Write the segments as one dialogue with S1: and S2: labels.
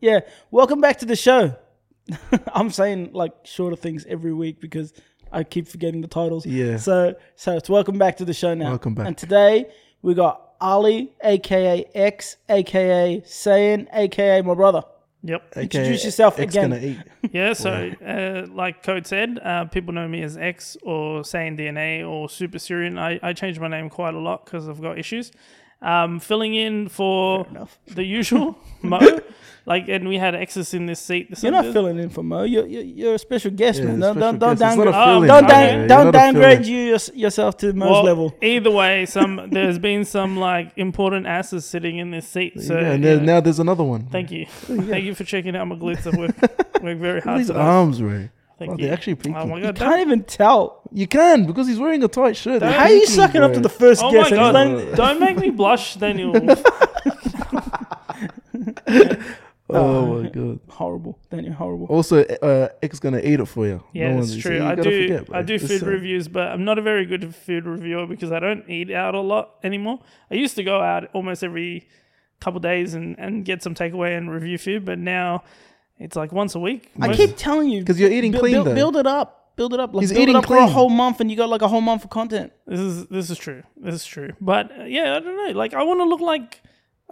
S1: Yeah, welcome back to the show. I'm saying like shorter things every week because I keep forgetting the titles.
S2: Yeah.
S1: So so it's welcome back to the show now.
S2: Welcome back.
S1: And today we got Ali, aka X, aka Sayan, aka my brother.
S3: Yep.
S1: Introduce yourself
S2: X
S1: again.
S2: Gonna eat.
S3: Yeah. So, uh, like Code said, uh, people know me as X or Saiyan DNA or Super Syrian. I, I change my name quite a lot because I've got issues. Um, filling in for the usual Mo, like, and we had X's in this seat. This
S1: You're not
S3: Sunday.
S1: filling in for Mo. You're you're, you're a special guest,
S2: Yeah,
S1: man.
S2: it's
S1: Don't don't, don't
S2: special guest. It's not a
S1: downgrade.
S3: Oh,
S2: fill-in.
S1: Don't,
S3: Okay.
S1: down,
S2: You're not
S1: don't
S2: a fill-in.
S1: downgrade you yours- yourself to Mo's
S3: Well,
S1: level.
S3: Either way, some there's been some like important asses sitting in this seat. So
S2: yeah, and
S3: you
S2: then,
S3: know,
S2: now there's another one.
S3: thank you,
S1: Oh,
S3: thank you for checking out my glutes. I work work very
S2: Look at
S3: hard.
S2: These
S3: for those.
S2: arms, Ray.
S3: Thank
S2: Oh,
S3: you.
S2: they're actually peaking.
S3: Oh my
S1: You
S3: god! that-
S1: can't even tell.
S2: You can because he's wearing a tight shirt. They're
S1: How are you
S2: peaking,
S1: sucking up
S2: bro.
S1: to the first
S3: Oh my
S1: guest? and
S3: god!
S1: he's not-
S3: Don't, make me blush, Daniel.
S2: Oh my
S1: uh,
S2: god.
S1: horrible, Daniel. Horrible.
S2: Also, uh, X gonna eat it for you.
S3: Yeah,
S2: No
S3: that's
S2: one's-
S3: true.
S2: you
S3: I
S2: gotta
S3: do.
S2: forget, bro.
S3: I do
S2: It's,
S3: food
S2: uh,
S3: reviews, but I'm not a very good food reviewer because I don't eat out a lot anymore. I used to go out almost every couple days and and get some takeaway and review food, but now it's like once a week.
S1: I
S3: most-
S1: keep telling you
S2: 'Cause you're eating
S1: bu-
S2: clean,
S1: Build,
S2: though.
S1: build it up. Build it up. Like,
S2: He's
S1: build
S2: eating
S1: it up for a
S2: clean.
S1: whole month, and you got like a whole month of content.
S3: This is this is true. This is true. But uh, yeah, I don't know. Like I want to look like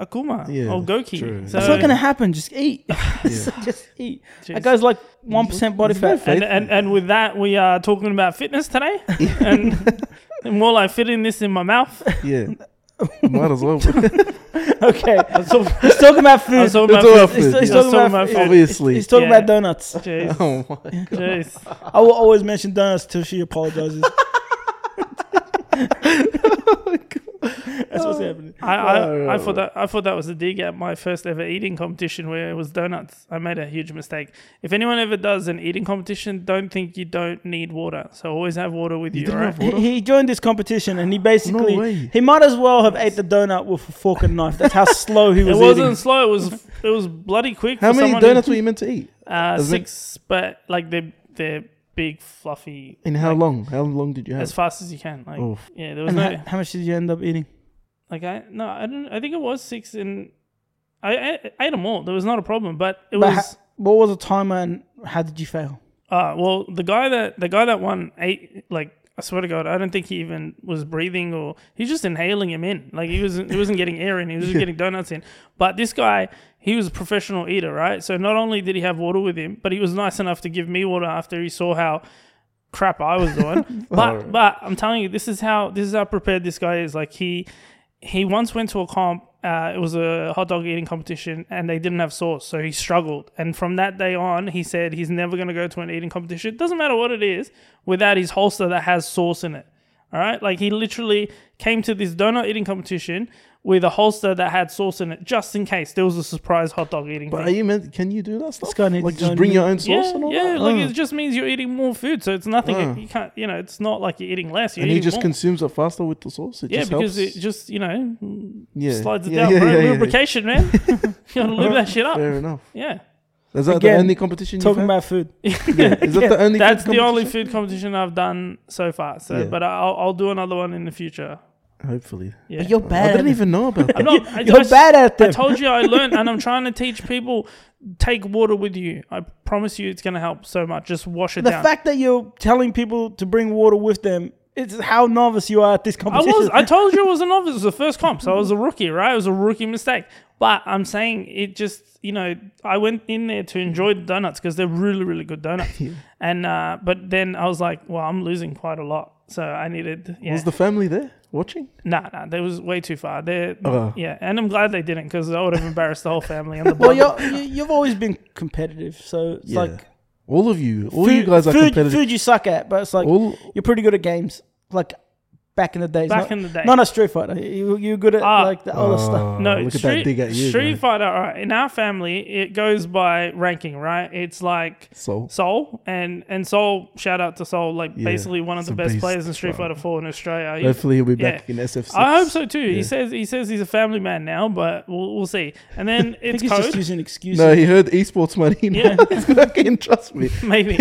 S3: Akuma
S2: Yeah,
S3: or Goki.
S2: true.
S3: So,
S1: It's not gonna happen. Just eat. So just eat. That guy's like one percent body fat.
S3: and, and and with that, we are talking about fitness today, and and while I fit in this in my mouth,
S2: Yeah. Might as well. bro.
S1: Okay,
S3: so,
S1: he's talking about
S3: I
S1: food.
S3: was talking
S2: That's
S3: about
S2: all
S3: fitness.
S2: food.
S1: He's, he's
S3: Yeah.
S1: talking
S3: So
S1: about
S3: my
S1: food.
S3: food.
S2: Obviously.
S1: He's talking
S3: Yeah.
S1: about donuts.
S3: Jeez,
S2: oh my god.
S3: jeez.
S1: I will always mention donuts till she apologizes. That's what's happening.
S3: I, I, I
S2: Alright,
S3: thought that I thought that was a dig at my first ever eating competition where it was donuts. I made a huge mistake. If anyone ever does an eating competition, don't think you don't need water. So always have water with you.
S2: didn't
S3: alright?
S2: have
S1: He, he joined this competition and he basically
S2: way.
S1: he might as well have ate the donut with a fork and knife. That's how slow he
S3: It
S1: was.
S3: wasn't
S1: eating.
S3: slow. It was it was bloody quick.
S2: How
S3: for
S2: many
S3: someone
S2: donuts
S3: who-
S2: were you meant to eat?
S3: Uh,
S2: Is it-
S3: six, but like they're they're big, fluffy,
S2: And how long? How long did you have?
S3: as fast as you can. Like
S2: Oof.
S3: yeah, there was
S1: And
S3: no
S1: how, how much did you end up eating?
S3: like I no I don't I think it was six and I, I, I ate them all. There was not a problem, but it
S1: But
S3: was.
S1: ha- what was the timer and how did you fail?
S3: Uh, well, the guy that the guy that won eight, like I swear to God, I don't think he even was breathing or he's just inhaling him in. Like he wasn't he wasn't getting air in, he was just getting donuts in. But this guy, he was a professional eater, right? So not only did he have water with him, but he was nice enough to give me water after he saw how crap I was doing. but but I'm telling you, this is how this is how prepared this guy is. Like he he once went to a comp. Uh, it was a hot dog eating competition, and they didn't have sauce, so he struggled. And from that day on, he said he's never going to go to an eating competition. Doesn't matter what it is, without his holster that has sauce in it. All right, like he literally came to this donut eating competition with a holster that had sauce in it, just in case there was a surprise hot dog eating.
S2: But
S3: thing.
S2: are you meant? Can you do that stuff?
S1: guy needs
S2: like
S1: his
S2: just
S1: own
S2: bring your
S1: meal.
S2: own sauce
S3: Yeah,
S2: and all
S3: yeah.
S2: that.
S3: Like
S2: Oh.
S3: it just means you're eating more food, so it's nothing.
S2: Oh.
S3: You can't, you know, it's not like you're eating less. You're
S2: and he
S3: eating
S2: just
S3: more.
S2: consumes it faster with the sauce. It
S3: yeah,
S2: just
S3: because
S2: helps.
S3: it just you know
S2: yeah.
S3: slides it
S2: yeah,
S3: down.
S2: Yeah,
S3: bro.
S2: yeah, yeah.
S3: Lubrication, man. you gotta lube that shit up.
S2: Fair enough.
S3: Yeah.
S2: Is that
S1: Again,
S2: the only competition you've
S1: Talking
S2: had?
S1: about food.
S2: Yeah. Is that the only?
S3: That's
S2: food
S3: the only
S2: competition?
S3: food competition I've done so far. So,
S2: Yeah.
S3: but I'll, I'll do another one in the future.
S2: Hopefully,
S3: Yeah.
S1: You're
S2: I
S1: bad.
S2: didn't even know about that.
S3: I'm not, I,
S1: You're
S3: I s-
S1: bad at
S3: I
S1: them.
S3: told you I learned, and I'm trying to teach people take water with you. I promise you, it's gonna help so much. Just wash it
S1: the
S3: down.
S1: fact that you're telling people to bring water with them, it's how novice you are at this
S3: I
S1: competition.
S3: was. I told you it was a novice. It was the first comp, so I was a rookie, right? It was a rookie mistake. But I'm saying it just, you know, I went in there to enjoy the donuts because they're really, really good donuts. And uh, but then I was like, well, I'm losing quite a lot, so I needed. Yeah.
S2: Was the family there watching?
S3: nah, nah, that was way too far. They,
S2: Oh.
S3: yeah, and I'm glad they didn't because I would have embarrassed the whole family and the
S1: well,
S3: brother.
S1: you're, you, you've always been competitive, so it's
S2: Yeah.
S1: like
S2: All of you, all
S1: food,
S2: you guys are
S1: food,
S2: competitive.
S1: food you suck at, but it's like
S2: All
S1: you're pretty good at games. Like back in the days, not,
S3: Back in the day.
S1: not a Street Fighter. You you're good at
S3: Ah.
S1: like the other stuff.
S2: Oh,
S3: No,
S2: look
S3: Street,
S2: at that dig at you.
S3: Street
S2: bro.
S3: Fighter. All right, in our family, it goes by ranking, right? It's like
S2: Soul.
S3: Soul and and Soul. Shout out to Soul, like
S2: Yeah,
S3: basically one of
S2: it's
S3: the
S2: a
S3: best
S2: beast,
S3: players in Street
S2: bro.
S3: Fighter Four in Australia. He-
S2: Hopefully, he'll be
S3: yeah.
S2: back in SF6.
S3: I hope so too.
S2: Yeah.
S3: He says he says he's a family man now, but we'll, we'll see. And then
S1: I think
S3: it's
S1: he's
S3: code,
S1: just using excuses.
S2: No, he heard esports money.
S3: Yeah.
S2: Yeah, it's good. I can trust me.
S3: maybe.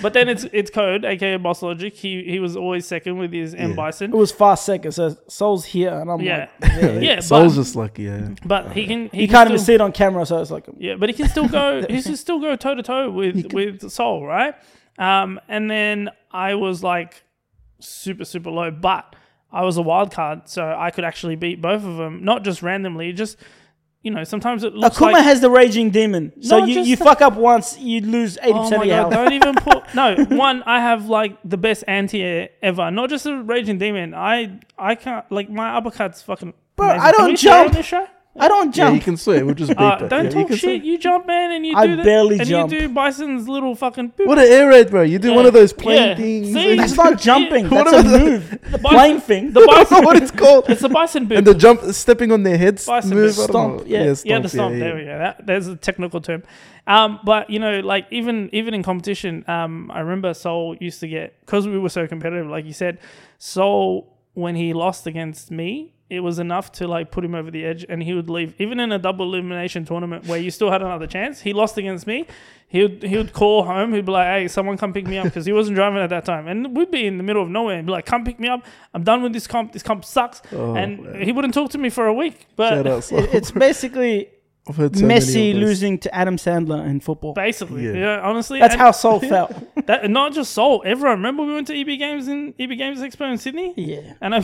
S3: But then it's it's code, aka Boss Logic. He he was always second with his M
S2: Yeah.
S3: Bison. person.
S1: It was fast second, so Sol's here, and I'm
S3: Yeah,
S1: like,
S3: yeah,
S2: Soul's
S3: but-
S2: just like yeah.
S3: but he can. He
S1: you
S3: can
S1: can't even
S3: still-
S1: see it on camera, so it's like,
S3: Yeah, but he can still go. he can still go toe to toe with with Soul, right? Um, and then I was like super super low, but I was a wild card, so I could actually beat both of them, not just randomly. Just you know, sometimes it looks
S1: Akuma
S3: like.
S1: has the raging demon. So
S3: No,
S1: you,
S3: just
S1: you
S3: the-
S1: fuck up once, you lose eighty
S3: Oh
S1: percent
S3: my
S1: of your
S3: god!
S1: health.
S3: Don't even put no one. I have like the best anti air ever. Not just a raging demon. I I can't like my uppercut's fucking.
S1: Bro,
S3: amazing.
S1: I
S3: Can
S1: don't
S3: we swear on
S1: jump.
S3: this show?
S1: I don't
S2: Yeah, you
S1: jump.
S2: can swear. We'll just beep
S3: Uh,
S2: it. yeah,
S3: don't
S2: you
S3: talk
S2: can
S3: shit.
S2: swear.
S3: You jump in and you
S1: I
S3: do that,
S1: barely
S3: and
S1: jump.
S3: you do Bison's little fucking. boop.
S2: What an air raid, bro! You do one of those plane
S3: Yeah.
S2: things.
S3: See?
S2: and-
S1: That's not jumping.
S2: What
S1: That's a
S2: about the-
S1: move. The
S3: bison-
S1: plane thing.
S3: The
S2: I don't know
S3: bison.
S2: what it's called.
S3: It's the bison boot.
S2: and the jump, stepping on their heads,
S3: Bicep
S2: move,
S3: boost.
S2: I don't know.
S1: Stomp, yeah. Yeah,
S3: yeah,
S2: stomp,
S3: the stomp. There we go. That, there's a technical term. Um, but you know, like even even in competition, um, I remember Sol used to get because we were so competitive. Like you said, Sol when he lost against me, it was enough to like put him over the edge, and he would leave. Even in a double elimination tournament where you still had another chance, he lost against me. He would he would call home. He'd be like, "Hey, someone come pick me up," because he wasn't driving at that time, and we'd be in the middle of nowhere. And be like, "Come pick me up. I'm done with this comp. This comp sucks."
S2: Oh,
S3: and he wouldn't talk to me for a week. But
S2: Shout out, Sol.
S1: It- it's basically
S2: I've heard so many of
S1: Messi
S2: those.
S1: losing to Adam Sandler in football.
S3: Basically,
S2: Yeah.
S3: yeah. honestly,
S1: That's
S3: and
S1: how Soul felt.
S3: that, not just Seoul. Everyone remember we went to EB Games in EB Games Expo in Sydney,
S1: Yeah.
S3: and I,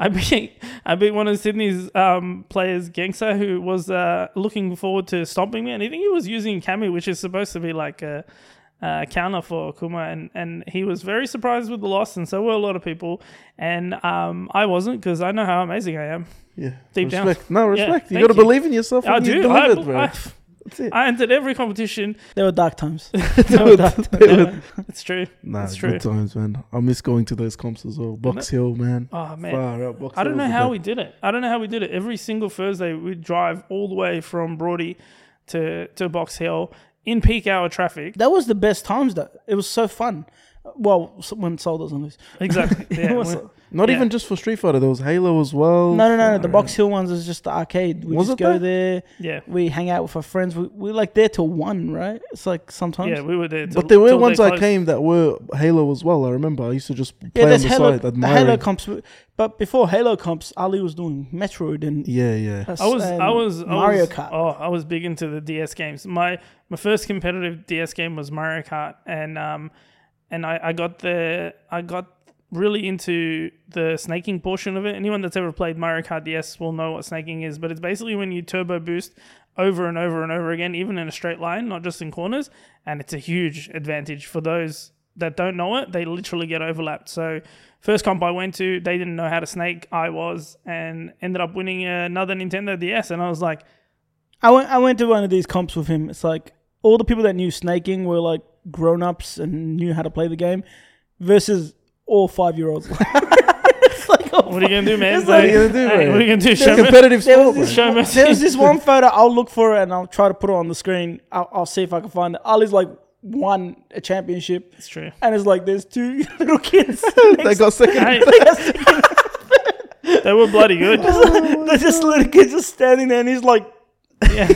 S3: I beat, I beat one of Sydney's um, players, Gangster, who was uh, looking forward to stomping me, and I think he was using Kami, which is supposed to be like a, a counter for Kuma, and and he was very surprised with the loss, and so were a lot of people, and um, I wasn't because I know how amazing I am.
S2: Yeah.
S3: Deep down.
S2: respect. No, respect. you
S3: thank
S2: got to
S3: you.
S2: believe in yourself.
S3: I
S2: and you
S3: do. I,
S2: delivered, bro.
S3: I,
S2: That's it.
S3: I entered every competition.
S1: There were dark times.
S2: They would- they would-
S3: It's true.
S2: Nah,
S3: It's true.
S2: good times, man. I miss going to those comps as well. Box Hill, man.
S3: Oh man.
S2: Far out. Box
S3: I don't
S2: Hill
S3: know
S2: was
S3: how
S2: the
S3: we did it. I don't know how we did it. Every single Thursday, we'd drive all the way from Brody to, to Box Hill in peak hour traffic.
S1: that was the best times though. It was so fun. Well, s- when Soul doesn't lose.
S3: Exactly. Yeah.
S1: was-
S3: we-
S2: best. Not
S3: Yeah.
S2: even just for Street Fighter. There was Halo as well.
S1: No, no, no, no.
S2: Far
S1: The Box Hill ones is just the arcade. We
S2: Oh, Was
S1: just
S2: it
S1: go
S2: though?
S1: there.
S3: yeah.
S1: We hang out with our friends. We we like there till one, right? It's like sometimes.
S3: Yeah, we were there.
S2: out.
S3: till-
S2: But there were
S3: till they
S2: ones I
S3: closed.
S2: came that were Halo as well. I remember. I used to just play
S1: Yeah,
S2: on the
S1: there's Halo,
S2: side,
S1: the Halo
S2: admiring.
S1: comps, but before Halo comps, Ali was doing Metroid and
S2: Yeah, yeah.
S1: us
S3: I was,
S1: and
S3: I was, I
S1: Mario
S3: was-
S1: Kart.
S3: Oh, I was big into the DS games. My my first competitive DS game was Mario Kart, and um, and I, I got the, I got really into the snaking portion of it. Anyone that's ever played Mario Kart DS will know what snaking is, but it's basically when you turbo boost over and over and over again, even in a straight line, not just in corners, and it's a huge advantage for those that don't know it, they literally get overlapped. So, first comp I went to, they didn't know how to snake. I was, and ended up winning another Nintendo DS. And I was like,
S1: I went. I went to one of these comps with him. It's like all the people that knew snaking were like grown ups and knew how to play the game, versus all five year olds. it's like oh,
S3: "What are you gonna do, man?
S1: It's like-
S2: What are you gonna do,
S3: Hey,
S2: bro?
S3: What are you gonna do? Show me-
S2: Competitive
S1: There
S2: sport,
S1: was
S2: man.
S1: this,
S3: Show mercy.
S1: there was this one photo. I'll look for it and I'll try to put it on the screen. I'll, I'll see if I can find it. Ali's like won a championship,
S3: It's true.
S1: and it's like there's two little kids.
S2: They got second.
S3: Hey, they were bloody good.
S1: There's just little kid just standing there, and he's like,
S3: Yeah.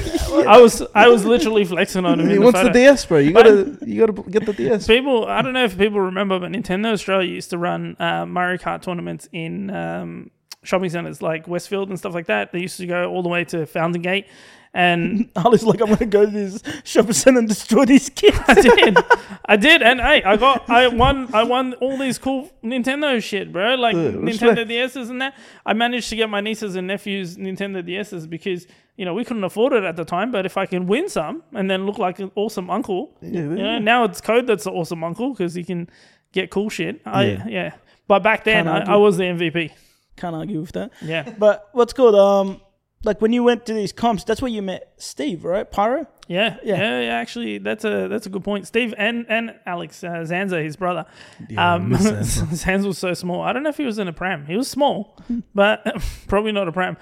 S3: I was, I was literally flexing on him.
S2: He
S3: in the
S2: wants the
S3: photo.
S2: DS, bro. You gotta, you gotta get the DS.
S3: People, I don't know if people remember, but Nintendo Australia used to run uh, Mario Kart tournaments in um, shopping centres like Westfield and stuff like that. They used to go all the way to Fountain Gate, and
S1: Ali's like, I'm gonna go to this shopping center and destroy these kids.
S3: I did, I did, and hey, I got, I won, I won all these cool Nintendo shit, bro. Like
S2: Yeah,
S3: Nintendo
S2: respect.
S3: DSs and that. I managed to get my nieces and nephews Nintendo DSs because you know we couldn't afford it at the time. But if I can win some and then look like an awesome uncle,
S2: Yeah,
S3: You know,
S2: yeah.
S3: now it's code that's an awesome uncle because he can get cool shit. I,
S2: Yeah.
S3: yeah. But back then,
S1: Can't
S3: I,
S1: argue.
S3: I was the MVP.
S1: Can't argue with that.
S3: Yeah.
S1: But what's good? Um, like when you went to these comps, that's where you met Steve, right? Pyro.
S3: Yeah,
S1: Yeah.
S3: yeah, yeah, Actually, that's a that's a good point, Steve and and Alex uh, Zanza, his brother.
S2: Yeah, I
S3: um,
S2: miss Zanza.
S3: Zanza was so small. I don't know if he was in a pram. He was small, but probably not a pram.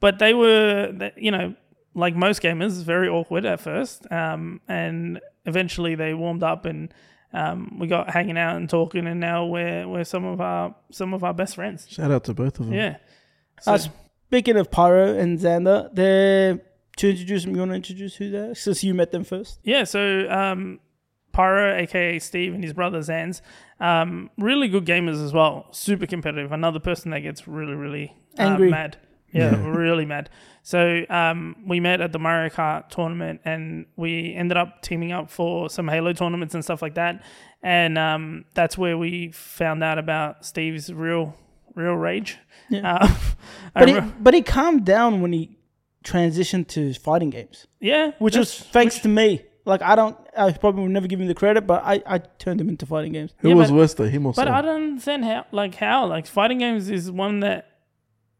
S3: But they were, they- you know, like most gamers, very awkward at first, um, and eventually they warmed up and. Um, we got hanging out and talking, and now we're we're some of our some of our best friends.
S2: Shout out to both of them.
S3: Yeah,
S1: Uh, speaking of Pyro and Xander, they're to introduce them. You want to introduce who they are? Since you met them first.
S3: yeah. So um, Pyro, aka Steve, and his brother Zanz. Um, really good gamers as well. Super competitive. Another person that gets really, really uh,
S1: Angry.
S3: mad. Yeah, really mad. So um, we met at the Mario Kart tournament, and we ended up teaming up for some Halo tournaments and stuff like that. And um, that's where we found out about Steve's real, real rage.
S1: Yeah.
S3: Uh, I
S1: But he,
S3: remember-
S1: but he calmed down when he transitioned to fighting games,
S3: yeah,
S1: which was
S3: that's-
S1: thanks to me. Like I don't, I probably would never give him the credit, but I, I turned him into fighting games.
S2: Who
S3: Yeah,
S2: was
S3: but-
S2: worse though, him or
S3: But I
S2: Saul?
S3: don't understand how, like, how, like, fighting games is one that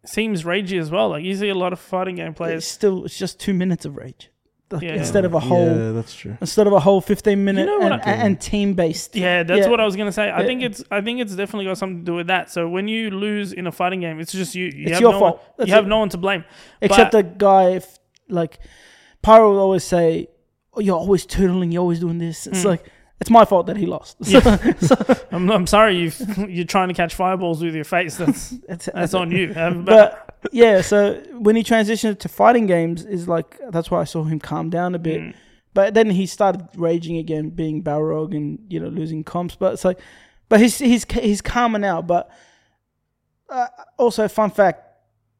S3: seems ragey as well. Like, you see a lot of fighting game
S1: It's
S3: players.
S1: still it's just two minutes of rage, like,
S3: Yeah.
S1: instead of a whole
S2: Yeah, that's true.
S1: instead of a whole fifteen minute
S3: You know what
S1: and,
S3: I-
S1: and team based.
S3: Yeah, that's
S1: Yeah.
S3: what I was gonna say. I
S1: Yeah.
S3: think it's, I think it's definitely got something to do with that. So when you lose in a fighting game, it's just you. you
S1: It's
S3: have
S1: your
S3: no
S1: fault.
S3: One,
S1: That's
S3: you have
S1: it.
S3: no one to blame.
S1: Except
S3: But-
S1: the guy, if, like, Pyro will always say, oh, You're always turtling, you're always doing this. It's
S3: Mm.
S1: like, it's my fault that he lost.
S3: Yeah.
S1: So- so
S3: I'm, I'm sorry you you're trying to catch fireballs with your face. That's
S1: it's-
S3: that's on you. Um, But,
S1: But yeah, so when he transitioned to fighting games, is like, that's why I saw him calm down a bit.
S3: Mm.
S1: But then he started raging again, being Balrog and, you know, losing comps. But it's like, but he's, he's, he's calmer now. But uh, also, fun fact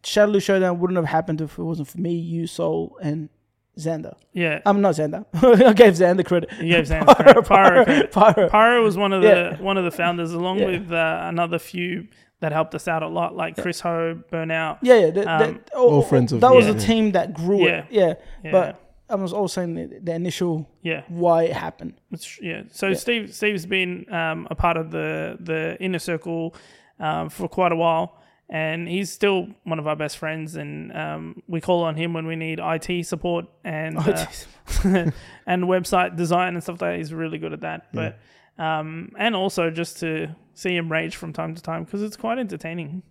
S1: Shadaloo Showdown wouldn't have happened if it wasn't for me, you, Soul, and Xander.
S3: yeah,
S1: I'm not Xander. I gave Xander credit.
S3: you gave Zan's credit. Pyro credit.
S1: Pyro.
S3: Pyro was one of the
S1: Yeah.
S3: one of the founders, along
S1: Yeah.
S3: with uh, another few that helped us out a lot, like Chris Ho, Burnout.
S1: Yeah, yeah. That,
S3: Um,
S1: that, all,
S2: All friends of-
S1: That was
S3: yeah.
S1: a team that grew it. Yeah.
S3: Yeah,
S1: But I was also saying the, the initial
S3: yeah,
S1: why it happened.
S3: It's- yeah. So Steve Steve's been um, a part of the the inner circle um, for quite a while, and he's still one of our best friends. And um, we call on him when we need IT support and
S1: Oh,
S3: uh,
S1: jeez.
S3: and website design and stuff like that. He's really good at that. But um, and also just to see him rage from time to time because it's quite entertaining.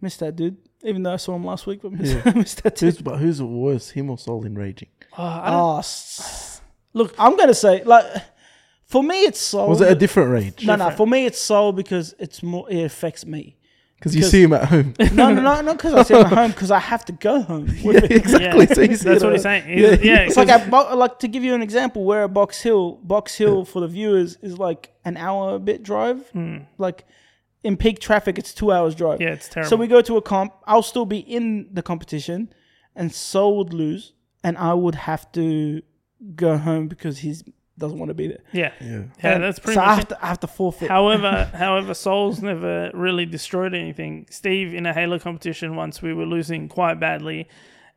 S1: missed that dude. Even though I saw him last week, but missed,
S2: Yeah.
S1: missed that dude.
S2: Who's, but who's worse, him or Saul in raging?
S3: Oh, I don't-
S1: Oh, s- look, I'm gonna say like, for me, it's soul.
S2: Was it a different rage?
S1: no, no.
S3: different?
S1: For me, it's soul because it's more. It affects me.
S2: Because you see him at home.
S1: No, no, no, not because I said at home. Because I have to go home.
S2: yeah, exactly.
S3: Yeah,
S2: so you see
S3: that's
S2: it at
S3: what he's
S2: home.
S3: saying. He's- yeah,
S1: It's like at Bo- like to give you an example, where a Box Hill, Box Hill for the viewers is like an hour a bit drive. Like in peak traffic, it's two hours drive.
S3: yeah, it's terrible.
S1: So we go to a comp. I'll still be in the competition, and Sol would lose, and I would have to go home because he doesn't want to be there.
S3: yeah,
S2: Yeah.
S3: yeah,
S1: And
S3: that's pretty
S1: so I
S3: much it.
S1: have to I have to forfeit.
S3: However, however, Souls never really destroyed anything. Steve in a Halo competition once we were losing quite badly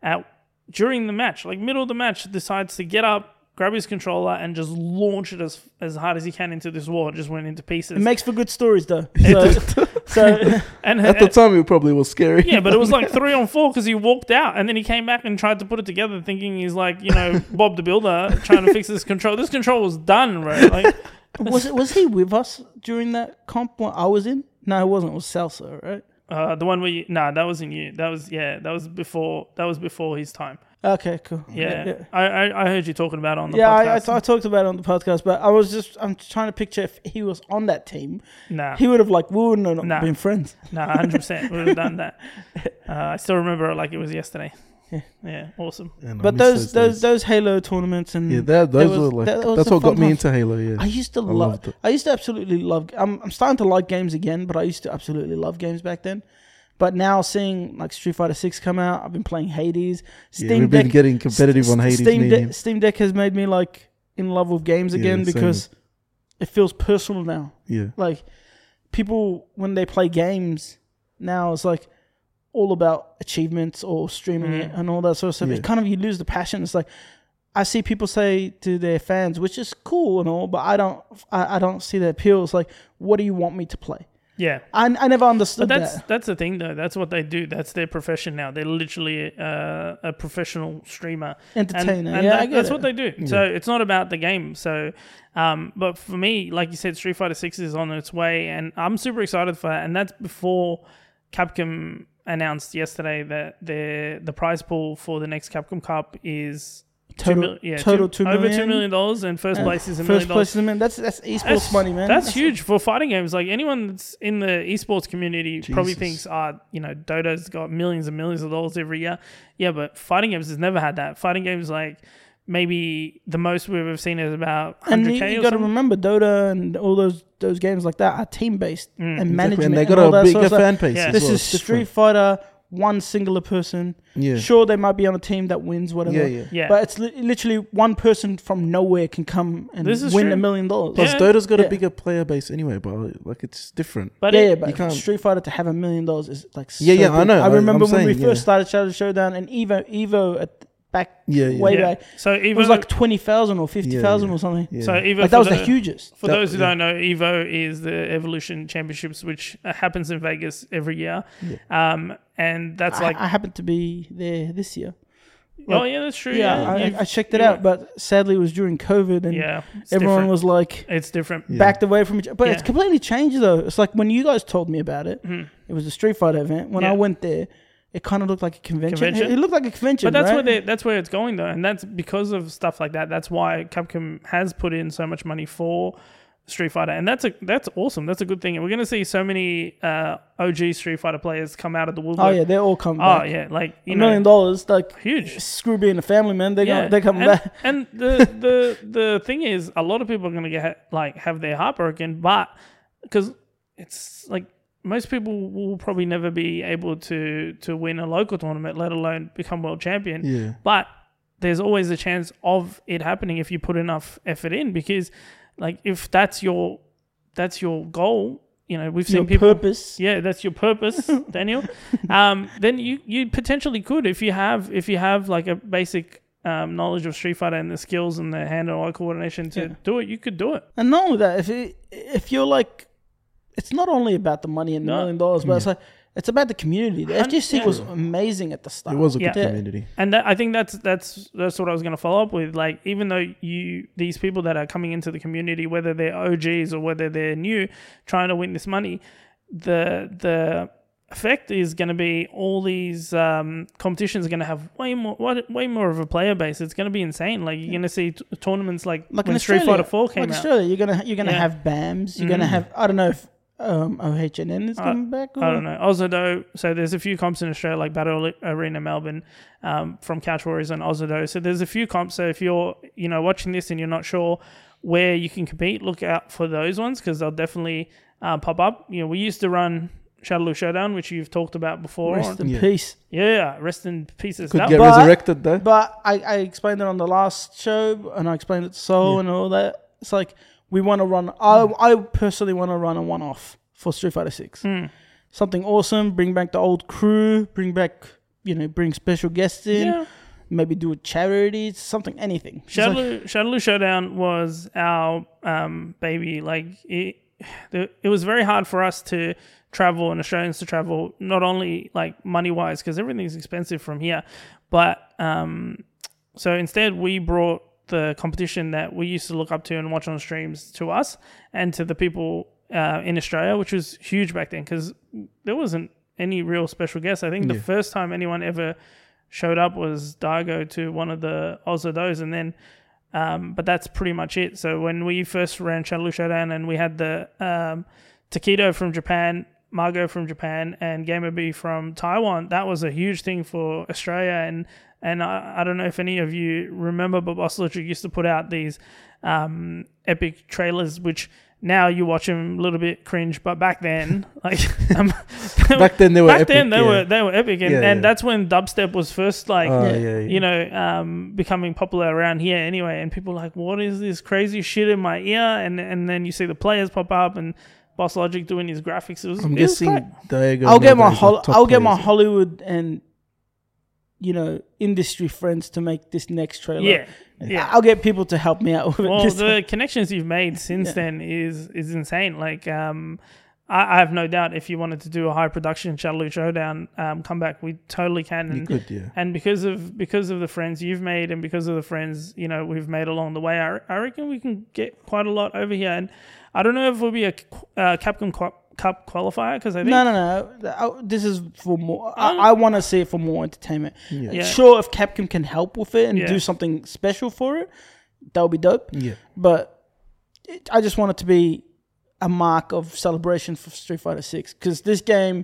S3: at during the match, like middle of the match, decides to get up, grab his controller, and just launch it as as hard as he can into this wall. It just went into pieces.
S1: it makes for good stories though. So, so
S3: and
S2: At the time, it probably was scary.
S3: yeah, but it was like three on four because he walked out and then he came back and tried to put it together, thinking he's like you know Bob the Builder trying to fix this control. This control was done, bro. Like,
S1: was it was he with us during that comp when I was in? No, it wasn't. It was Salsa, right?
S3: uh, the one where you nah, that wasn't you. That was yeah, that was before that was before his time.
S1: Okay, cool.
S3: Yeah, I, I I heard you talking about it on the
S1: Yeah,
S3: podcast.
S1: I, I, I talked about it on the podcast, but I was just I'm trying to picture if he was on that team,
S3: nah,
S1: he would have like we wouldn't have
S3: Ah. Nah.
S1: been friends.
S3: nah, hundred percent would have done that. Uh, I still remember it like it was yesterday. Yeah, awesome.
S2: Man, I
S1: But
S2: miss
S1: those those
S2: days.
S1: those Halo tournaments and
S2: yeah, that,
S1: there
S2: those
S1: was-
S2: were like
S1: that was
S2: that's
S1: a
S2: what got
S1: fun
S2: me
S1: time.
S2: into Halo. Yeah,
S1: I used to
S2: I
S1: love.
S2: loved it.
S1: I used to absolutely love. I'm I'm starting to like games again, but I used to absolutely love games back then. But now seeing like Street Fighter Six come out, I've been playing Hades.
S2: yeah we've been getting competitive on Hades.
S1: Steam
S2: me and
S1: Deck,
S2: him.
S1: Steam Deck has made me like in love with games
S2: Yeah,
S1: again
S2: same.
S1: because it feels personal now.
S2: Yeah,
S1: Like people when they play games now, it's like all about achievements or streaming
S3: Mm.
S1: it and all that sort of stuff.
S2: Yeah.
S1: It kind of you lose the passion. It's like I see people say to their fans, which is cool and all, but I don't, I, I don't see the appeal. It's like, what do you want me to play?
S3: Yeah,
S1: I, I never understood
S3: but that's
S1: that.
S3: that's the thing though. That's what they do. That's their profession now. They're literally uh, a professional streamer.
S1: Entertainer, yeah,
S3: that-
S1: I get
S3: that's
S1: it.
S3: what they do. So it's not about the game. So, um, but for me, like you said, Street Fighter Six is on its way, and I'm super excited for that. And that's before Capcom announced yesterday that the the prize pool for the next Capcom Cup is two
S1: Total-
S3: mil- yeah,
S1: total
S3: two,
S1: two
S3: over
S1: million.
S3: two million dollars, and first
S1: Yeah.
S3: place is a
S1: First
S3: million dollars.
S1: place is a million. That's that's esports
S3: That's-
S1: money, man.
S3: That's, huge for fighting games. Like anyone that's in the esports community probably
S2: Jesus.
S3: thinks, ah, you know, Dota's got millions and millions of dollars every year. Yeah, but fighting games has never had that. Fighting games like maybe the most we've ever seen is about 100k
S1: And you,
S3: or
S1: got to
S3: something.
S1: remember Dota and all those those games like that are team based
S3: Mm.
S1: and
S2: Exactly,
S1: management.
S2: and they
S1: and all
S2: got a
S1: that sort
S2: bigger
S1: of stuff.
S2: fan base.
S3: Yeah.
S2: as
S1: This
S2: well.
S1: is
S2: It's
S1: Street Fighter, one singular person.
S2: different. Yeah.
S1: Sure, they might be on a team that wins whatever.
S2: Yeah, yeah.
S3: yeah
S1: But it's li- literally one person from nowhere can come and
S3: This is
S1: win
S3: true.
S1: a million dollars.
S2: Plus,
S3: Yeah.
S2: Dota's got
S1: Yeah.
S2: a bigger player base anyway, but like it's different.
S3: but
S1: yeah,
S3: it-
S1: yeah,
S2: you
S1: but
S2: can't-
S1: Street Fighter to have a million dollars is like so
S2: Yeah, yeah, I
S1: big.
S2: know,
S1: I
S2: I-
S1: remember
S2: I'm
S1: when we
S2: saying,
S1: first
S2: yeah.
S1: started Shadow Showdown and Evo Evo at the back
S2: Yeah, yeah.
S1: way
S3: yeah.
S1: back.
S3: so
S1: It
S3: even
S1: was like twenty thousand or fifty thousand
S2: yeah.
S1: or something.
S2: Yeah.
S3: so even
S1: Like
S3: for
S1: that was
S3: the,
S1: the hugest.
S3: For
S2: That-
S3: those who
S2: yeah.
S3: don't know, Evo is the Evolution Championships, which uh, happens in Vegas every year, um, and that's
S1: I-
S3: like,
S1: I, happened to be there this year.
S3: oh yeah, that's true.
S1: Yeah,
S3: Yeah, You've-
S1: I, I checked it
S3: you
S1: out, but sadly it was during COVID and
S3: yeah, it's
S1: everyone
S3: different.
S1: was like
S3: It's different.
S2: Yeah.
S1: backed away from each other. But it's
S3: Yeah.
S1: completely changed though. It's like when you guys told me about it,
S3: Mhm.
S1: it was a Street Fighter event. When I
S3: Yeah.
S1: went there, it kind of looked like a convention.
S3: Convention?
S1: It, it looked like a convention.
S3: But that's
S1: right?
S3: where they, that's where it's going though, and that's because of stuff like that. That's why Capcom has put in so much money for Street Fighter, and that's a that's awesome. That's a good thing, and we're going to see so many uh, OG Street Fighter players come out of the woodwork.
S1: Oh yeah, they're all coming
S3: oh
S1: back.
S3: yeah, like you
S1: a
S3: know,
S1: million dollars, like
S3: huge.
S1: screw being a family man. They yeah.
S3: Yeah,
S1: they come
S3: and,
S1: back.
S3: and the the the thing is, a lot of people are going to get like have their heart broken, but because it's like most people will probably never be able to to win a local tournament, let alone become world champion.
S2: Yeah.
S3: But there's always a chance of it happening if you put enough effort in, because like if that's your that's your goal, you know, we've seen
S1: Your
S3: people
S1: purpose.
S3: yeah, that's your purpose, Daniel. Um, then you you potentially could if you have if you have like a basic um, knowledge of Street Fighter and the skills and the hand and eye coordination to
S1: Yeah.
S3: do it, you could do it.
S1: And not only that, if it, if you're like, it's not only about the money and the
S3: No.
S1: million dollars, but it's like it's about the community. The
S3: Hun-
S1: FGC
S3: yeah.
S1: was amazing at the start.
S2: It was a
S3: Yeah.
S2: good community.
S3: And that, I think that's that's that's what I was going to follow up with. Like, even though you these people that are coming into the community, whether they're OGs or whether they're new, trying to win this money, the the effect is going to be all these um, competitions are going to have way more way- way more of a player base. It's going to be insane. Like you're going to see t- tournaments like,
S1: like
S3: when
S1: in
S3: Street
S1: Australia,
S3: Fighter Four came
S1: like
S3: out.
S1: Australia, you're gonna you're gonna
S3: Yeah.
S1: have BAMs. You're gonna
S3: Mm.
S1: have I don't know if um, OHNN is
S3: I-
S1: coming back. Or,
S3: I don't know. Also, though, so there's a few comps in Australia, like Battle Arena Melbourne um, from Couch Warriors and Ozodo. So there's a few comps. So if you're, you know, watching this and you're not sure where you can compete, look out for those ones because they'll definitely uh, pop up. You know, we used to run Shadaloo Showdown, which you've talked about before.
S1: Rest in
S2: Yeah.
S1: peace.
S3: yeah, rest in pieces.
S2: Could
S3: That-
S2: get
S1: But-
S2: resurrected though.
S1: But I, I explained it on the last show, and I explained it to Soul
S2: Yeah.
S1: and all that. It's like we want to run. I I personally want to run a one off for Street Fighter Six.
S3: Mm.
S1: Something awesome. Bring back the old crew. Bring back you know bring special guests in.
S3: yeah.
S1: Maybe do a charity. Something anything. It's like-
S3: Shadaloo, Shadaloo Showdown was our um, baby. Like it, the, it was very hard for us to travel and Australians to travel, not only like money wise because everything's expensive from here, but um, so instead we brought the competition that we used to look up to and watch on streams to us and to the people uh, in Australia, which was huge back then because there wasn't any real special guests. I think the
S2: Yeah.
S3: first time anyone ever showed up was Dargo to one of the Ozodos, and then um, but that's pretty much it. So when we first ran Shadaloo Showdown and we had the um, Takedo from Japan, Margo from Japan, and Gamer B from Taiwan, that was a huge thing for Australia. And and I, I don't know if any of you remember, but Boss Logic used to put out these um, epic trailers, which now you watch them a little bit cringe, but back then, like, um,
S2: Back then they were.
S3: back
S2: epic,
S3: then they
S2: yeah.
S3: were they were epic, and,
S2: Yeah,
S3: and
S2: yeah.
S3: that's when dubstep was first like
S2: Oh,
S1: Yeah.
S2: yeah, yeah.
S3: you know um, becoming popular around here anyway. And people were like, what is this crazy shit in my ear? And and then you see the players pop up and Boss Logic doing his graphics. It was,
S2: I'm
S3: it was
S2: guessing
S3: great.
S2: Diego.
S1: I'll get
S2: Melba
S1: my
S2: is a
S1: hol-
S2: top
S1: I'll get my
S2: player.
S1: Hollywood and you know industry friends to make this next trailer.
S3: yeah.
S1: I-
S3: Yeah.
S1: I'll get people to help me out with
S3: Well,
S1: this.
S3: the connections you've made since
S1: Yeah.
S3: then is is insane. Like, um, I, I have no doubt if you wanted to do a high production Shadaloo Showdown um, comeback, we totally can.
S2: You
S3: And
S2: could, yeah.
S3: and because of because of the friends you've made and because of the friends you know we've made along the way i, I reckon we can get quite a lot over here and i don't know if we'll be a uh, capcom Qu- cup qualifier because i think
S1: no, no, no. Th- I- This is for more. I,
S3: Um,
S1: I want to see it for more entertainment.
S2: Yeah.
S3: Yeah.
S1: Sure, if Capcom can help with it and
S3: Yeah.
S1: do something special for it, that would be dope.
S2: Yeah.
S1: But it, I just want it to be a mark of celebration for Street Fighter Six because this game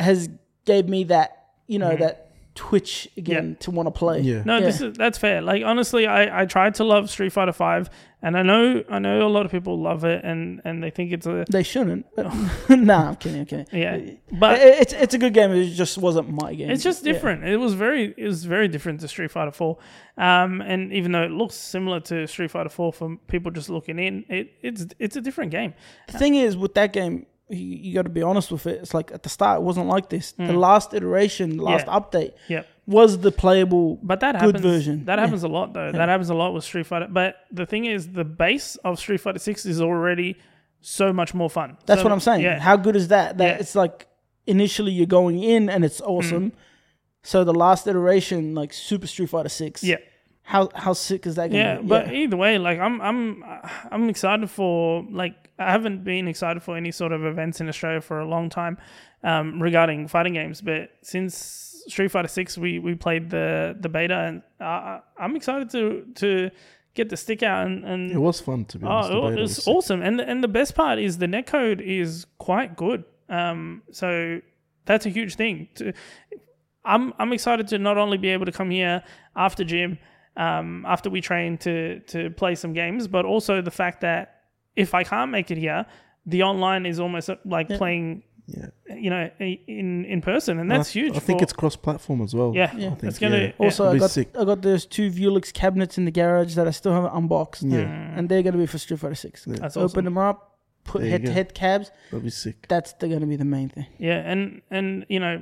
S1: has gave me that you know that twitch again to want to play.
S2: Yeah.
S3: Mm-hmm. No,
S1: Yeah.
S3: this is that's fair. Like honestly, I I tried to love Street Fighter Five, and I know I know a lot of people love it, and and they think it's a
S1: They shouldn't. But nah, I'm kidding. I'm kidding.
S3: yeah,
S1: But
S3: but
S1: it's it's a good game. It just wasn't my game.
S3: it's just
S1: Yeah.
S3: different. It was very it was very different to Street Fighter Four, um, and even though it looks similar to Street Fighter Four from people just looking in, it it's it's a different game.
S1: The thing is, with that game, you, you got to be honest with it. It's like at the start, it wasn't like this. The last iteration, the last
S3: Mm. Yeah.
S1: update,
S3: Yep.
S1: was the playable.
S3: But that
S1: Good
S3: happens.
S1: version.
S3: That
S1: Yeah.
S3: happens a lot though. That happens a lot with Street Fighter. But the thing is, the base of Street Fighter Six is already so much more fun.
S1: That's
S3: So-
S1: what I'm saying.
S3: Yeah.
S1: How good is that? That
S3: Yeah. Mm.
S1: it's like initially you're going in and it's awesome. So the last iteration, like Super Street Fighter Six,
S3: yeah.
S1: how how sick is that? Gonna
S3: Yeah,
S1: be?
S3: but either way, like I'm, I'm, I'm excited for like I haven't been excited for any sort of events in Australia for a long time um, regarding fighting games. But since Street Fighter Six, we we played the the beta, and uh, I'm excited to to get the stick out and and
S2: It was fun to be honest. the
S3: oh, it
S2: beta
S3: was
S2: was-
S3: awesome. And and the best part is the netcode is quite good. Um, so that's a huge thing. To, I'm I'm excited to not only be able to come here after gym, um, after we train to to play some games, but also the fact that if I can't make it here, the online is almost uh, like playing,
S2: yeah.
S3: you know, in in person,
S2: And
S3: and that's
S2: I,
S3: huge.
S2: I think
S3: for-
S2: it's cross-platform as well.
S3: yeah,
S2: I think,
S3: it's gonna
S2: yeah.
S3: yeah.
S1: Also,
S2: It'll
S1: I
S2: be
S1: got
S2: sick.
S1: I got those two Vuelix cabinets in the garage that I still haven't unboxed.
S2: Yeah.
S1: and they're gonna be for Street Fighter Six.
S3: Mm. That's
S1: Open
S3: awesome.
S1: them up, put
S2: There you
S1: head to
S2: go.
S1: head cabs.
S2: That'd be sick.
S1: That's the, gonna be the main thing.
S3: Yeah, and and you know,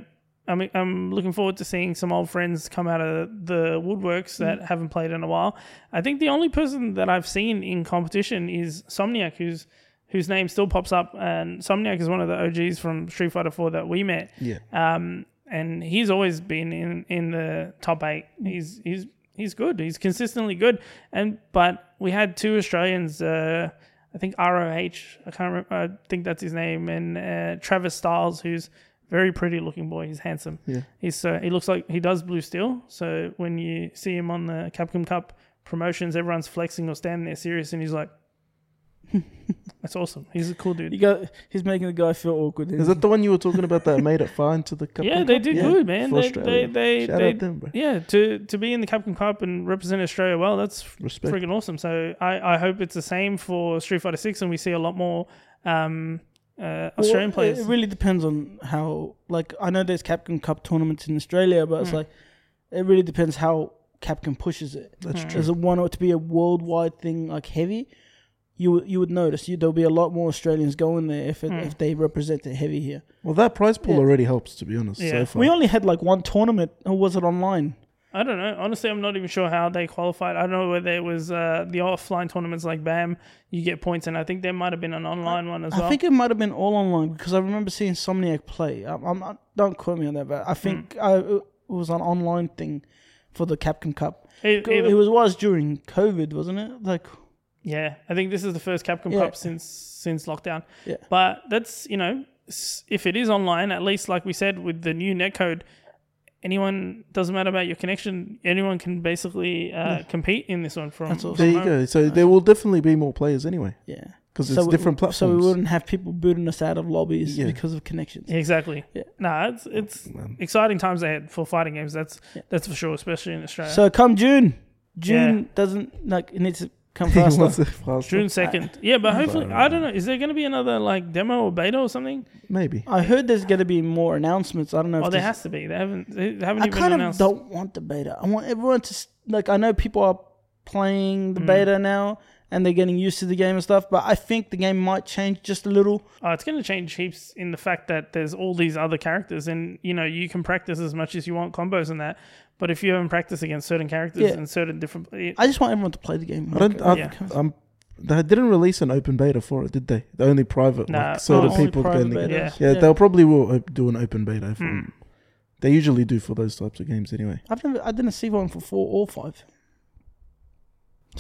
S3: I'm I'm looking forward to seeing some old friends come out of the woodworks that haven't played in a while. I think the only person that I've seen in competition is Somniac, who's whose name still pops up, and Somniac is one of the OGs from Street Fighter Four that we met.
S2: Yeah.
S3: Um, and he's always been in in the top eight. He's he's he's good. He's consistently good. And but we had two Australians. Uh, I think ROH. I can't remember. I think that's his name. And uh, Travis Stiles, who's very pretty looking boy. He's handsome.
S2: Yeah.
S3: He's uh, he looks like he does blue steel. So when you see him on the Capcom Cup promotions, everyone's flexing or standing there serious, and he's like, "That's awesome. He's a cool dude."
S1: You got he's making the guy feel awkward.
S2: Is that the one you were talking about that made it far into the cup?
S3: Yeah,
S2: and
S3: they
S2: cup?
S3: did
S2: Yeah,
S3: good, man.
S2: for
S3: They, they,
S2: Australia.
S3: they,
S2: Shout
S3: they-
S2: out them, bro.
S3: yeah, to to be in the Capcom Cup and represent Australia well, that's
S2: Respect.
S3: freaking awesome. So I, I hope it's the same for Street Fighter Six, and we see a lot more um, uh,
S1: Well,
S3: Australian
S1: it-
S3: players.
S1: It really depends on how. Like I know there's Capcom Cup tournaments in Australia, but
S3: Hmm.
S1: it's like it really depends how Capcom pushes it.
S2: That's
S1: As a one or to be a worldwide thing like heavy, you would- you would notice you, there'll be a lot more Australians going there if
S3: Hmm.
S1: it, if they represent it heavy here.
S2: Well, that prize pool already helps, to be honest.
S3: Yeah.
S2: So far.
S1: We only had like one tournament, or was it online?
S3: I don't know. Honestly, I'm not even sure how they qualified. I don't know whether it was uh, the offline tournaments like BAM, you get points, and I think there might have been an online one as
S1: I
S3: well.
S1: think it might have been all online because I remember seeing Somniac play. I'm, I'm not, don't quote me on that, but I
S3: Hmm.
S1: think I, it was an online thing for the Capcom Cup.
S3: E- either-
S1: It was was during COVID, wasn't it? Like
S3: Yeah, I think this is the first Capcom
S1: Yeah.
S3: Cup since since lockdown.
S1: Yeah.
S3: But that's you know, s- if it is online, at least like we said with the new netcode, anyone doesn't matter about your connection. Anyone can basically uh, compete in this one from.
S1: That's awesome.
S2: there you go. So there will definitely be more players anyway,
S1: yeah,
S2: because
S1: So
S2: it's
S1: we-
S2: different
S1: So
S2: platforms.
S1: we wouldn't have people booting us out of lobbies
S2: Yeah.
S1: because of connections.
S3: Yeah, Exactly.
S1: Yeah.
S3: Nah, it's it's exciting times ahead for fighting games. That's that's for sure, especially in Australia.
S1: So come June, June doesn't like it needs to come
S2: He wants
S1: faster.
S2: it faster.
S3: June second. Yeah, but hopefully, I don't know. Is there going to be another like demo or beta or something?
S2: Maybe.
S1: I heard there's going to be more announcements. I don't know.
S3: Oh,
S1: if
S3: there
S1: this-
S3: has to be. They haven't. They haven't
S1: I
S3: even
S1: kind
S3: announced.
S1: of don't want the beta. I want everyone to s- like. I know people are playing
S3: Hmm.
S1: the beta now and they're getting used to the game and stuff, but I think the game might change just a little.
S3: Uh, it's going to change heaps in the fact that there's all these other characters, and you know you can practice as much as you want combos and that. But if you haven't practiced against certain characters
S1: Yeah.
S3: and certain different, it,
S1: I just want everyone to play the game.
S2: I don't. I,
S3: Yeah.
S2: um, they didn't release an open beta for it, did they? The only private,
S3: Nah,
S2: like, so
S3: no,
S2: the
S1: only
S2: people
S1: private
S2: can.
S1: beta. Hmm.
S3: Yeah.
S2: Yeah, they'll probably will op- do an open beta. For
S3: hmm,
S2: They usually do for those types of games anyway.
S1: I've never. I didn't see one for four or five.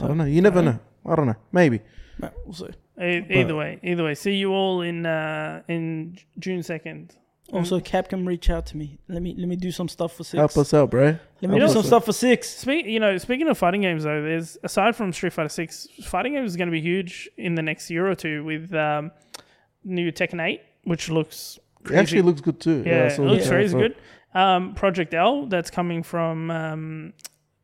S2: I don't know. You
S1: uh,
S2: never know. I don't know. Maybe.
S1: No, we'll see.
S3: e- either way, either way. See you all in uh, in J- June second.
S1: Also, Capcom reach out to me. Let me let me do some stuff for six.
S2: Help us out, bro.
S1: Let me
S2: Help
S1: do
S2: us
S1: some
S2: out.
S1: stuff for six.
S3: Speak, you know, speaking of fighting games though, there's aside from Street Fighter Six, fighting games is going to be huge in the next year or two with um, new Tekken Eight, which looks
S2: It
S3: crazy.
S2: actually looks good too.
S3: yeah,
S2: I
S3: it
S2: saw the
S3: looks
S2: trailer
S3: crazy
S2: for it.
S3: good. um, Project L that's coming from um,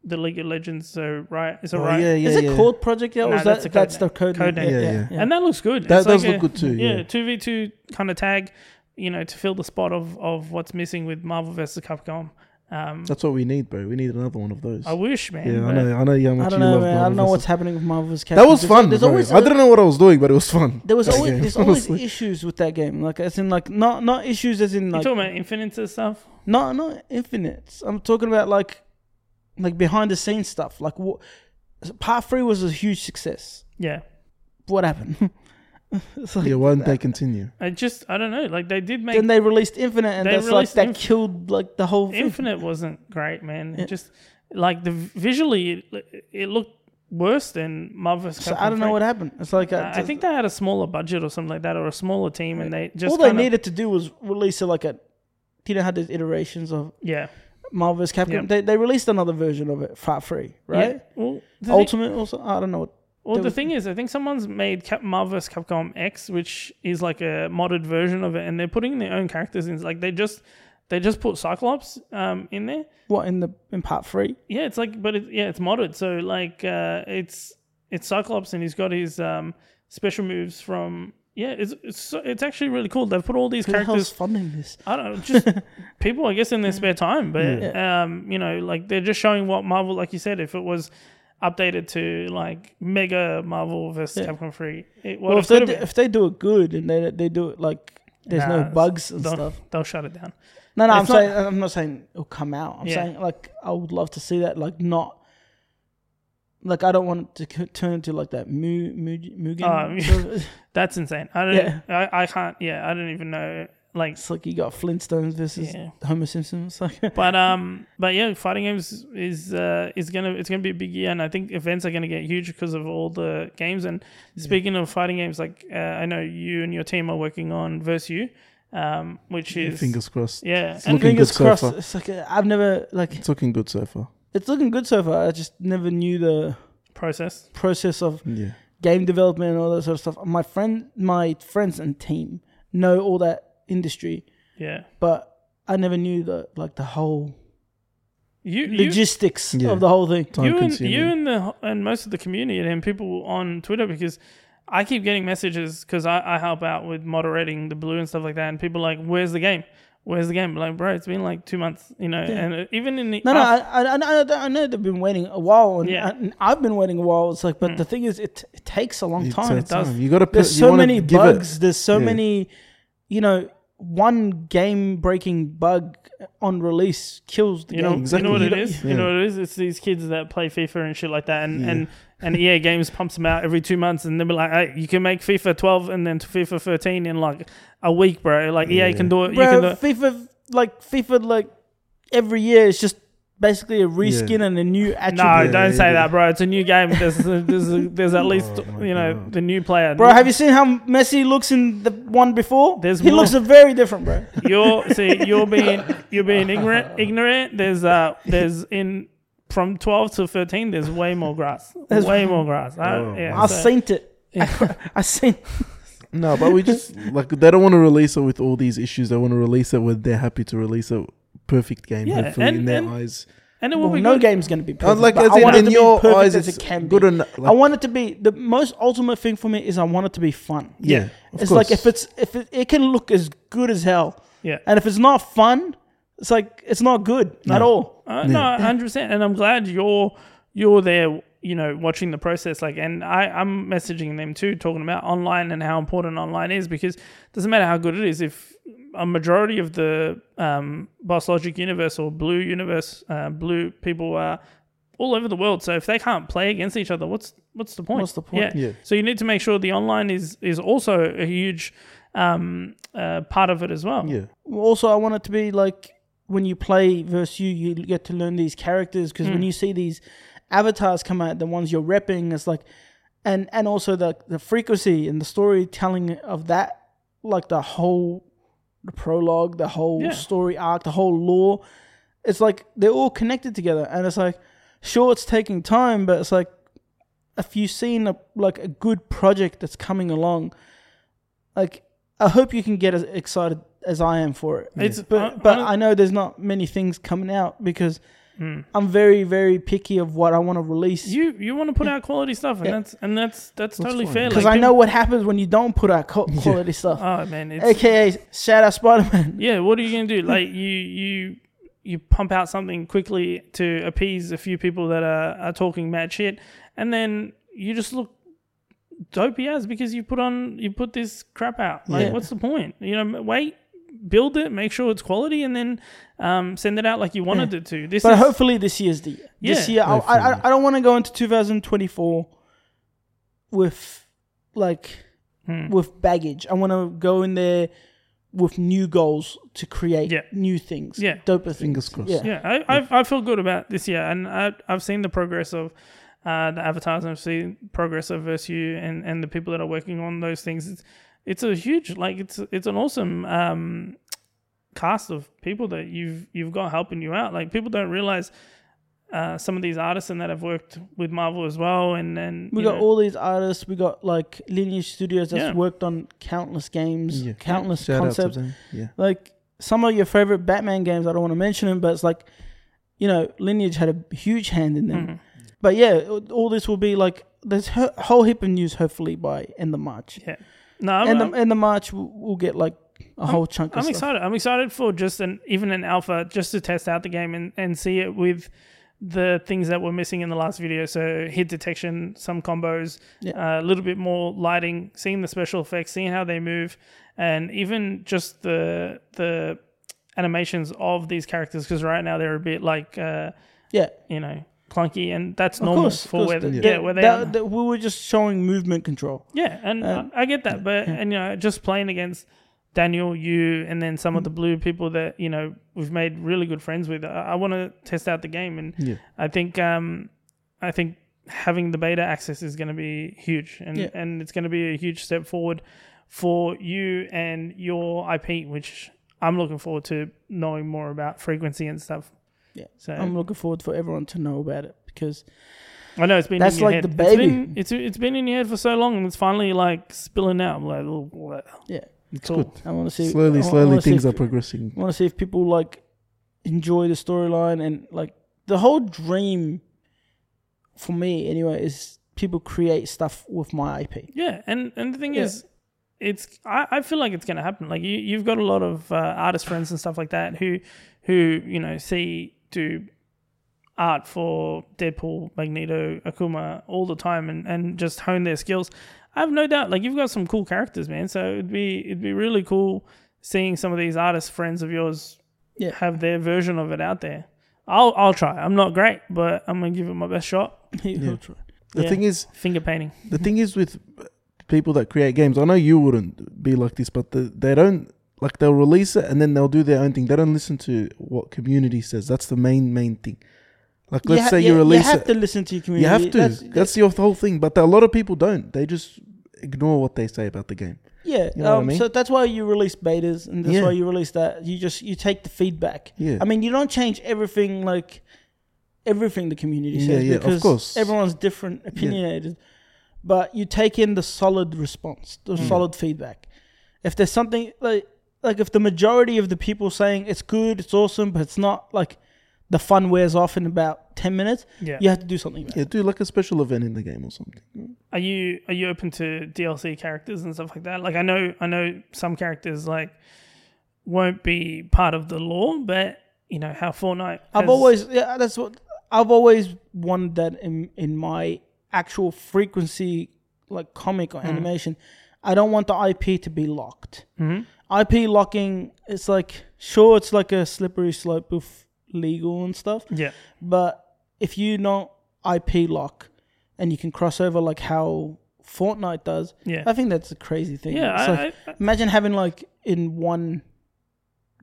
S3: the League of Legends. So right, is it
S2: Oh,
S3: right?
S2: yeah, yeah,
S1: Is it
S2: yeah.
S1: called Project L?
S3: No,
S1: Or is
S3: that's
S1: that,
S3: a code
S1: that's
S3: name.
S1: the code,
S3: Code
S1: name.
S2: name. Yeah, yeah.
S3: And that looks good.
S2: That
S3: It's
S2: does
S3: like
S2: look
S3: a-
S2: good too. Yeah.
S3: yeah, two v two kind of tag, you know, to fill the spot of of what's missing with Marvel vs. Capcom. Um,
S2: That's what we need, bro. We need another one of those.
S3: I wish, man.
S2: yeah, I
S3: but-
S2: know. I know how much
S1: I don't know,
S2: you love
S1: man. I
S2: Marvel
S1: don't know
S2: versus-
S1: what's happening with Marvel's Capcom.
S2: That was
S1: There's-
S2: fun.
S1: There's
S2: bro.
S1: always
S2: I didn't know what I was doing, but it was fun.
S1: there was
S2: that
S1: always
S2: game,
S1: there's always
S2: honestly.
S1: issues with that game. Like as in like not not issues as in
S3: You
S1: like
S3: talking about Infinite stuff?
S1: No, not infinites. I'm talking about like, like behind the scenes stuff. Like, what? Part three was a huge success.
S3: Yeah.
S1: What happened? It's like-
S2: Yeah, why didn't they continue?
S3: I just I don't know. Like they did make
S1: then they released Infinite, and
S3: They
S1: that's like
S3: released
S1: that
S3: Inf-
S1: killed like the whole thing.
S3: Infinite wasn't great, man. It just like the visually it, it looked worse than Marvel's.
S1: So I don't know what happened. It's like uh,
S3: I think they had a smaller budget or something like that, or a smaller team, and they just
S1: all they
S3: kinda-
S1: needed to do was release a, like a. You know how there's iterations of
S3: Yeah,
S1: Marvel's Capcom.
S3: Yeah.
S1: They they released another version of it, Part Three,
S3: Yeah.
S1: right?
S3: Well, the thing,
S1: Ultimate also. I don't know what.
S3: well,
S1: there
S3: the
S1: was-
S3: thing is, I think someone's made Cap- Marvel vs. Capcom X, which is like a modded version of it, and they're putting their own characters in. Like they just they just put Cyclops um, in there.
S1: What in the in Part Three?
S3: Yeah, it's like, but it, yeah, it's modded. So like, uh, it's it's Cyclops, and he's got his um, special moves from. Yeah, it's it's so- it's actually really cool. They've put all these
S1: Who the hell's
S3: characters.
S1: funding this?
S3: I don't know, just people, I guess, in their spare time. But um, you know, like they're just showing what Marvel, like you said, if it was updated to like Mega Marvel versus
S1: Yeah.
S3: Capcom Three, it would
S1: Well,
S3: have
S1: if they,
S3: could've
S1: do,
S3: been.
S1: if they do it good and they they do it like there's no
S3: Nah,
S1: bugs and
S3: they'll,
S1: stuff.
S3: They'll shut it down.
S1: No, no, I'm
S3: it's not-
S1: saying I'm not saying it'll come out. I'm
S3: Yeah.
S1: saying like I would love to see that. Like not. Like I don't want it to c- turn into like that Mu Mu Mugen.
S3: Um,
S1: sort of-
S3: That's insane. I don't.
S1: Yeah.
S3: I, I can't. Yeah, I don't even know. Like
S1: it's like you got Flintstones versus
S3: Yeah.
S1: Homer Simpson. It's like
S3: but um, but yeah, fighting games is uh is gonna it's gonna be a big year, and I think events are gonna get huge because of all the games. And speaking of fighting games, like uh, I know you and your team are working on Verse U, um, which
S2: Yeah,
S3: is
S2: fingers crossed.
S3: yeah,
S2: looking
S3: and
S2: good
S1: fingers
S2: so
S1: crossed.
S2: far.
S1: It's like uh, I've never like
S2: It's looking good so far.
S1: it's looking good so far. I just never knew the
S3: process.
S1: process of
S2: Yeah.
S1: game development and all that sort of stuff. My friend, my friends and team know all that industry.
S3: Yeah,
S1: but I never knew the like the whole
S3: you you
S1: logistics
S2: Yeah.
S1: of the whole thing.
S2: Time
S3: you and,
S2: consuming.
S3: you and the and most of the community and people on Twitter because I keep getting messages because I, I help out with moderating the blue and stuff like that, and people are like, "Where's the game? Where's the game?" Like, bro, it's been like two months, you know, and uh, even in the
S1: No, no,
S3: after-
S1: I, I, I, know, I know they've been waiting a while, and,
S3: Yeah. Hmm.
S1: and I've been waiting a while. It's like, but the thing is, it, it takes a long
S2: It's
S1: time.
S2: a
S1: It does.
S2: time. You got to.
S1: There's so many bugs. There's so
S2: Yeah.
S1: many, you know, one game breaking bug on release kills the
S3: You know,
S1: game.
S2: exactly.
S3: you know what it
S1: don't-
S3: is.
S2: Yeah.
S3: You know what it is. It's these kids that play FIFA and shit like that, and
S2: Yeah.
S3: and and EA Games pumps them out every two months, and they'll be like, hey, "You can make FIFA 12 and then to FIFA 13 in like a week, bro. Like EA can do it. you can uh, do
S1: Bro,
S3: it.
S1: FIFA, like FIFA, like every year, it's just basically a reskin and a new
S3: No,
S1: attribute. Oh
S3: don't
S2: yeah,
S3: say
S2: yeah.
S3: that, bro. It's a new game. There's there's, there's at least
S2: my
S3: you know
S2: God.
S3: the new player.
S1: Bro, have you seen how Messi looks in the one before?
S3: There's
S1: he
S3: more.
S1: looks very different, bro.
S3: You're see, you're being you're being ignorant. Ignorant. There's uh there's in from 12 to 13. There's way more grass.
S1: There's-
S3: way more grass. I,
S2: Oh,
S3: yeah,
S1: I
S3: so-
S1: saint it. I saint.
S2: No, but we just like they don't want to release it with all these issues. They want to release it when they're happy to release a perfect game.
S3: Yeah,
S2: hopefully,
S3: and-
S2: in their
S3: and-
S2: eyes,
S3: and it will
S1: Well,
S3: be
S1: no
S3: good.
S1: game's gonna be
S2: Uh,
S1: perfect.
S2: like
S1: but
S2: as
S1: I
S2: in,
S1: want it
S2: in
S1: to be
S2: your
S1: perfect
S2: eyes,
S1: as
S2: it's
S1: it can
S2: good
S1: be.
S2: enough.
S1: I want it to be the most ultimate thing for me is I want it to be fun.
S2: yeah, of
S1: it's
S2: course.
S1: like if it's if it, it can look as good as hell,
S3: Yeah.
S1: and if it's not fun, it's like it's not good at all.
S3: Uh, no, hundred percent. And I'm glad you're you're there. You know, watching the process. Like, and I I'm messaging them too, talking about online and how important online is because it doesn't matter how good it is if a majority of the um, Boss Logic universe or Blue universe, uh, Blue people are all over the world. So if they can't play against each other, what's what's the point?
S1: What's the point?
S3: Yeah.
S2: Yeah.
S3: So you need to make sure the online is is also a huge um, uh, part of it as well.
S2: yeah,
S1: Also, I want it to be like when you play versus you, you get to learn these characters because when you see these avatars come out, the ones you're repping, it's like, and and also the the frequency and the storytelling of that, like the whole the prologue, the whole
S3: Yeah.
S1: story arc, the whole lore. It's like they're all connected together, and it's like, sure, it's taking time, but it's like if you've seen a like a good project that's coming along, like I hope you can get as excited as I am for it.
S3: It's
S1: But
S3: I-
S1: but
S3: I- Hmm.
S1: I, know there's not many things coming out because I'm very very picky of what I want to release
S3: you you want to put out quality stuff, and
S1: Yeah.
S3: that's and that's that's,
S2: That's
S3: totally
S2: fine.
S3: fair.
S1: because
S3: like,
S1: I know what happens when you don't put out co-
S2: Yeah.
S1: quality stuff.
S3: people- Oh man, it's,
S1: AKA shout out Spider Man.
S3: yeah. What are you gonna do? Like you you you pump out something quickly to appease a few people that are are talking mad shit, and then you just look dopey as because you put on you put this crap out. Like,
S1: Yeah.
S3: what's the point? You know, m- wait. Build it, make sure it's quality, and then um, send it out like you wanted it to. This
S1: But
S3: is,
S1: hopefully this year's the year. This
S3: Yeah.
S1: year I, I
S2: Hopefully.
S1: I- I don't want to go into 2024 with like
S3: Hmm.
S1: with baggage. I want to go in there with new goals to create
S3: Yeah.
S1: new things.
S3: Yeah.
S1: doper things.
S2: Fingers crossed.
S1: Yeah.
S3: yeah, I, I I feel good about this year, and I I've seen the progress of uh, the avatars, and I've seen progress of Versu and and the people that are working on those things. It's it's a huge like it's it's an awesome um, cast of people that you've you've got helping you out. Like people don't realize. Uh, some of these artists and that have worked with Marvel as well, and then
S1: We
S3: you
S1: got
S3: know,
S1: all these artists. We got like Lineage Studios that's
S3: Yeah.
S1: worked on countless games,
S2: Yeah.
S1: countless
S2: Shout out
S1: concepts.
S2: to them. Yeah.
S1: Like some of your favorite Batman games, I don't want to mention them, but it's like, you know, Lineage had a huge hand in them.
S3: Mhm.
S1: But yeah, all this will be like there's a whole heap of news hopefully by end of March.
S3: yeah. No, I'm,
S1: end,
S3: I'm-
S1: of, end of March, we'll, we'll get like a whole chunk of
S3: I'm
S1: stuff.
S3: excited. I'm excited for just an even an alpha just to test out the game and, and see it with the things that were missing in the last video. So hit detection, some combos,
S1: Yeah.
S3: uh, a little bit more lighting, seeing the special effects, seeing how they move, and even just the the animations of these characters because right now they're a bit like uh,
S1: Yeah,
S3: you know clunky and that's
S1: of
S3: normal
S1: course. of
S3: for
S1: course.
S3: where the,
S1: Th-
S3: yeah. where they
S1: that-
S3: are.
S1: that- we were just showing movement control.
S3: Yeah, and
S1: Um,
S3: I, I get that, but and you know, just playing against Daniel, you, and then some of
S1: Mm.
S3: the blue people that you know we've made really good friends with. I, I want to test out the game, and
S2: Yeah.
S3: I think um, I think having the beta access is going to be huge, and
S1: Yeah.
S3: and it's going to be a huge step forward for you and your IP, which I'm looking forward to knowing more about frequency and stuff.
S1: Yeah. Um,
S3: so
S1: I'm looking forward for everyone to know about it because
S3: I know it's been
S1: That's
S3: in your
S1: like
S3: head.
S1: the
S3: It's
S1: baby.
S3: been, it's it's been in your head for so long, and it's finally like spilling out. I'm like, oh, wow,
S1: yeah,
S2: It's
S3: cool.
S2: good.
S1: I want to see
S2: slowly,
S1: I- I
S2: slowly
S1: wanna see
S2: things
S1: if-
S2: are progressing.
S1: I want to see if people like enjoy the storyline and like the whole dream for me anyway is people create stuff with my IP.
S3: Yeah, and and the thing
S1: Yeah.
S3: is, it's I, I feel like it's going to happen. Like you you've got a lot of uh, artist friends and stuff like that who who you know see do art for Deadpool, Magneto, Akuma all the time, and and just hone their skills. I have no doubt. Like you've got some cool characters, man. So it'd be it'd be really cool seeing some of these artist friends of yours
S1: Yeah.
S3: have their version of it out there. I'll I'll try. I'm not great, but I'm gonna give it my best shot.
S1: He'll try.
S2: The
S3: Yeah.
S2: thing is,
S3: Finger painting.
S2: the thing is with people that create games, I know you wouldn't be like this, but the, they don't like they'll release it and then they'll do their own thing. They don't listen to what community says. That's the main main thing. Like
S1: You
S2: let's
S1: ha-
S2: say you, release
S1: You have
S2: it,
S1: to listen to your community.
S2: you have to. That's,
S1: That's-
S2: your whole thing. But a lot of people don't. They just ignore what they say about the game.
S1: yeah.
S2: You know what I
S1: um,
S2: mean?
S1: So that's why you release betas and that's
S2: Yeah.
S1: why you release that. You just you take the feedback.
S2: Yeah,
S1: I mean, you don't change everything like everything the community
S2: Yeah,
S1: says
S2: yeah, of
S1: because
S2: course.
S1: everyone's different, opinionated. But you take in the solid response, the
S2: Mm.
S1: solid feedback. If there's something like like if the majority of the people saying it's good, it's awesome, but it's not like the fun wears off in about ten minutes,
S3: Yeah.
S1: you have to do something about it.
S2: yeah. Do like a special event in the game or something.
S3: Are you are you open to DLC characters and stuff like that? Like I know I know some characters like won't be part of the lore, but you know how Fortnite.
S1: I've
S3: has-
S1: always yeah, that's what I've always wanted that in in my actual frequency like comic
S2: Mm.
S1: or animation. I don't want the IP to be locked.
S3: Mhm.
S1: IP locking it's like sure it's like a slippery slope with legal and stuff,
S3: yeah
S1: but if you don't IP lock and you can cross over like how Fortnite does,
S3: yeah
S1: I think that's a crazy thing.
S3: yeah.
S1: It's
S3: I,
S1: like-
S3: I,
S1: Imagine having like in one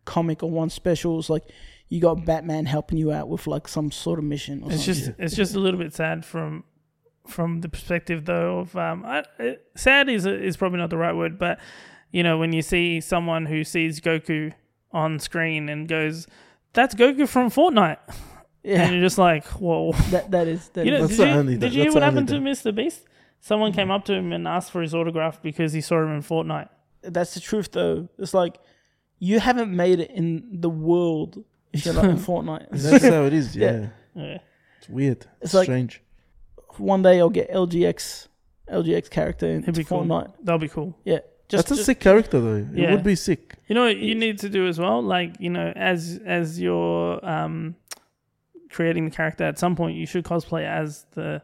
S1: comic or one special, it's like you got Batman helping you out with like some sort of mission. Or
S3: it's
S1: something.
S3: just it's just a little bit sad from from the perspective though of um I, it, sad is is probably not the right word, but you know when you see someone who sees Goku on screen and goes. That's Goku from Fortnite, and
S1: yeah,
S3: you're just like, whoa.
S1: that that is that
S3: You know,
S1: is-
S2: That's
S3: did
S2: the
S3: you,
S2: only
S3: did
S2: thing-
S3: you hear
S2: that's
S3: what
S2: the
S3: happened
S2: only
S3: to Mr. Beast? Someone came up to him and asked for his autograph because he saw him in Fortnite.
S1: that's the truth though. It's like you haven't made it in the world if you're not in Fortnite.
S2: That's how it is. Yeah,
S1: Yeah.
S3: Yeah.
S2: it's weird.
S1: It's
S2: It's
S1: like-
S2: strange.
S1: One day I'll get LGX, LGX character in
S3: It'd be
S1: Fortnite.
S3: cool. That'll be cool.
S1: Yeah, just,
S2: That's a
S1: just-
S2: sick character though. It
S3: Yeah.
S2: would be sick.
S3: You know what you need to do as well, like you know, as as you're um, creating the character, at some point you should cosplay as the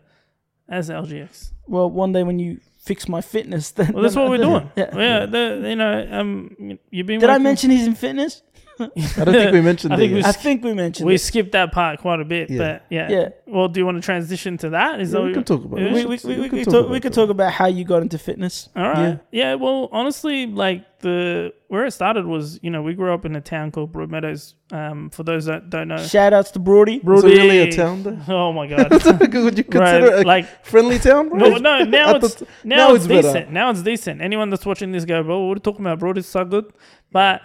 S3: as LGX.
S1: well, one day when you fix my fitness, then
S3: Well, that's
S1: then-
S3: what we're
S1: then-
S3: doing.
S1: Yeah.
S3: yeah. The, you know, um, you've been.
S1: Did I
S3: working-
S1: mention he's in fitness?
S2: I don't think we mentioned
S3: I
S2: that.
S3: think we
S2: yet.
S1: I think we mentioned.
S3: We
S1: it.
S3: skipped that part quite a bit,
S2: Yeah.
S3: but yeah.
S1: Yeah.
S3: Well, do you want to transition to that? Is
S2: Yeah,
S3: that
S2: we
S3: what
S2: can
S3: you-
S2: talk about.
S3: Yeah.
S2: it.
S1: We, we, we, we, could talk, we could talk about how you got into fitness.
S3: All right. Yeah. Well, honestly, like the where it started was, you know, we grew up in a town called Broadmeadows. Um, for those that don't know,
S1: Shout outs to Brody.
S2: Is it really a
S3: Broadmeadows.
S2: town? though?
S3: Oh my god.
S2: Would you consider
S3: right.
S2: it a
S3: Like
S2: friendly town? bro?
S3: No, no.
S2: I
S3: Now it's
S2: thought-
S3: now,
S2: now
S3: it's,
S2: it's better.
S3: decent. Now it's decent. Anyone that's watching this go, bro, we're talking about Broad is so good. But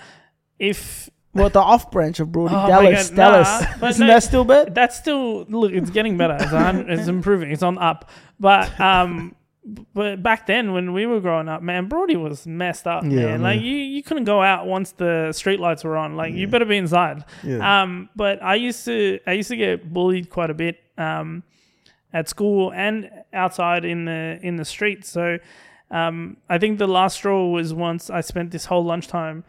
S3: if
S1: Well, the off branch of Brody,
S3: Oh my
S1: Dallas,
S3: God, nah,
S1: Dallas.
S3: but
S1: Isn't
S3: no-
S1: that still bad?
S3: that's still look, it's getting better. It's, on, it's improving. It's on up. But um, but back then when we were growing up, man, Brody was messed up.
S2: Yeah, I
S3: man. like
S2: know.
S3: you, you couldn't go out once the streetlights were on. Like you better be inside.
S2: Yeah.
S3: Um, but I used to I used to get bullied quite a bit um, at school and outside in the in the street. So um, I think the last straw was once I spent this whole lunchtime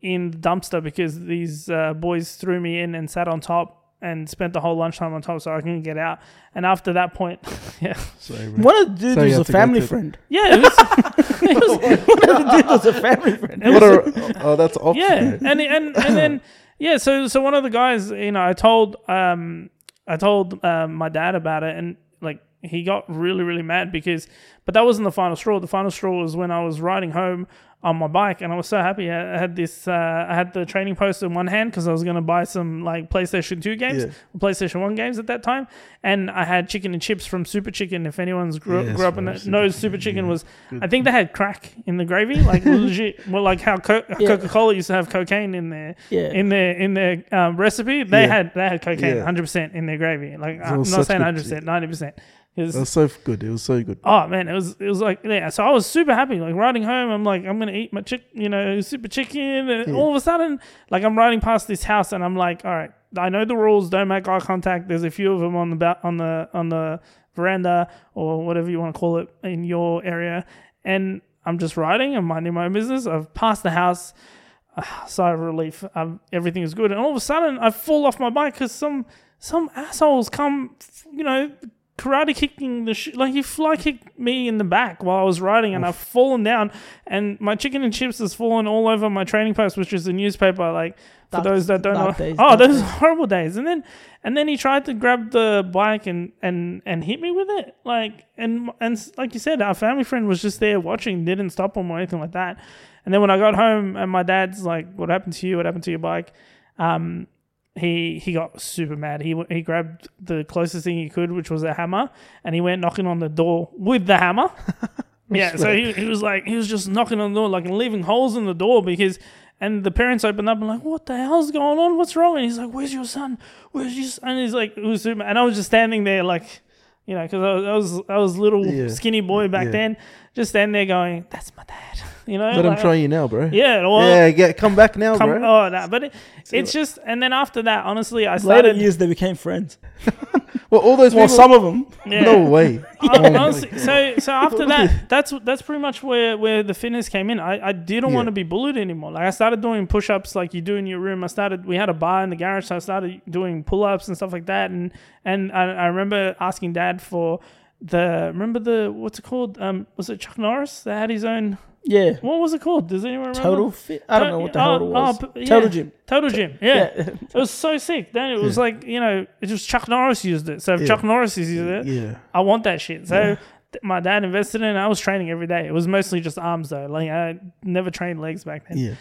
S3: in the dumpster because these uh, boys threw me in and sat on top and spent the whole lunchtime on top so I couldn't get out. And after that point, yeah,
S2: Sorry, bro.
S1: One of the dudes
S2: So
S1: was
S2: you have
S1: a
S2: to go
S1: family
S2: to-
S1: friend.
S3: yeah, it was, it was
S1: One of the dudes was a family friend.
S3: it
S2: What
S3: was-
S2: a, oh, that's off.
S3: yeah and and and then yeah so so one of the guys you know i told um i told um, my dad about it and like he got really really mad because but that wasn't the final straw the final straw was when i was riding home on my bike and i was so happy i I had this uh, i had the training post in one hand because i was going to buy some like playstation 2 games
S2: Yeah.
S3: playstation 1 games at that time and i had chicken and chips from super chicken if anyone's grew,
S2: Yes,
S3: grew up in
S2: bro,
S3: that
S2: Super
S3: knows super chicken was i think they had crack in the gravy like legit well like how co-
S1: Yeah.
S3: coca Cola used to have cocaine in their
S1: Yeah.
S3: in their in their um, recipe. They
S2: Yeah.
S3: had they had cocaine
S2: Yeah.
S3: 100 percent in their gravy. Like I'm
S2: was
S3: not
S2: such
S3: saying
S2: good
S3: 100 percent, 90 percent.
S2: That was so good. It was so good.
S3: Oh man, it was it was like yeah. So I was super happy. Like riding home, I'm like I'm gonna eat my chick, you know, super chicken. And all of a sudden, like I'm riding past this house, and I'm like, all right, I know the rules. Don't make eye contact. There's a few of them on the ba- on the on the veranda or whatever you want to call it in your area. And I'm just riding. I'm minding my own business. I've passed the house. Ah, sigh of relief. Um, everything is good, and all of a sudden, I fall off my bike because some some assholes come, f- you know, karate kicking the sh- like he fly kicked me in the back while I was riding, and I've fallen down, and my chicken and chips has fallen all over my training post, which is the newspaper. Like for
S1: Dark-
S3: those that don't know,
S1: dark days,
S3: oh,
S1: dark
S3: those
S1: days.
S3: horrible days. And then and then he tried to grab the bike and and and hit me with it, like and and s- like you said, our family friend was just there watching, didn't stop him or anything like that. And then when I got home and my dad's like, "What happened to you? What happened to your bike?" Um, he he got super mad. He w- he grabbed the closest thing he could, which was a hammer, and he went knocking on the door with the hammer. yeah, so he, he was like he was just knocking on the door, like and leaving holes in the door because. And the parents opened up and like, what the hell's going on? What's wrong? And he's like, where's your son? Where's your son? And he's like, who's super? And I was just standing there like, you know, because I was, I was I was little
S2: Yeah.
S3: skinny boy back
S2: Yeah.
S3: then, just standing there going, that's my dad. You know,
S2: Let him
S3: like,
S2: try you now, bro.
S3: Oh, Yeah, well,
S2: yeah, get come back now,
S3: Come,
S2: bro.
S3: oh, nah, but it, it's just, and then after that, honestly, I
S1: Later
S3: started.
S1: years, they became friends.
S3: oh.
S2: Well, all those
S1: Well,
S2: people-
S1: some of them.
S3: yeah.
S2: No way.
S3: Hon-
S2: Oh my
S3: honestly, so so after that, that's that's pretty much where where the fitness came in. I, I didn't
S2: Yeah.
S3: want to be bullied anymore. Like I started doing push ups, like you do in your room. I started. We had a bar in the garage, so I started doing pull ups and stuff like that. And and I, I remember asking dad for the remember the what's it called? Um, was it Chuck Norris that had his own?
S1: Yeah.
S3: What was it called? Does anyone remember?
S1: Total fit. I don't know what the hell it was.
S3: Oh, oh, yeah.
S1: Total gym.
S3: Total Gym. Yeah. It was so sick. Then it was
S2: Yeah.
S3: like, you know, it was Chuck Norris used it. So if
S2: Yeah.
S3: Chuck Norris is using it,
S2: Yeah.
S3: I want that shit. So th- my dad invested in it. I was training every day. It was mostly just arms though. Like I never trained legs back then.
S2: Yeah.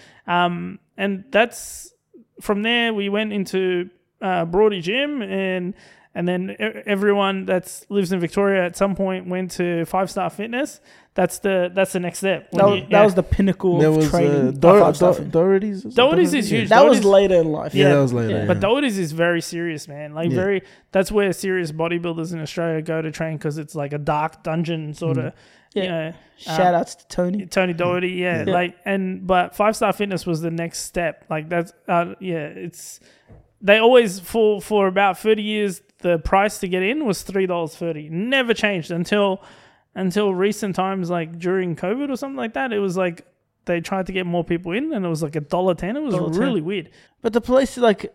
S3: Um, and that's from there we went into uh, Brody Gym and And then e- everyone that's lives in Victoria at some point went to Five Star Fitness. That's the that's the next step.
S1: That,
S3: When
S1: was,
S3: you-
S1: that
S3: yeah.
S1: was the pinnacle
S2: There
S1: of
S2: was
S1: training.
S2: uh,
S1: I
S2: Dor-
S1: found stuff
S2: Dor-
S1: in.
S2: Doherty's.
S3: Doherty's is
S2: Yeah.
S3: huge.
S1: that was
S3: Doherty's-
S1: later in life.
S2: Yeah,
S3: Yeah.
S2: that was later.
S1: Yeah.
S3: But
S2: yeah.
S3: Doherty's is very serious, man. Like
S2: Yeah.
S3: very. That's where serious bodybuilders in Australia go to train because it's like a dark dungeon sort of. You
S1: Mm. Yeah.
S3: know,
S1: Shout
S3: Um,
S1: outs to Tony.
S3: Tony Doherty, yeah,
S1: Yeah.
S3: like and but Five Star Fitness was the next step. Like that's uh, yeah, it's they always for for about thirty years the price to get in was three dollars thirty. Never changed until until recent times, like during COVID or something like that. It was like they tried to get more people in, and it was like a dollar ten. It was
S1: $1.10.
S3: really weird.
S1: But the place, like,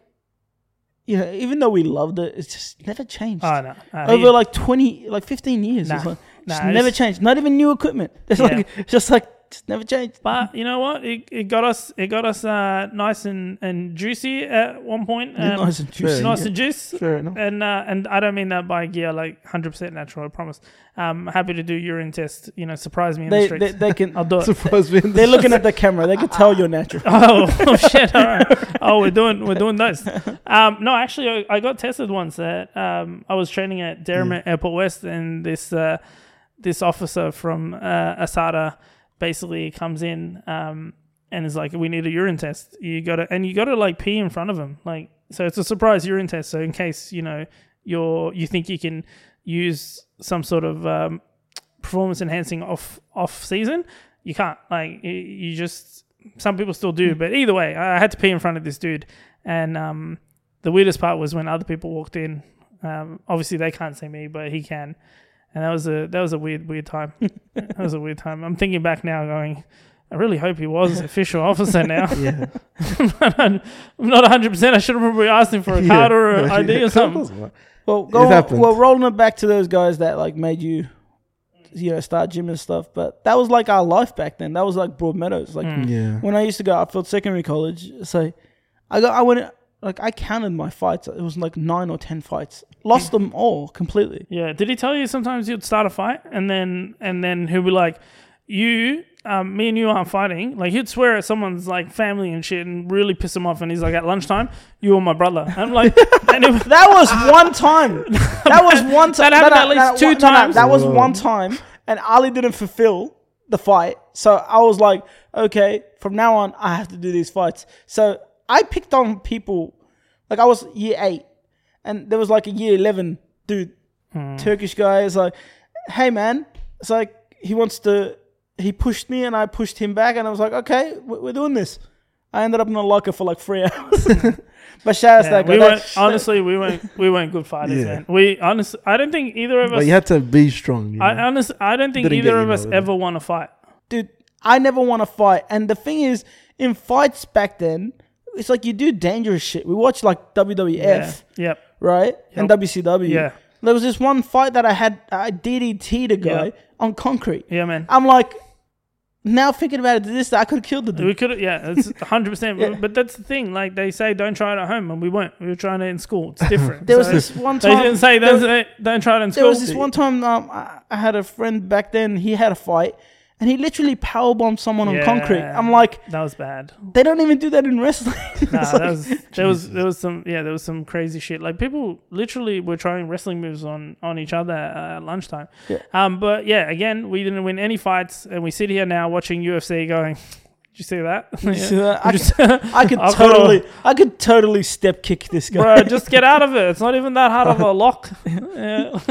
S1: you know, even though we loved it, it's just never changed.
S3: Oh no, Uh,
S1: Over
S3: yeah.
S1: like 20, like 15 years.
S3: Nah.
S1: It's like,
S3: Nah,
S1: just
S3: it's-
S1: never changed. Not even new equipment. It's
S3: Yeah.
S1: like, just like, just never changed.
S3: But you know what? It, it got us it got us uh, nice and, and juicy at one point. Um,
S1: nice and juicy.
S3: nice
S1: yeah.
S3: and juice.
S2: Fair enough.
S3: And uh, and I don't mean that by gear, like hundred percent natural. I promise. Um, happy to do urine test. You know, surprise me in the
S1: they,
S3: streets.
S1: they, they can,
S3: I'll do it.
S2: Surprised me.
S1: they're looking at the camera. They can tell you're natural.
S3: oh, shit! All right. Oh, we're doing we're doing those. Um, no, actually, I, I got tested once. That um, I was training at Derrimut Airport West, and this uh, this officer from uh, Asada basically comes in um, and is like, "We need a urine test. You got to and you got to like pee in front of him. Like, so it's a surprise urine test. So in case you know you're you think you can use some sort of um, performance enhancing off off season, you can't. Like, you, you just some people still do, but either way, I I had to pee in front of this dude, and um, the weirdest part was when other people walked in. Um, obviously, they can't see me, but he can, and that was a that was a weird weird time. that was a weird time. I'm thinking back now, going, I really hope he was official officer now.
S2: yeah.
S3: I'm not 100. percent I should have probably asked him for a card or an ID or something.
S1: Well,
S2: It
S1: go on,
S2: happened.
S1: well, rolling it back to those guys that like made you, you know, start gym and stuff. But that was like our life back then. That was like Broadmeadows. Like
S3: Mm.
S2: Yeah.
S1: when I used to go to Upfield Secondary College, so I got I went like I counted my fights. It was like nine or ten fights. Lost them all completely.
S3: Yeah. Did he tell you sometimes you'd start a fight and then and then he'll be like, "You, um, me and you aren't fighting." Like he'd swear at someone's like family and shit and really piss him off. And he's like, "At lunchtime, you were my brother." I'm like, and it,
S1: That was one time. That was one time.
S3: That happened at least two times.
S1: that was
S2: Whoa.
S1: one time, and Ali didn't fulfill the fight. So I was like, okay, from now on, I have to do these fights. So I picked on people. Like I was year eight, and there was like a year eleven dude,
S3: Hmm.
S1: Turkish guy. Is like, hey man, it's like he wants to. He pushed me, and I pushed him back, and I was like, okay, we- we're doing this. I ended up in a locker for like three hours. but shout out
S3: yeah,
S1: to that guy.
S3: we
S1: That-
S3: weren't honestly we weren't we weren't good fighters,
S2: Yeah.
S3: man. We honestly, I don't think either of us.
S2: But you had to be strong. You know?
S3: I honestly, I don't think
S2: Didn't get
S3: either
S2: you
S3: of us
S2: know,
S3: ever won a fight.
S1: dude, I never want to fight. And the thing is, in fights back then, it's like you do dangerous shit. We watch like WWF,
S3: Yeah. Yep.
S1: right? And WCW.
S3: Yeah.
S1: There was this one fight that I had, I DDT'd a guy
S3: Yeah.
S1: on concrete.
S3: Yeah, man.
S1: I'm like, now thinking about it, this I could have killed the dude.
S3: We could, yeah, it's 100%. But that's the thing. Like, they say don't try it at home, and we weren't. We were trying it in school. It's different.
S1: There was
S3: So-
S1: this one
S3: They
S1: time.
S3: didn't say
S1: there,
S3: don't,
S1: was-
S3: say- don't try it in school.
S1: there was this one time um, I, I had a friend back then. He had a fight, and he literally powerbombed someone on
S3: Yeah.
S1: concrete. I'm like,
S3: That was bad.
S1: they don't even do that in wrestling.
S3: Nah,
S1: It's
S3: that
S1: like-
S3: was, there was there was some yeah there was some crazy shit. Like people literally were trying wrestling moves on on each other uh, at lunchtime.
S1: Yeah.
S3: Um, but yeah, again, we didn't win any fights, and we sit here now watching UFC, going, "Did you see that? Yeah.
S1: see that?
S3: You
S1: I
S3: just-
S1: I could
S3: I've got a-
S1: totally, I could totally step kick this guy.
S3: Bro, just get out of it. It's not even that hard of a lock. Yeah.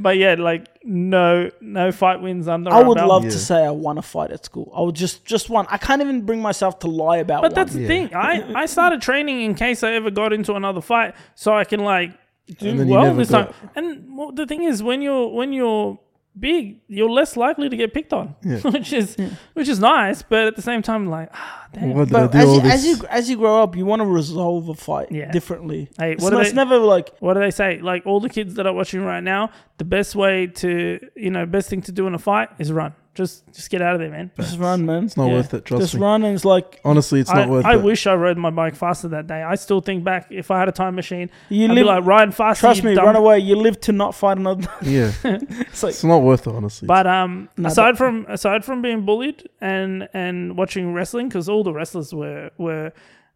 S3: but yeah, like no, no fight wins under.
S1: I
S3: our
S1: would
S3: belt.
S1: love
S2: Yeah.
S1: to say I won a fight at school. I would just, just one. I can't even bring myself to lie about.
S3: But
S1: one.
S3: that's the
S2: Yeah.
S3: thing. I, I started training in case I ever got into another fight, so I can like do
S2: And then you
S3: well
S2: never
S3: this
S2: got-
S3: time. And well, the thing is, when you're when you're big, you're less likely to get picked on, which is which is nice. But at the same time, like ah, damn.
S2: Why did I
S1: But
S2: do
S1: as
S2: all
S1: you,
S2: this?
S1: as you as you grow up, you want to resolve a fight
S3: Yeah.
S1: differently.
S3: Hey,
S1: it's,
S3: what
S1: n-
S3: are
S1: it's
S3: they-
S1: never like
S3: what do they say? Like all the kids that are watching right now, the best way to you know best thing to do in a fight is run. Just just get out of there, man.
S1: just run, man.
S2: it's not
S3: yeah.
S2: worth it. Trust
S1: just
S2: me.
S1: run, and it's like
S2: Honestly, it's
S3: I,
S2: not worth
S3: I
S2: it.
S3: wish I rode my bike faster that day. I still think back if I had a time machine,
S1: you
S3: I'd be
S1: live.
S3: like riding faster.
S1: trust
S3: you
S1: me,
S3: dumb
S1: run away. You live to not fight another.
S2: Yeah,
S1: it's like
S2: it's not worth it. Honestly,
S3: But um,
S1: No,
S3: aside from aside from being bullied and and watching wrestling, because all the wrestlers were were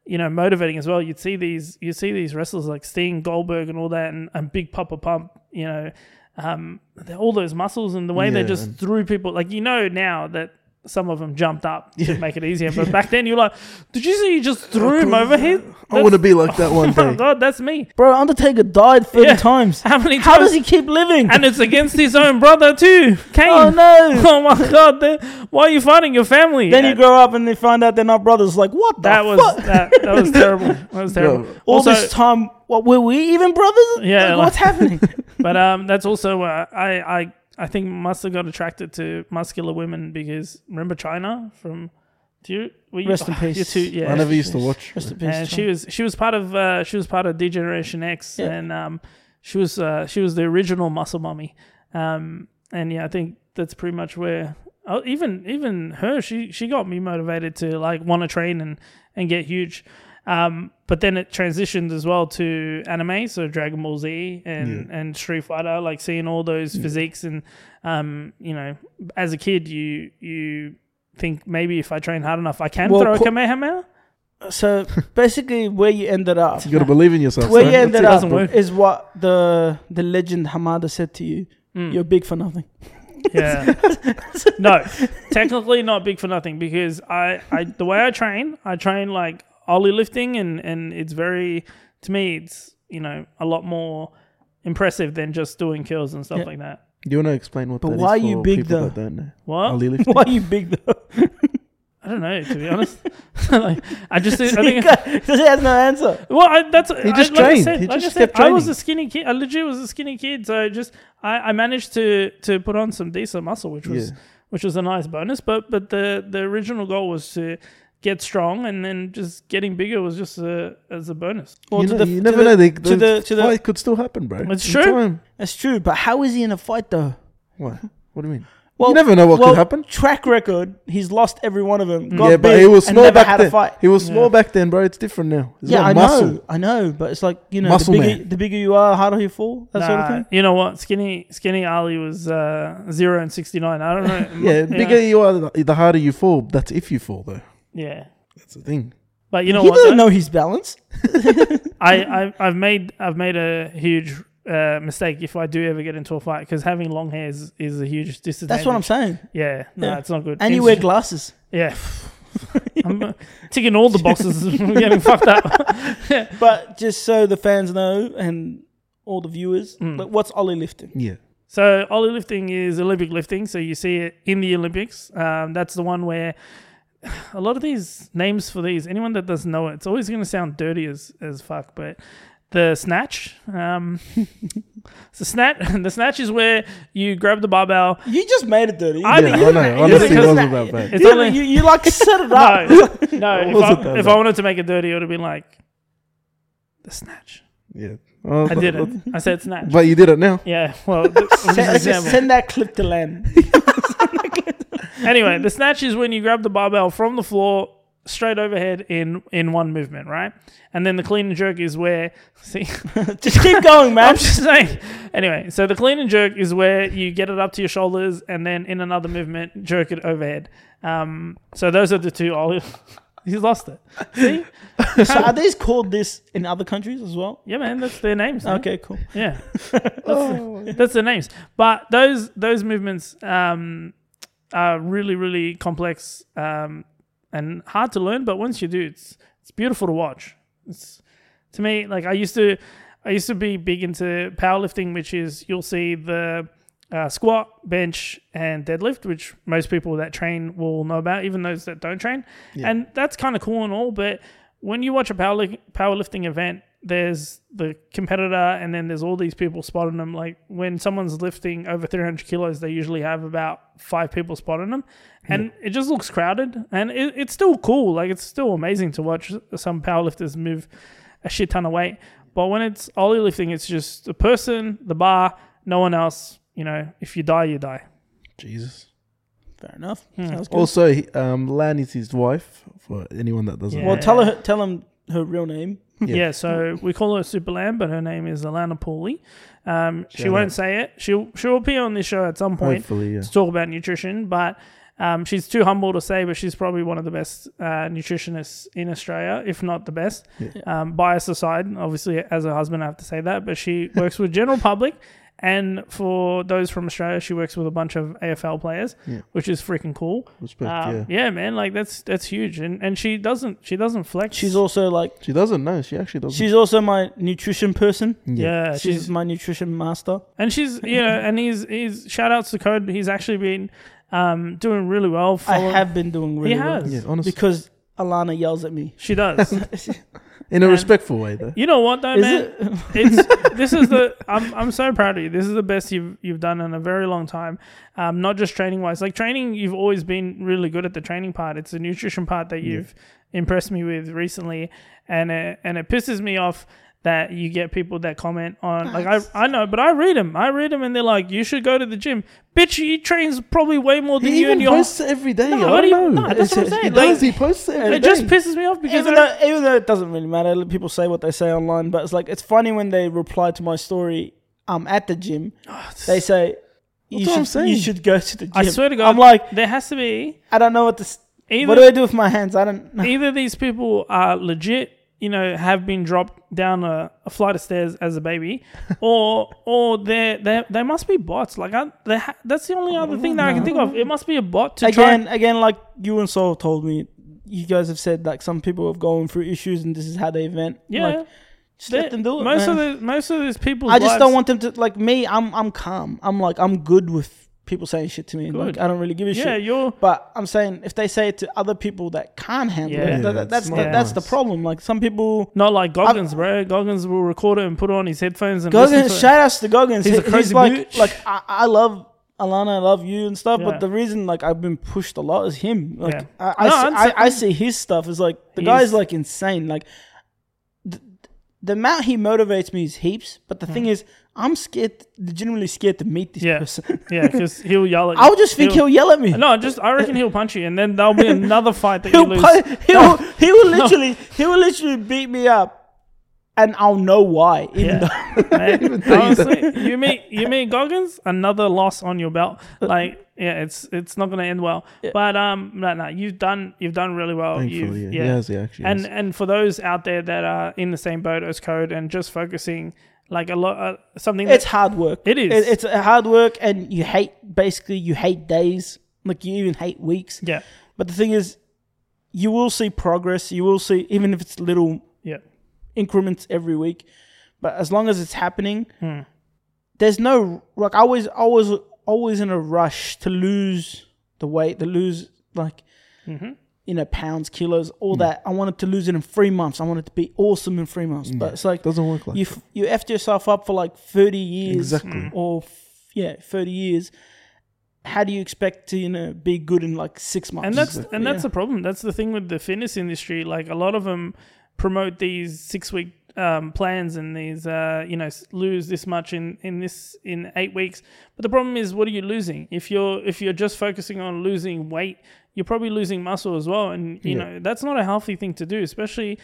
S3: you know, motivating as well. You'd see these, you see these wrestlers like Sting, Goldberg, and all that, and, and Big Papa Pump. You know, um, they're- all those muscles and the way they
S2: Yeah.
S3: just threw people. Like you know now that some of them jumped up to make it easier, but back then you're like, did you see you just threw him over here?
S2: I want to be like that one
S3: Oh
S2: day.
S3: God, that's me.
S1: Bro, Undertaker died 30
S3: Yeah.
S1: times.
S3: How many?
S1: How
S3: times-
S1: does he keep living?
S3: And it's against his own brother too, Kane.
S1: oh no.
S3: Oh my God! they- Why are you fighting your family?
S1: Then you
S3: And
S1: grow up and they find out they're not brothers. Like, what the
S3: That was
S1: fuck?
S3: that, that was terrible. That was terrible.
S2: Bro.
S1: All
S3: also,
S1: this time, what were we even brothers?
S3: Yeah,
S1: Like,
S3: like-
S1: what's happening?
S3: but um, that's also uh, I I I think must have got attracted to muscular women because remember China from do you were you,
S1: Rest in
S3: you
S1: peace.
S3: two- yeah.
S2: I never used to watch.
S1: Rest in peace,
S3: and Uh, she
S1: Tom.
S3: was she was part of uh, she was part of Degeneration X,
S1: Yeah.
S3: and um, she was uh, she was the original muscle mummy. Um, and yeah, I think that's pretty much where oh, even even her she she got me motivated to like want to train and and get huge. Um, but then it transitioned as well to anime, so Dragon Ball Z and and Street Fighter, like seeing all those physiques and um, you know, as a kid you you think maybe if I train hard enough I can
S1: Well,
S3: throw a
S1: qu-
S3: Kamehameha.
S1: So basically, where you ended up,
S2: You got to believe in yourself.
S1: where
S2: son.
S1: you ended
S3: it
S1: up
S3: doesn't work.
S1: is what the the legend Hamada said to you.
S3: Mm.
S1: You're big for nothing.
S3: Yeah. no, technically not big for nothing because I, I the way I train, I train like ollie lifting and and it's very to me it's you know a lot more impressive than just doing curls and stuff
S1: Yeah.
S3: like that.
S2: Do you want to explain what
S1: But
S2: that is
S1: why you
S2: for
S1: big
S2: people
S1: though?
S2: that don't know?
S3: What?
S2: Ali lifting.
S1: Why are you big though?
S3: I don't know to be honest. like, I just I
S1: he
S3: think
S1: has no answer.
S3: well I, that's he
S2: just
S3: I, like I
S2: trained.
S3: said,
S2: He
S3: like I,
S2: just
S3: said
S2: kept
S3: I was
S2: training.
S3: a skinny kid. I legit was a skinny kid, so just I, I managed to to put on some decent muscle, which was
S2: Yeah.
S3: which was a nice bonus. But but the the original goal was to get strong, and then just getting bigger was just a, as a bonus.
S1: Well,
S2: you,
S1: to
S2: know,
S1: the-
S2: you
S1: to
S2: never
S1: the-
S2: know. They,
S1: to the- to the-
S2: fight could still happen, bro.
S3: It's
S2: In
S3: true.
S2: time.
S1: That's true, but how is he in a fight though?
S2: What? What do you mean?
S1: Well,
S2: you never know what
S1: well,
S2: could happen.
S1: Track record, he's lost every one of them.
S3: Hmm.
S1: Got
S2: Yeah, but
S1: big
S2: he was
S1: and
S2: small
S1: never
S2: back
S1: had a
S2: then.
S1: fight.
S2: He was small
S3: Yeah.
S2: back then, bro. It's different now. It's
S1: yeah,
S2: not
S1: I
S2: muscle.
S1: know, I know, but it's like you know, the
S2: Muscle
S1: bigger,
S2: man.
S1: the bigger you are, harder you fall. That sort of
S3: Nah,
S1: thing.
S3: You know what? Skinny skinny Ali was uh, zero and sixty nine. I don't know.
S2: Yeah, the bigger you are, the- the harder you fall. That's if you fall, though.
S3: Yeah.
S2: That's the thing.
S3: But you know
S1: he
S3: what?
S1: doesn't
S3: though?
S1: know his balance.
S3: I, I I've made I've made a huge uh, mistake if I do ever get into a fight because having long hair is, is a huge disadvantage.
S1: That's what I'm saying.
S3: Yeah, no,
S1: Yeah.
S3: it's not good.
S1: And you
S3: It's-
S1: wear glasses.
S3: yeah. I'm uh, ticking all the boxes. I'm getting fucked up.
S1: But just so the fans know and all the viewers,
S3: Mm.
S1: like what's Ollie lifting?
S2: Yeah.
S3: So ollie lifting is Olympic lifting. So you see it in the Olympics. Um, that's the one where a lot of these names for these. Anyone that doesn't know it, it's always going to sound dirty as as fuck. But the snatch. Um, so snatch. The snatch is where you grab the barbell.
S1: You just made it dirty.
S3: I
S1: You-
S3: mean,
S2: yeah,
S3: you
S2: I
S3: don't-
S2: know.
S3: you
S2: Honestly, it
S3: don't-
S2: wasn't that bad.
S3: It's
S1: you,
S3: only-
S1: you, you like set it
S3: No,
S1: up.
S3: no.
S2: Was it
S3: If, I,
S2: that
S3: if I
S2: bad?
S3: wanted to make it dirty, it would have been like the snatch.
S2: Yeah. Oh,
S3: I
S2: but-
S3: did it. I said snatch.
S2: But you did it now.
S3: Yeah, well, th- I'm just an
S1: Send,
S3: example.
S1: send that clip to Len.
S3: anyway, the snatch is when you grab the barbell from the floor straight overhead in in one movement, right? And then the clean and jerk is where see
S1: just keep going, man.
S3: I'm just saying. Anyway, so the clean and jerk is where you get it up to your shoulders and then in another movement jerk it overhead. Um, so those are the two. Ollie, he's lost it. See,
S1: so are these called this in other countries as well?
S3: yeah, man, that's their names. man.
S1: Okay, cool.
S3: Yeah, that's, that's the names. But those those movements um, are really really complex um, and hard to learn. But once you do, it's it's beautiful to watch. It's to me like I used to I used to be big into powerlifting, which is you'll see the uh, squat, bench, and deadlift, which most people that train will know about, even those that don't train. And that's kind of cool and all, but when you watch a power powerlifting event, there's the competitor, and then there's all these people spotting them. Like when someone's lifting over 300 kilos, they usually have about five people spotting them, and it just looks crowded. And it, it's still cool, like it's still amazing to watch some powerlifters move a shit ton of weight. But when it's ollie lifting, it's just a person, the bar, no one else. You know, if you die, you die.
S2: Jesus.
S1: Fair enough.
S3: Hmm.
S1: Sounds good.
S2: Also, he- um, Lan is his wife. For anyone that doesn't.
S3: Yeah.
S1: well, tell her, tell him her real name.
S2: Yeah.
S3: Yeah. so we call her Super Lamb, but her name is Alana Pooley. Um, she
S2: Shout
S3: won't
S2: out.
S3: say it. She'll she'll appear on this show at some point
S2: Hopefully, yeah.
S3: to talk about nutrition, but Um, she's too humble to say, but she's probably one of the best uh, nutritionists in Australia, if not the best. Um, bias aside, obviously, as a husband, I have to say that, but she works with general public. And for those from Australia, she works with a bunch of AFL players,
S2: Yeah.
S3: which is freaking cool.
S2: Respect,
S3: Um,
S2: yeah.
S3: yeah, man, like that's that's huge, and and she doesn't she doesn't flex.
S1: She's also like
S2: She doesn't know. She actually doesn't.
S1: she's also my nutrition person.
S3: yeah,
S1: she's, my nutrition master.
S3: And she's yeah, and he's he's shout outs to Code. He's actually been um doing really well.
S1: I
S3: following-
S1: have been doing really
S3: he
S1: well
S3: has.
S2: Yeah, honestly.
S1: because Alana yells at me.
S3: She does.
S2: In a
S3: And-
S2: respectful way, though.
S3: you know what though,
S1: Is
S3: man?
S1: it?
S3: It's this is the I'm I'm so proud of you. This is the best you've you've done in a very long time. Um, not just training wise, like training, you've always been really good at the training part. It's the nutrition part that you've impressed me with recently, and it, and it pisses me off that you get people that comment on like I I know, but I read them. I read them, and they're like, you should go to the gym, bitch. You trains probably way more than
S2: He
S3: you and
S2: even
S3: your.
S2: posts it every day.
S3: No,
S2: I
S3: what do you-
S2: don't know.
S3: no, that's what I'm
S2: He
S3: saying.
S2: does.
S3: Like,
S2: He posts it every
S3: it
S2: day.
S3: just pisses me off because
S1: even
S3: I-
S1: though even though it doesn't really matter, like, people say what they say online, but it's like it's funny when they reply to my story. I'm at the gym. They say you
S2: That's what
S1: should you
S2: I'm saying.
S1: should go to the gym.
S3: I swear to God,
S1: I'm like
S3: there has to be
S1: I don't know what this.
S3: either
S1: What do I do with my hands? I don't know.
S3: either these people are legit, you know, have been dropped down a, a flight of stairs as a baby, or or they they they must be bots. Like I, they ha- that's the only other thing that I can think of. It must be a bot to try.
S1: Again, again, like you and Saul told me, you guys have said like some people have gone through issues and this is how they vent.
S3: yeah,
S1: like, just let
S3: they-
S1: them do it.
S3: Most
S1: man.
S3: of the most of these people.
S1: I just don't want them to like me. I'm I'm calm. I'm like I'm good with people saying shit to me. Like
S3: Good.
S1: I don't really give a
S3: Yeah,
S1: shit.
S3: you're.
S1: But I'm saying if they say it to other people that can't handle
S3: Yeah.
S1: it, that,
S2: Yeah,
S1: that- that's
S2: it's
S1: the,
S2: not
S1: that's the
S2: nice.
S1: problem. Like some people,
S3: Not like Goggins, bro. Goggins will record it and put it on his headphones and listen to
S1: Goggins.
S3: it.
S1: Shout outs to Goggins.
S3: He's
S1: He-
S3: a crazy
S1: like
S3: bitch.
S1: like I, I love Alana, I love you and stuff.
S3: Yeah.
S1: But the reason like I've been pushed a lot is him. Like
S3: Yeah.
S1: I I,
S3: No,
S1: see,
S3: I'm
S1: I,
S3: so-
S1: I see his stuff is like the
S3: He's-
S1: guy's like insane. Like the, the amount he motivates me is heaps. But the thing is, I'm scared, legitimately scared to meet this
S3: Yeah.
S1: person.
S3: Yeah, because he'll yell at you.
S1: I'll just think he'll, yell at me.
S3: No, just I reckson he'll punch you, and then there'll be another fight that you
S1: he'll,
S3: lose.
S1: pu- he'll, he will literally he will literally beat me up, and I'll know why. Even
S3: Yeah.
S1: though
S3: Mate,
S2: though you
S3: honestly, you mean you mean Goggins? Another loss on your belt. Like, yeah, it's it's not going to end well. But um, no, no, you've done you've done really well. You've,
S2: Thankfully, yeah. He has, he actually
S3: and
S2: has.
S3: and for those out there that are in the same boat as Code and just focusing like a lot uh, something
S1: it's
S3: that's
S1: hard work.
S3: It is.
S1: it's hard work, and you hate basically you hate days. Like you even hate weeks.
S3: yeah
S1: But the thing is, you will see progress. You will see even if it's little
S3: yeah
S1: increments every week. But as long as it's happening,
S3: Hmm.
S1: there's no like I was always always in a rush to lose the weight, to lose like
S3: Mm-hmm.
S1: you know pounds, kilos,
S3: Hmm.
S1: all that. I wanted to lose it in three months. I wanted to be awesome in three months. But it's like
S2: Doesn't work like
S1: you
S2: that.
S1: f- you effed yourself up for like thirty years
S2: Exactly. Mm.
S1: or f- yeah thirty years. How do you expect to you know be good in like six months?
S3: and that's and that's the problem that's the thing with the fitness industry like a lot of them promote these six week um, plans and these uh, you know s- lose this much in in this in eight weeks but the problem is what are you losing if you're if you're just focusing on losing weight you're probably losing muscle as well and you know that's not a healthy thing to do especially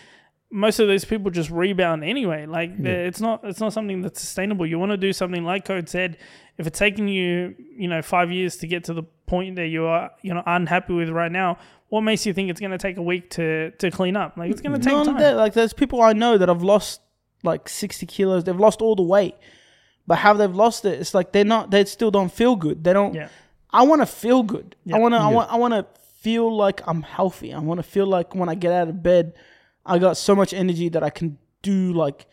S3: most of those people just rebound anyway. Like they're it's not it's not something that's sustainable. You want to do something like Code said. If it's taking you you know five years to get to the point that you are you know unhappy with right now, what makes you think it's going to take a week to to clean up? Like it's going to
S1: Not
S3: take
S1: only
S3: time.
S1: that, like there's people I know that have lost like 60 kilos. They've lost all the weight, but how they've lost it, it's like they're not. They still don't feel good. They don't.
S3: Yeah.
S1: I want to feel good. I
S3: Yeah.
S1: want to. I want. I want to feel like I'm healthy. I want to feel like when I get out of bed, I got so much energy that I can do like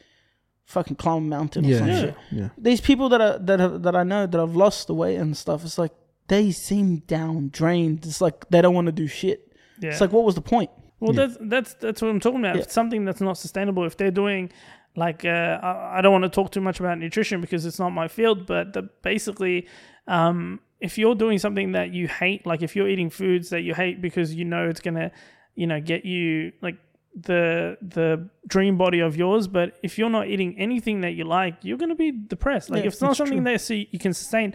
S1: fucking climb a mountain or
S2: Yeah,
S1: some
S2: yeah,
S1: shit.
S2: yeah.
S1: These people that are that have, that I know that have lost the weight and stuff, it's like they seem down, drained. It's like they don't want to do shit.
S3: Yeah.
S1: It's like what was the point?
S3: Well, that's that's that's what I'm talking about. If it's something that's not sustainable, if they're doing like uh, I, I don't want to talk too much about nutrition because it's not my field, but the, basically, um, if you're doing something that you hate, like if you're eating foods that you hate because you know it's gonna, you know, get you like the the dream body of yours but if you're not eating anything that you like you're going to be depressed like
S1: Yeah,
S3: if it's not
S1: that's
S3: something
S1: true.
S3: that so you can sustain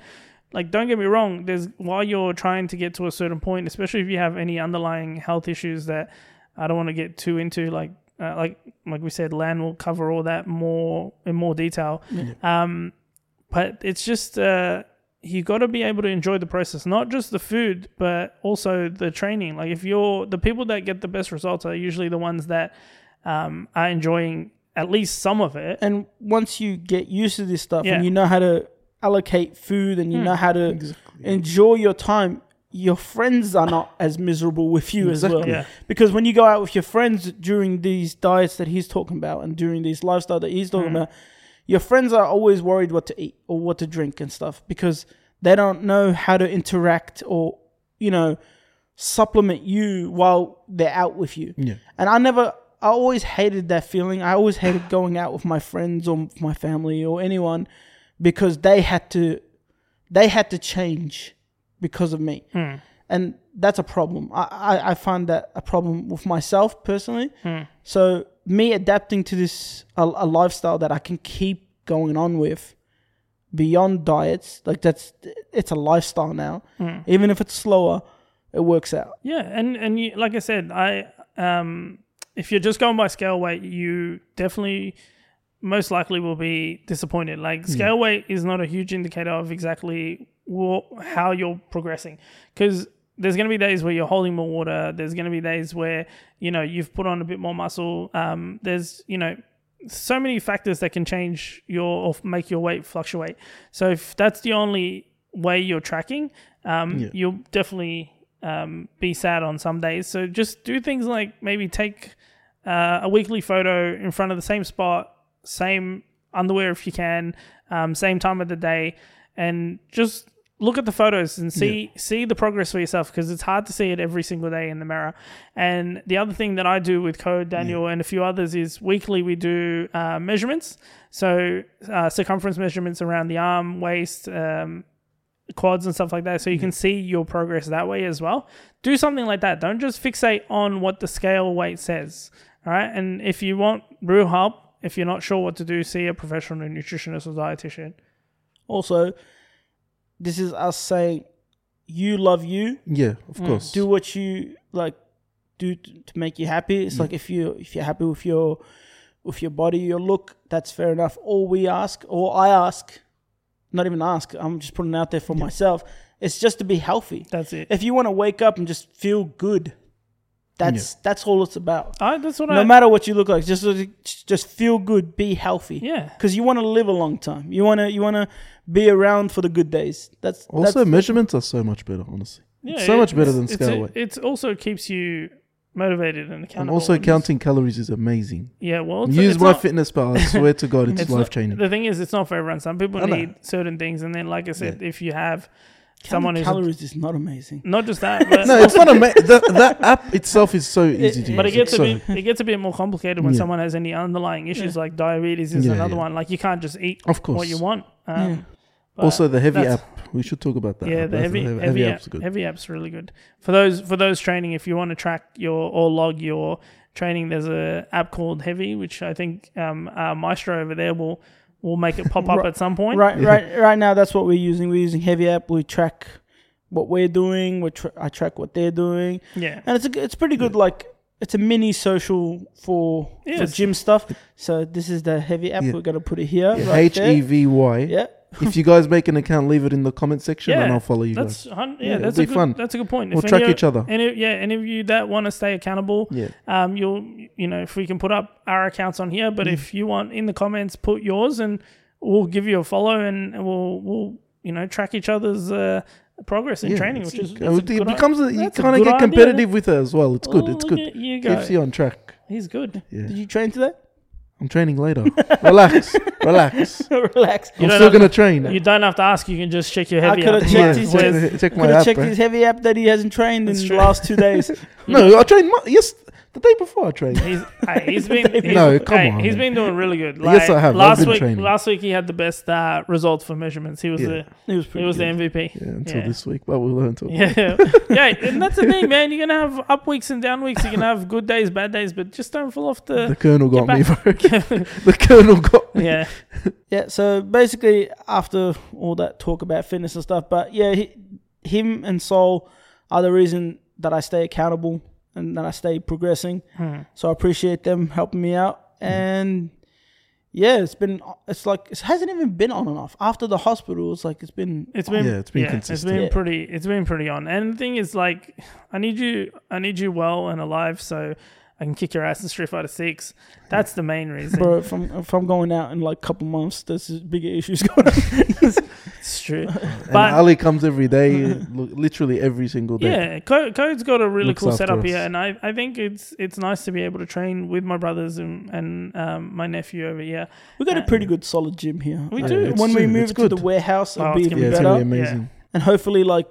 S3: like don't get me wrong there's while you're trying to get to a certain point especially if you have any underlying health issues that i don't want to get too into like uh, like like we said lan will cover all that more in more detail um but it's just uh you got to be able to enjoy the process, not just the food, but also the training. Like if you're the people that get the best results are usually the ones that um, are enjoying at least some of it.
S1: And once you get used to this stuff
S3: Yeah.
S1: and you know how to allocate food and you know how to enjoy your time, your friends are not as miserable with you as well.
S2: Exactly.
S3: Yeah.
S1: Because when you go out with your friends during these diets that he's talking about and during these lifestyle that he's talking about, your friends are always worried what to eat or what to drink and stuff because they don't know how to interact or, you know, supplement you while they're out with you.
S2: Yeah.
S1: And I never, I always hated that feeling. I always hated going out with my friends or my family or anyone because they had to, they had to change because of me. And that's a problem. I, I, I find that a problem with myself personally. So me adapting to this, a, a lifestyle that I can keep going on with beyond diets, like that's, it's a lifestyle now. Even if it's slower, it works out.
S3: Yeah, and and you, like I said, I um, if you're just going by scale weight, you definitely most likely will be disappointed. Like scale weight is not a huge indicator of exactly what, how you're progressing because there's going to be days where you're holding more water. There's going to be days where you know you've put on a bit more muscle. Um, there's you know so many factors that can change your or make your weight fluctuate. So if that's the only way you're tracking, um,
S2: Yeah.
S3: you'll definitely um, be sad on some days. So just do things like maybe take uh, a weekly photo in front of the same spot, same underwear if you can, um, same time of the day, and just look at the photos and see see the progress for yourself because it's hard to see it every single day in the mirror. And the other thing that I do with Code Daniel and a few others is weekly we do uh, measurements, so uh, circumference measurements around the arm, waist. Um, quads and stuff like that so you can see your progress that way as well do something like that don't just fixate on what the scale weight says all right and if you want real help if you're not sure what to do see a professional nutritionist or dietitian
S1: Also, this is us saying you love you.
S2: Yeah, of
S3: Mm.
S2: course.
S1: Do what you like do t- to make you happy. It's like if you if you're happy with your with your body, your look, that's fair enough. All we ask, or I ask, not even ask, I'm just putting it out there for myself. It's just to be healthy.
S3: that's it
S1: If you want to wake up and just feel good, that's that's all it's about.
S3: I, that's what
S1: No
S3: i
S1: matter what you look like, just just feel good, be healthy
S3: yeah
S1: because you want to live a long time. You want to you want to be around for the good days. That's
S2: also,
S1: that's,
S2: measurements are so much better, honestly.
S3: yeah
S2: It's so much better
S3: it's-
S2: than
S3: it's-
S2: scale weight.
S3: it also keeps you motivated and accountable
S2: And also,
S3: just-
S2: counting calories is amazing.
S3: yeah well it's,
S2: Use
S3: it's
S2: my
S3: not-
S2: fitness pal. I swear to God, it's,
S3: it's
S2: life
S3: not-
S2: changing.
S3: the thing is it's not for everyone some people
S2: I know.
S3: need certain things and then like i said if you have
S1: counting
S3: someone who's a-
S1: calories is not amazing.
S3: not just that but
S2: No, it's not a ma- that, that app itself is so easy to
S3: But it
S2: use.
S3: gets a
S2: so,
S3: bit it gets a bit more complicated when
S2: Yeah.
S3: someone has any underlying issues like diabetes is
S2: Yeah,
S3: another
S2: yeah.
S3: one. Like you can't just eat
S2: Of course.
S3: what you want. Um,
S1: Yeah.
S3: but
S2: also, the heavy
S3: that's-
S2: app. We should talk about that.
S3: yeah,
S2: app.
S3: the
S2: That's-
S3: heavy heavy,
S2: apps
S3: app,
S2: are good.
S3: heavy app's really good for those for those training. If you want to track your or log your training, there's a app called Heavy, which I think um, our Maestro over there will will make it pop up
S1: Right-
S3: at some point.
S1: Right, right, right now that's what we're using. We're using Heavy App. We track what we're doing. We tra- I track what they're doing,
S3: Yeah.
S1: and it's a g- it's pretty good. Like it's a mini social for
S3: Yeah,
S1: for
S3: it's-
S1: gym stuff. So this is the Heavy App.
S2: Yeah.
S1: We're gonna put it here.
S2: Yeah, E
S1: right there.
S2: H-E-V-Y.
S1: Yeah.
S2: If you guys make an account, leave it in the comment section and
S3: Yeah,
S2: I'll follow you guys.
S3: That's hun- yeah,
S2: Yeah,
S3: that's
S2: it'll
S3: a
S2: be
S3: good,
S2: fun.
S3: That's a good point.
S2: We'll
S3: If
S2: track
S3: any-
S2: each other.
S3: Any, yeah, any of you that want to stay accountable,
S2: Yeah.
S3: um, you'll you know if we can put up our accounts on here, but
S2: Mm.
S3: if you want in the comments, put yours, and we'll give you a follow, and we'll we'll you know track each other's uh, progress in
S2: Yeah,
S3: training,
S2: it's-
S3: which is
S2: it,
S3: it's a good i-
S2: becomes a, you
S3: that's a
S2: kind
S3: good
S2: of get
S3: idea.
S2: competitive with her as well. It's good.
S3: Oh,
S2: It's
S3: look
S2: good.
S3: at You go.
S2: Keeps you on track.
S3: He's good.
S2: Yeah.
S1: Did you train today?
S2: I'm training later. relax, relax.
S1: Relax.
S3: You
S2: I'm
S3: don't
S2: still
S3: have-
S2: gonna train.
S3: You uh, don't have to ask. You can just check your
S1: I
S3: heavy.
S1: coulda
S3: up.
S1: checked
S2: yeah,
S1: check his-
S3: Where's-
S2: check, check my
S1: Could have
S2: app. eh?
S1: checked
S2: bro.
S1: his Heavy App that he hasn't trained
S3: That's
S1: in
S3: true.
S1: the last two days.
S2: No, I trained. Mo- yes, the day before I trained.
S3: He's, hey, he's been he's,
S2: No, come
S3: hey,
S2: on,
S3: He's
S2: man.
S3: been doing really good. Like,
S2: Yes, I have. I've
S3: Last
S2: been
S3: week,
S2: training.
S3: last week he had the best uh, results for measurements. He was
S2: Yeah.
S3: the
S1: It was
S3: he
S1: pretty.
S3: was the MVP.
S2: Yeah, until
S3: Yeah.
S2: this week, but we'll learn to.
S3: Yeah, yeah, and that's the thing, man. You're gonna have up weeks and down weeks. You're gonna have good days, bad days, but just don't fall off
S2: The
S3: the.
S2: colonel got
S3: Get
S2: me, bro. the colonel got me.
S3: yeah,
S1: Yeah, so basically, after all that talk about fitness and stuff, but yeah, he, him and Sol are the reason that I stay accountable and that I stay progressing. So I appreciate them helping me out. And Yeah, it's been it's like it hasn't even been on and off. After the hospital, it's like it's been
S3: It's been
S2: Yeah, it's been consistent.
S1: Yeah.
S3: It's been pretty. It's been pretty on. And the thing is, like, I need you. I need you well and alive, so I can kick your ass in Street Fighter Six. That's the main reason.
S1: bro. If I'm if I'm going out in like a couple months, there's bigger issues going. on.
S3: It's true.
S2: And
S3: But-
S2: Ali comes every day, li- literally every single day.
S3: Yeah, Co- Code's got a really
S2: Looks
S3: cool
S2: after
S3: setup
S2: us.
S3: here, and I, I think it's it's nice to be able to train with my brothers and and um, my nephew over here.
S1: We got a pretty good solid gym here.
S3: We
S1: Like,
S3: do.
S2: It's
S1: When we
S2: good.
S1: move
S2: It's
S1: to the
S2: good.
S1: warehouse, it'll
S3: Oh,
S1: be
S3: it's
S1: even
S2: yeah, it's
S1: better.
S2: gonna be amazing.
S1: and hopefully, like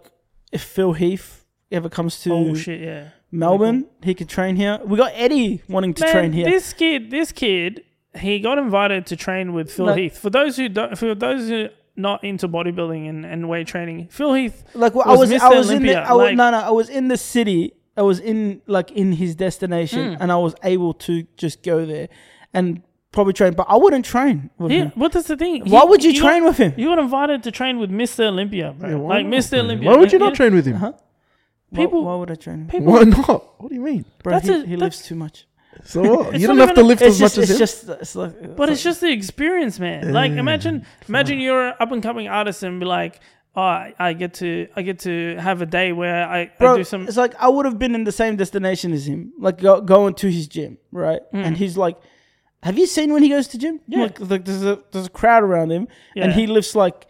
S1: if Phil Heath ever comes to
S3: Oh shit, yeah.
S1: Melbourne, he could train here. We got Eddie wanting to
S3: Man,
S1: train here.
S3: This kid, this kid, he got invited to train with Phil
S1: Like-
S3: Heath. For those who don't, for those who are not into bodybuilding and, and weight training, Phil Heath.
S1: like well, I
S3: was
S1: was, I
S3: Mr.
S1: was in the,
S3: Olympia,
S1: I was,
S3: like-
S1: no, no, I was in the city. I was in like in his destination,
S3: Hmm.
S1: and I was able to just go there and probably train. But I wouldn't train with
S3: He,
S1: him.
S3: what is the thing?
S1: Why
S3: He-
S1: would you,
S3: he
S1: train
S3: got-
S1: with him?
S3: You got invited to train with Mr. Olympia, bro.
S2: Yeah, why
S3: like
S2: not?
S3: Mr. Olympia.
S2: Why would you
S3: Yeah,
S2: not train with him?
S1: Uh-huh. Why-
S3: People-
S1: why, would I train? With him?
S3: People,
S2: Why not? What do you mean?
S1: Bro,
S3: That's
S1: he,
S3: a-
S1: he
S3: that's-
S1: lifts too much.
S2: So what?
S3: It's
S2: you
S3: not
S2: don't have to
S3: even a-
S2: lift
S1: It's
S2: as
S1: just,
S2: much
S1: it's
S2: as him.
S1: just, it's like,
S3: But it's just the experience, man. Like imagine, imagine you're an up and coming artist and be like, oh, I I get to, I get to have a day where I, I
S1: bro,
S3: do some.
S1: it's like I would have been in the same destination as him, like go, going to his gym, right? And he's like, "Have you seen when he goes to gym?
S3: Mm. Yeah.
S1: Like, like there's a there's a crowd around him, and
S3: Yeah.
S1: he lifts like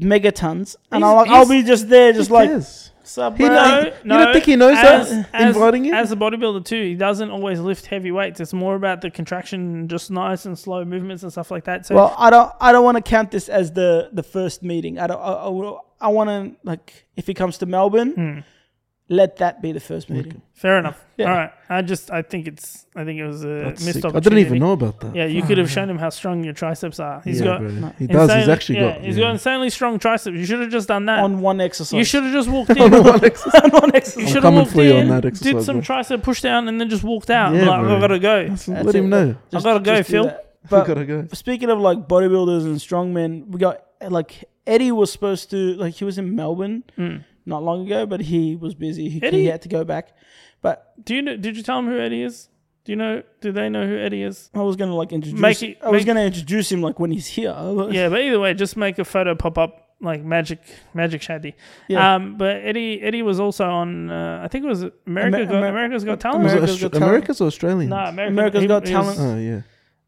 S1: megatons, and
S3: He's-
S1: I'm like, I'll
S3: he's-
S1: be just there, just like,
S2: Yes.
S1: "Sup,
S2: He
S1: bro?"
S2: knows- you don't think he knows
S3: as,
S2: that?
S3: As,
S2: Inviting him?
S3: as a bodybuilder too, he doesn't always lift heavy weights. It's more about the contraction, and just nice and slow movements and stuff like that. So
S1: Well, I don't I don't want to count this as the the first meeting. I don't I, I, will- I want to like if he comes to Melbourne,
S3: Mm.
S1: let that be the first meeting.
S3: hmm, fair enough.
S1: Yeah.
S3: All right, I just, I think it's, I think it was a
S2: That's
S3: missed
S2: sick. I
S3: uh, opportunity.
S2: didn't even know about that.
S3: Yeah, you could have shown him how strong your triceps are. He's
S2: Yeah,
S3: got.
S2: bro. He does. He's
S3: insanely-
S2: actually
S3: yeah,
S2: got.
S3: He's
S2: yeah.
S3: got insanely strong triceps. You should have just done that.
S1: On one exercise,
S3: you should have just walked in.
S1: on one exercise.
S3: You
S2: I'm
S3: should have
S2: coming
S3: walked
S2: for you on
S3: in,
S2: that
S3: did
S2: exercise,
S3: some tricep push down, and then just walked out.
S2: Yeah,
S3: like,
S2: bro.
S3: I gotta go.
S1: That's
S2: Let
S1: it.
S2: him know.
S1: Just-
S3: gotta go,
S1: just do
S3: Phil.
S1: that. But
S2: gotta go.
S1: speaking of like bodybuilders and strongmen, we got like Eddie was supposed to like he was in Melbourne not long ago, but he was busy. He,
S3: Hmm. Eddie-
S1: he had to go back. But
S3: Do you know, did you tell him who Eddie is? Do you know? Do they know who Eddie is?
S1: I was gonna like introduce.
S3: Make it-
S1: I was
S3: make-
S1: gonna introduce him like when he's here.
S3: Yeah, but either way, just make a photo pop up like magic, magic shady.
S1: Yeah.
S3: Um, but Eddie, Eddie was also on. Uh, I think it was America.
S1: Amer-
S3: Got,
S1: Amer-
S3: America's Got Talent.
S2: Was it
S1: America's
S2: Austra-
S1: Got Talent.
S2: America's or Australian?
S3: nah, America,
S1: America's
S3: he-
S1: Got
S3: he was-
S1: Talent.
S2: Oh yeah.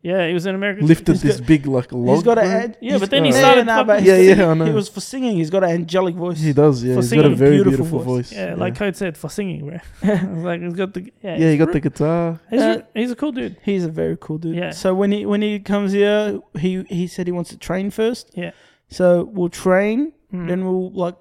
S3: yeah, he was in America.
S2: Lifted
S1: he's got-
S2: this big like log.
S1: he's got
S2: bro.
S1: a.
S3: Yeah, but then he
S1: he's-
S3: started
S1: nah,
S3: fucking-
S1: but he's
S2: Yeah, yeah,
S1: singing.
S2: I know.
S1: He was for singing. He's got an angelic voice.
S2: He does. Yeah,
S3: for
S2: he's got a
S3: singing,
S2: very
S1: beautiful
S2: beautiful,
S1: voice.
S2: voice.
S3: yeah, like Code said, for singing, bro. like he's got the yeah.
S2: yeah,
S3: he's
S2: he got
S3: re-
S2: the guitar.
S3: He's,
S1: Uh,
S3: a, he's a cool dude.
S1: He's a very cool dude.
S3: Yeah.
S1: So when he when he comes here, he he said he wants to train first.
S3: Yeah.
S1: So we'll train,
S3: Mm.
S1: then we'll like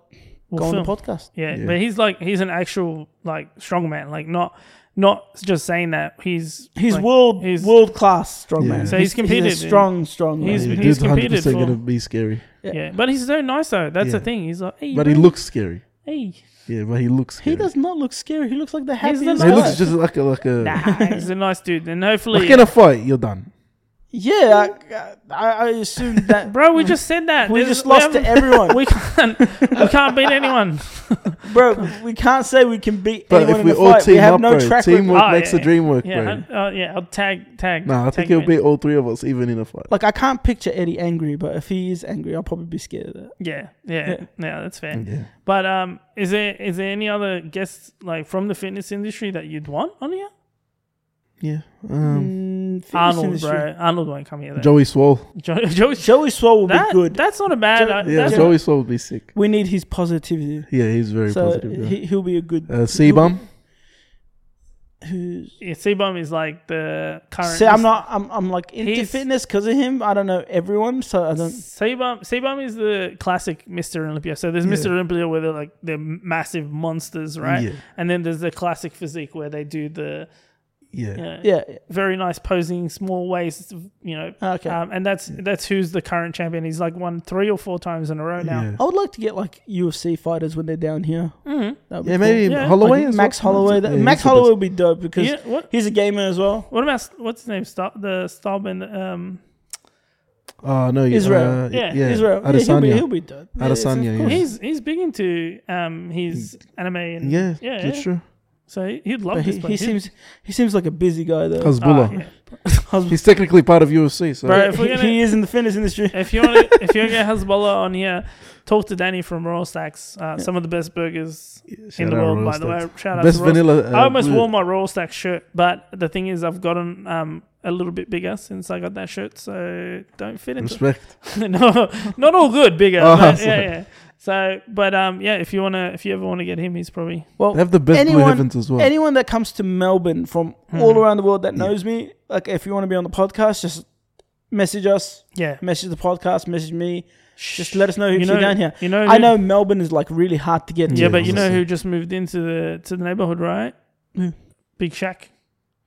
S3: We'll
S1: go on
S3: film.
S1: the podcast.
S3: Yeah,
S2: Yeah.
S3: but he's like he's an actual like strongman, like not not just saying that. He's
S1: He's
S3: like,
S1: world
S3: he's-
S1: world class strongman.
S2: Yeah. So
S3: he's competed in-
S1: He's a strong, strong.
S3: He's-
S1: man.
S2: yeah,
S3: he's
S2: dude's 100%
S3: competed for-
S2: gonna be scary,
S1: Yeah.
S3: yeah, but he's so nice though. That's the
S2: Yeah.
S3: thing. He's like, hey,
S2: but he
S3: bro,
S2: looks scary.
S3: hey.
S2: Yeah, but he looks.
S1: he
S2: Scary.
S1: does not look scary. He looks like the
S3: He's the
S1: happiest.
S2: He
S1: guy.
S2: looks just like a like a.
S3: Nah, he's a nice dude, and hopefully,
S2: Like in a fight, you're done.
S1: yeah, I, I, I assume that
S3: bro, we just said that
S1: we
S3: There's-
S1: just lost to
S3: haven't-
S1: everyone,
S3: We can't, we can't beat anyone.
S1: bro. We can't say we can beat
S2: But
S1: anyone
S2: if we
S1: in a
S2: all
S1: fight. We
S2: team
S1: have
S2: up,
S1: no
S2: bro,
S1: track
S2: teamwork
S1: record.
S3: Oh,
S2: makes
S3: yeah,
S2: the dream work, bro.
S3: Yeah, I, uh, yeah, I'll tag, tag.
S2: Nah, I
S3: tag
S2: think he'll
S3: him in.
S2: beat all three of us, even in a fight.
S1: Like I can't picture Eddie angry, but if he is angry, I'll probably be scared of that.
S3: Yeah, yeah,
S1: Yeah. Mm.
S3: yeah, that's fair.
S2: Yeah.
S3: But um, is there is there any other guests like from the fitness industry that you'd want on here?
S2: Yeah. Um,
S1: Mm, fitness
S3: Arnold,
S1: industry.
S3: bro. Arnold won't come here. Though.
S2: Joey Swole.
S3: Jo- Joey
S1: Joey Swole will
S3: That-
S1: be good.
S3: That's not a bad.
S1: Jo-
S3: uh,
S2: Yeah,
S3: that's
S2: Joey Swole would be sick.
S1: we need his positivity.
S2: Yeah, he's very
S1: so
S2: positive. guy.
S1: he, he'll be a good.
S2: uh, Seabum.
S1: Who's,
S3: Yeah, Seabum is like the current.
S1: see, I'm not. I'm. I'm like into
S3: He's-
S1: fitness because of him. I don't know everyone, so I don't.
S3: Seabum, Seabum is the classic Mr. Olympia. So there's Mr. Olympia where they're like they're massive monsters, right?
S2: Yeah.
S3: And then there's the classic physique where they do the
S2: Yeah.
S3: you know,
S1: Yeah.
S3: very nice posing, small waist, you know.
S1: Okay.
S3: Um, and that's that's who's the current champion. He's like won three or four times in a row now.
S2: Yeah.
S1: I would like to get like UFC fighters when they're down here.
S3: Mhm.
S1: That'd be
S2: Yeah,
S1: cool.
S2: maybe
S3: Yeah.
S2: Holloway.
S1: Like
S2: as
S1: Max
S2: well.
S1: Holloway. That,
S2: Yeah,
S1: Max
S2: he's the
S1: Holloway would be dope because
S3: Yeah, what
S1: he's a gamer as well.
S3: what about what's his name? Star, the Starbend um
S2: best. Oh no,
S1: Israel.
S2: Uh,
S3: Yeah,
S2: yeah, yeah,
S1: Israel. Yeah, he'll,
S2: Adesanya.
S1: be, he'll be dope. Yeah, it's-
S2: Adesanya,
S1: of course.
S2: yeah.
S3: he's he's big into um his anime and
S2: yeah,
S3: yeah,
S2: that's true.
S3: So he- he'd love
S1: But
S3: this
S1: he, he
S3: place. He'd-
S1: seems he seems like a busy guy though.
S2: Hezbollah.
S3: Ah, yeah.
S2: He's technically part of UFC, so
S3: Bro,
S1: But
S3: if we're
S1: he,
S3: gonna-
S1: he is in the fitness industry.
S3: If you want, to, if you want to get Hezbollah on here, talk to Danny from Royal Stacks. Uh, Some of the best burgers
S2: Shout
S3: in the
S2: out
S3: world,
S2: Royal
S3: by the way.
S2: Stacks.
S3: Shout out
S2: Best
S3: to Royal
S2: vanilla.
S3: I almost
S2: blue-
S3: wore my Royal Stack shirt, but the thing is, I've gotten um, a little bit bigger since I got that shirt, so don't fit into
S2: Respect.
S3: it. no, not all good, bigger.
S2: Oh,
S3: but yeah,
S2: sorry.
S3: yeah. So, but um, yeah, if you wanna, if you ever wanna get him, he's probably
S1: Well,
S2: They have the best blue
S1: Anyone-
S2: heavens as well.
S1: anyone that comes to Melbourne from
S3: Hmm.
S1: all around the world that
S2: Yeah.
S1: knows me, like if you want to be on the podcast, just message us,
S3: yeah.
S1: message the podcast, message me. Just let us know who's
S3: You
S1: you
S3: know,
S1: down here.
S3: you know,
S1: I
S3: who-
S1: know Melbourne is like really hard to get to.
S3: Yeah,
S2: Yeah,
S3: but you know
S2: honestly.
S3: who just moved into the to the neighborhood, right?
S1: Who?
S3: Big Shack.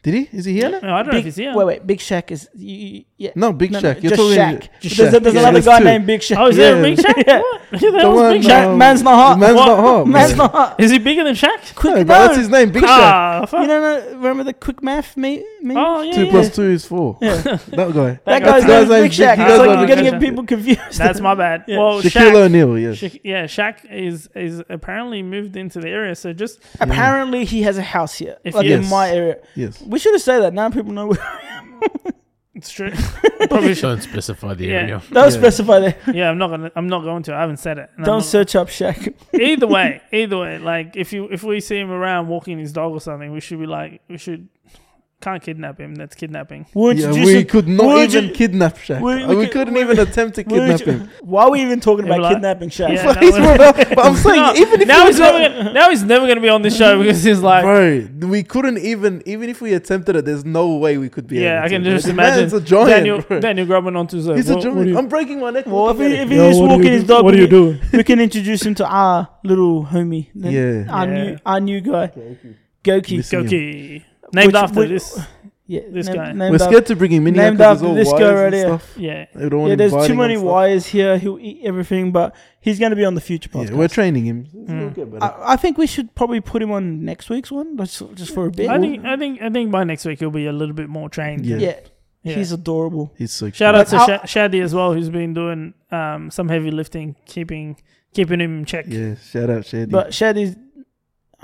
S2: Did he? Is he here? now?
S3: No, I don't know if
S1: Big,
S3: he's here.
S1: Wait, wait, Big Shack is you, you- yeah.
S2: No, Big
S1: No, no,
S2: Shack. You're
S1: just
S2: talking.
S1: Shack.
S2: Just
S1: There's,
S2: Shaq.
S1: there's
S2: Yeah,
S1: another
S2: there's
S1: guy
S2: two.
S1: named Big Shack.
S3: Oh, is there a
S2: Yeah.
S3: Big Shack?
S1: Yeah.
S3: What? Who the
S2: The
S3: hell's
S2: one,
S3: Big Shack?
S1: Shaq,
S2: um,
S1: man's not hot.
S2: Man's
S3: What?
S2: not hot.
S1: Man's
S2: man.
S1: not hot.
S3: Is he bigger than Shaq?
S1: Quick,
S2: No,
S1: no,
S2: but that's his name, Big Shack.
S3: Ah, fuck.
S1: You don't know, remember the quick math me? me?
S3: Oh, yeah,
S2: Two
S3: yeah.
S2: plus two is four.
S1: Yeah.
S2: That guy.
S1: That
S3: guy.
S1: guy's name is Big
S2: Big
S1: Shack.
S2: Shaq.
S1: It's
S3: Ah,
S1: like you're gonna
S3: okay.
S1: get people confused.
S3: That's my bad.
S1: Yeah.
S3: Well,
S2: Shaquille
S3: Shaq,
S2: O'Neal. Yes.
S3: Shaq, yeah, Shaq is is apparently moved into the area. So just
S1: Apparently, he has a house here,
S3: If
S1: like
S3: you-
S1: in my area.
S2: Yes.
S1: We should have said that. Now people know. Where,
S3: it's true. Probably should.
S4: Don't specify the
S3: Yeah.
S4: area.
S1: don't
S2: Yeah.
S1: specify that.
S3: Yeah, I'm not gonna. I'm not going to. I haven't said it. And I'm
S1: Don't
S3: not-
S1: search up Shaq.
S3: either way, either way. Like if you if we see him around walking his dog or something, we should be like we should can't kidnap him. That's kidnapping.
S1: We'll
S2: Yeah,
S1: introduce
S2: we
S1: him-
S2: could not
S1: would
S2: even
S1: you-
S2: kidnap Shaq.
S1: would-
S2: we
S1: would-
S2: couldn't
S1: would-
S2: even attempt to
S1: we'll
S2: kidnap
S1: intro-
S2: him.
S1: Why are we even talking about
S3: Yeah, like-
S1: kidnapping Shaq?
S3: Yeah,
S2: But
S3: that
S2: he's
S3: was-
S2: one of- but I'm saying,
S3: No,
S2: even if
S3: now
S2: we
S3: he's never gonna, now he's never going to be on this show because he's like
S2: Bro, we couldn't even even if we attempted it. There's no way we could be.
S3: yeah,
S2: able
S3: I can
S2: to.
S3: just
S2: The
S3: imagine
S2: Man's a giant.
S3: Daniel
S2: bro.
S3: Daniel grabbing onto his
S2: He's a giant. I'm breaking my neck.
S1: Well, if
S2: looking
S1: he,
S2: at
S1: if
S2: him.
S1: he just walking his dog, we,
S3: doing?
S1: we can introduce him to our little homie, the-
S2: yeah,
S1: our
S3: Yeah.
S1: new our new guy,
S2: Goki.
S1: Goki.
S2: Listen.
S3: Goki, named
S1: Which-
S3: after
S1: which-
S3: this.
S1: Yeah,
S3: This
S1: named-
S3: guy.
S1: named
S2: we're
S1: after-
S2: scared to bring him in here
S1: named
S2: 'cause
S1: after
S2: there's
S1: this
S2: all
S1: guy
S2: wires
S1: right
S2: and
S1: here.
S2: stuff.
S3: Yeah,
S2: They don't want
S1: Yeah,
S2: him
S1: there's too
S2: biting
S1: many
S2: and stuff.
S1: wires here. He'll eat everything, but he's going to be on the future podcast.
S2: Yeah, we're training him.
S3: Mm.
S2: He'll get better.
S1: I, I think we should probably put him on next week's one, just, just for a bit.
S3: I think I think I think by next week he'll be a little bit more trained.
S2: Yeah.
S1: yeah.
S3: Yeah.
S1: he's adorable.
S2: He's so
S3: Shout out to
S1: But
S3: Sha- Shadi as well, who's been doing um, some heavy lifting, keeping keeping him in check.
S2: Yeah, shout out Shady.
S1: But Shady's,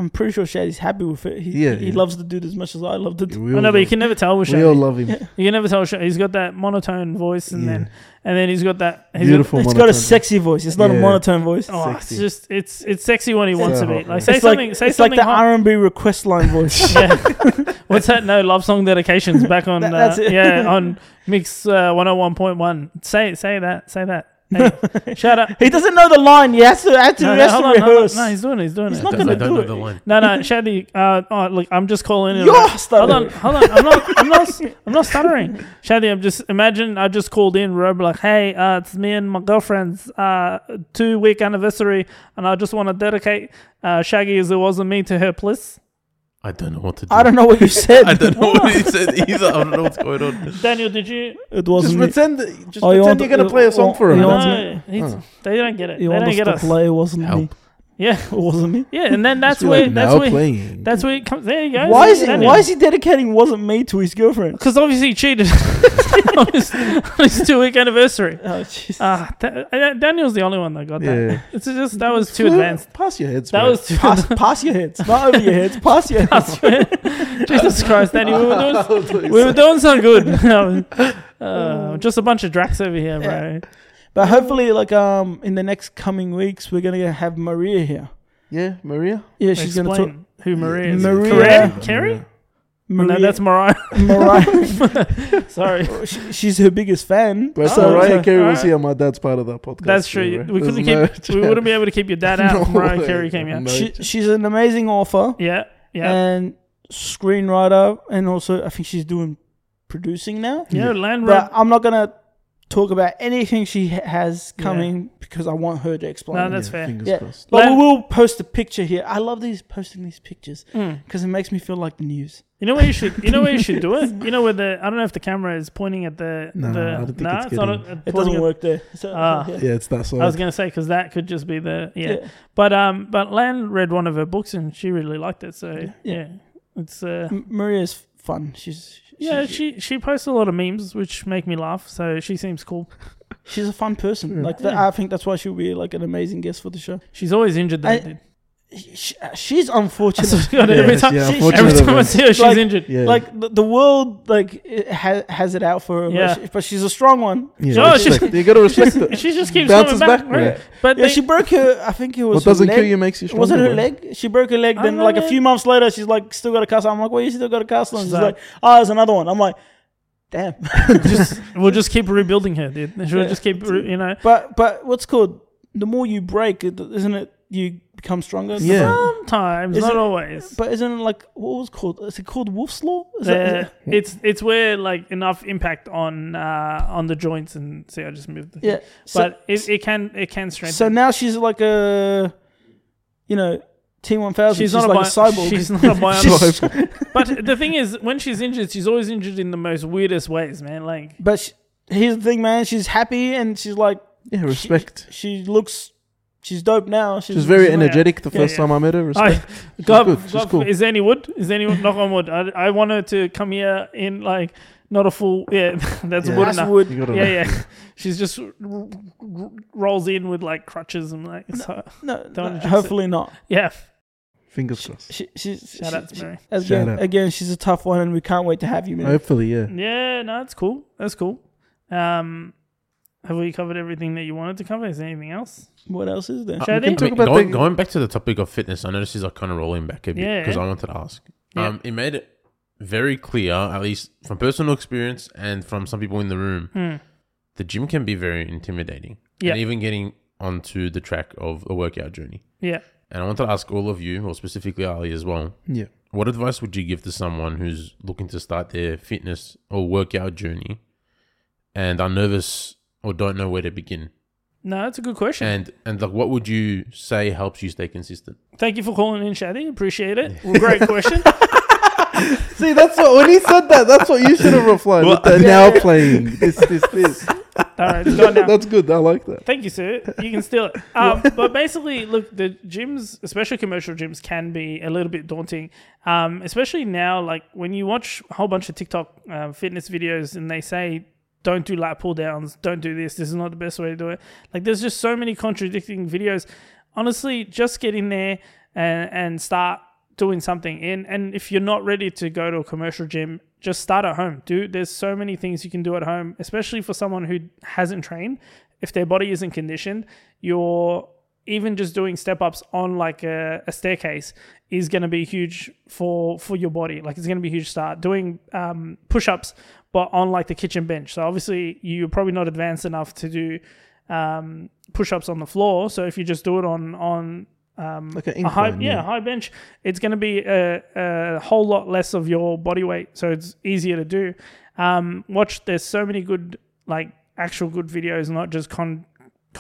S1: I'm pretty sure Shady's happy with it. He,
S2: Yeah,
S1: he
S2: yeah.
S1: loves the dude as much as I love the
S2: Yeah,
S1: dude.
S2: we
S3: I
S2: all
S3: know, but you
S2: love-
S3: can never tell with
S2: we all
S3: Shadi.
S2: love him.
S3: You can never tell. Shadi. He's got that monotone voice, and
S2: Yeah.
S3: then and then he's got that he's got-
S2: Beautiful.
S1: It's got a
S2: monotone.
S1: sexy voice. It's not a
S2: Yeah.
S1: monotone voice.
S3: Oh,
S2: Sexy.
S3: it's just it's it's sexy when he
S1: It's
S3: wants
S2: so
S3: to be.
S2: hot,
S3: Like
S2: right?
S3: say
S1: it's
S3: something,
S1: like,
S3: say
S1: it's
S3: something
S1: like the
S3: hot.
S1: R&B request line voice.
S3: yeah. What's that? No love song dedications back on.
S1: That- that's
S3: uh,
S1: it.
S3: Yeah, on Mix uh, one hundred one point one. Say say that. Say that. Hey, shout out.
S1: he doesn't know the line. He has to, has to,
S3: No,
S1: he
S3: no,
S1: has
S3: hold
S1: to
S3: on, hold on.
S1: rehearse.
S3: No, he's doing it. He's doing
S1: He's
S3: it.
S1: not
S4: Does- I
S1: gonna
S4: don't
S1: do
S4: know
S1: it.
S4: the line.
S3: No, no, Shadi. Uh, oh, look, I'm just calling in.
S1: You're
S3: right- Hold on,
S1: stuttering.
S3: hold on. I'm not, I'm not, I'm not stuttering. Shadi, I'm just, imagine I just called in, Rob, like, hey, uh, it's me and my girlfriend's uh, two week anniversary, and I just want to dedicate uh, Shaggy as it was not me to her, please.
S4: I don't know what to do.
S1: I don't know what you said.
S4: I don't know what he said either. I don't know what's going on.
S3: Daniel, did you?
S1: It
S2: Just
S1: wasn't me.
S2: pretend. Just
S1: Oh, you want
S2: pretend you're
S1: to-
S2: gonna play a song
S1: you
S2: for
S1: want-
S2: him.
S1: you
S3: No,
S1: want- wasn't
S3: he's-
S2: Huh.
S3: they don't get it.
S1: You
S3: they
S1: want
S3: don't
S1: us
S3: get
S1: to
S3: us.
S1: play? It wasn't me.
S4: Help.
S3: Yeah,
S1: It wasn't me.
S3: yeah, and then that's
S2: Just be
S3: where,
S2: like,
S3: that's
S2: now
S3: where,
S2: playing.
S3: that's where it comes. There you go.
S1: Why is it, why is he dedicating "wasn't me" to his girlfriend?
S3: Because obviously he cheated on his, on his two week anniversary.
S1: Oh, jeez.
S3: Ah, Da- uh, Daniel's the only one that got
S2: Yeah.
S3: that. It's just that was too advanced.
S2: Pass your heads.
S3: That
S2: bro.
S3: was too
S1: pass, pass your heads, not over your heads. Pass your heads.
S3: Jesus Christ, Daniel. We were doing, we were doing so good. uh, just a bunch of dracs over here, bro.
S1: But hopefully, like um, in the next coming weeks, we're gonna have Maria here.
S2: yeah, Maria.
S1: Yeah, she's gonna talk.
S3: Explain who Maria is.
S1: Maria-
S3: Correa? Carey?
S1: Maria,
S3: No, that's Mariah.
S1: Mariah.
S3: Sorry.
S1: she, she's her biggest fan.
S2: But
S3: Oh,
S2: Mariah
S3: okay.
S2: Carey
S3: Alright.
S2: was here. My dad's part of that podcast.
S3: That's true.
S2: bro.
S3: We
S2: There's
S3: couldn't
S2: no
S3: keep. We wouldn't be able to keep your dad out.
S2: No
S3: if Mariah
S2: way.
S3: Carey came out.
S2: No.
S1: She, she's an amazing author
S3: Yeah, yeah,
S1: and screenwriter, and also I think she's doing producing now.
S3: yeah. Land
S1: But
S3: Rover.
S1: I'm not gonna talk about anything she ha- has coming because I want her to explain.
S3: No,
S1: it.
S3: that's
S2: Yeah,
S3: fair.
S2: Fingers
S1: Yeah.
S2: crossed.
S1: But we
S3: Like-
S1: will post a picture here. I love these posting these pictures
S3: Mm.
S1: because it makes me feel like the news.
S3: You know where you should. You know where you should do it. You know where the. I don't know if the camera is pointing at the.
S2: No,
S3: the,
S2: I don't think
S3: Nah,
S2: it's
S3: not.
S2: getting-
S3: a-
S1: It
S3: pointing
S1: doesn't
S3: at-
S1: work there. So,
S3: Ah.
S1: yeah.
S2: Yeah, it's that
S3: I was
S2: song.
S3: gonna say because that could just be the yeah.
S1: Yeah.
S3: But um, but Lan read one of her books and she really liked it. So yeah, it's uh,
S1: M- Maria's fun. She's
S3: yeah.
S1: she's-
S3: She she posts a lot of memes which make me laugh. So she seems cool.
S1: she's a fun person. Like that, I think that's why she'll be like an amazing guest for the show.
S3: She's always injured though.
S1: I-
S3: dude.
S1: sh- she's unfortunate.
S3: God, every
S2: Yes,
S3: time,
S2: yeah,
S3: every
S2: unfortunate
S3: time I
S2: event.
S3: see her, she's
S1: Like-
S3: injured.
S2: Yeah.
S1: Like the, the world, like it ha- has it out for her, but,
S3: Yeah.
S1: she, but she's a strong one.
S2: yeah,
S3: No, it's
S2: respect. you gotta respect it.
S3: She just keeps
S2: Bounces
S3: coming back.
S2: back,
S3: right?
S2: yeah.
S3: But
S1: Yeah,
S3: they-
S1: she broke her. I think it was
S2: What doesn't
S1: her
S2: kill
S1: leg.
S2: you makes you stronger.
S1: Was it her
S2: bro.
S1: leg? She broke her leg.
S3: I
S1: Then,
S3: don't
S1: like a
S3: know.
S1: few months later, she's like still got a cast. on. I'm like, well, you still got a cast on. She's
S3: She's
S1: like,
S3: like-
S1: oh, there's another one. I'm like, damn.
S3: just, we'll just keep rebuilding her, dude. She'll
S1: Yeah.
S3: just keep, re- you know.
S1: But but what's called the more you break, it- isn't it? You become stronger.
S2: Yeah.
S3: Sometimes,
S1: Is
S3: not
S1: it-
S3: always.
S1: But isn't it like what was it called? Is it called Wolf's Law? Is that- is
S3: Uh,
S1: it-
S3: it's it's where like enough impact on uh, on the joints and see I just moved the thing.
S1: yeah. So,
S3: but it, it can it can strengthen.
S1: so now she's like a, you know, T1000. She's, not like a,
S3: bio-
S1: cyborg.
S3: She's not a bionic.
S2: Cyborg.
S3: but the thing is, when she's injured, she's always injured in the most weirdest ways, man. Like
S1: but she, here's the thing, man. She's happy and she's like
S2: Yeah, respect.
S1: she looks. She's dope now. She's,
S2: She was very
S1: she's like-
S2: energetic the
S3: Yeah,
S2: first
S3: yeah.
S2: time I met her.
S3: I,
S2: Respect.
S3: God,
S2: good, she's
S3: God-
S2: cool.
S3: is there any wood? Is there any wood? knock on wood? I, I want her to come here in like not a full. Yeah, that's
S2: Yeah.
S3: wood
S1: That's
S3: enough.
S1: wood.
S2: You gotta
S3: Yeah, yeah. She's just r- r- r- rolls in with like crutches and like so.
S1: No,
S3: Don't
S1: no
S3: jinx it.
S1: hopefully not.
S3: Yeah.
S2: Fingers crossed.
S1: She, she's
S3: Shout
S1: she-
S3: out to
S1: she-
S3: Mary.
S1: again,
S2: Shout out.
S1: again, she's a tough one, and we can't wait to have you, man.
S2: Hopefully, yeah.
S3: Yeah. No, that's cool. That's cool. Um, have we covered everything that you wanted to cover? Is there anything else?
S1: What else is
S2: Ah,
S1: there?
S3: Shall
S4: I
S3: we
S4: mean,
S3: talk
S2: about
S4: going,
S2: the-
S4: going back to the topic of fitness, I noticed he's like kind of rolling back a bit
S3: Yeah.
S4: because I wanted to ask.
S3: Yeah.
S4: Um, it made it very clear, at least from personal experience and from some people in the room,
S3: Hmm.
S4: the gym can be very intimidating.
S3: Yeah.
S4: And even getting onto the track of a workout journey.
S3: Hmm, Yeah.
S4: And I wanted to ask all of you, or specifically Ali as well,
S2: Yeah.
S4: what advice would you give to someone who's looking to start their fitness or workout journey and are nervous or don't know where to begin?
S3: No, that's a good question.
S4: And and like what would you say helps you stay consistent?
S3: Thank you for calling in, Shadi. Appreciate it. Great question.
S2: See, that's what when he said that. That's what you should have replied.
S4: Well,
S2: with the now playing this, this, this.
S3: All right, it's gone now.
S2: that's good. I like that.
S3: Thank you, sir. You can steal it. Um, but basically, look, the gyms, especially commercial gyms, can be a little bit daunting, um, especially now. Like when you watch a whole bunch of TikTok uh, fitness videos, and they say, "Don't do lat pull downs. Don't do this. This is not the best way to do it." Like there's just so many contradicting videos. Honestly, just get in there and and start doing something. And and if you're not ready to go to a commercial gym, just start at home. Do there's so many things you can do at home, especially for someone who hasn't trained. If their body isn't conditioned, you're even just doing step ups on like a, a staircase is going to be huge for for your body like it's going to be a huge start doing um, push-ups but on like the kitchen bench so obviously you're probably not advanced enough to do um, push-ups on the floor so if you just do it on on um,
S2: Like an
S3: a high,
S2: incline,
S3: yeah,
S2: yeah.
S3: high bench. It's going to be a, a whole lot less of your body weight, so it's easier to do. Um, watch, there's so many good, like actual good videos, not just con-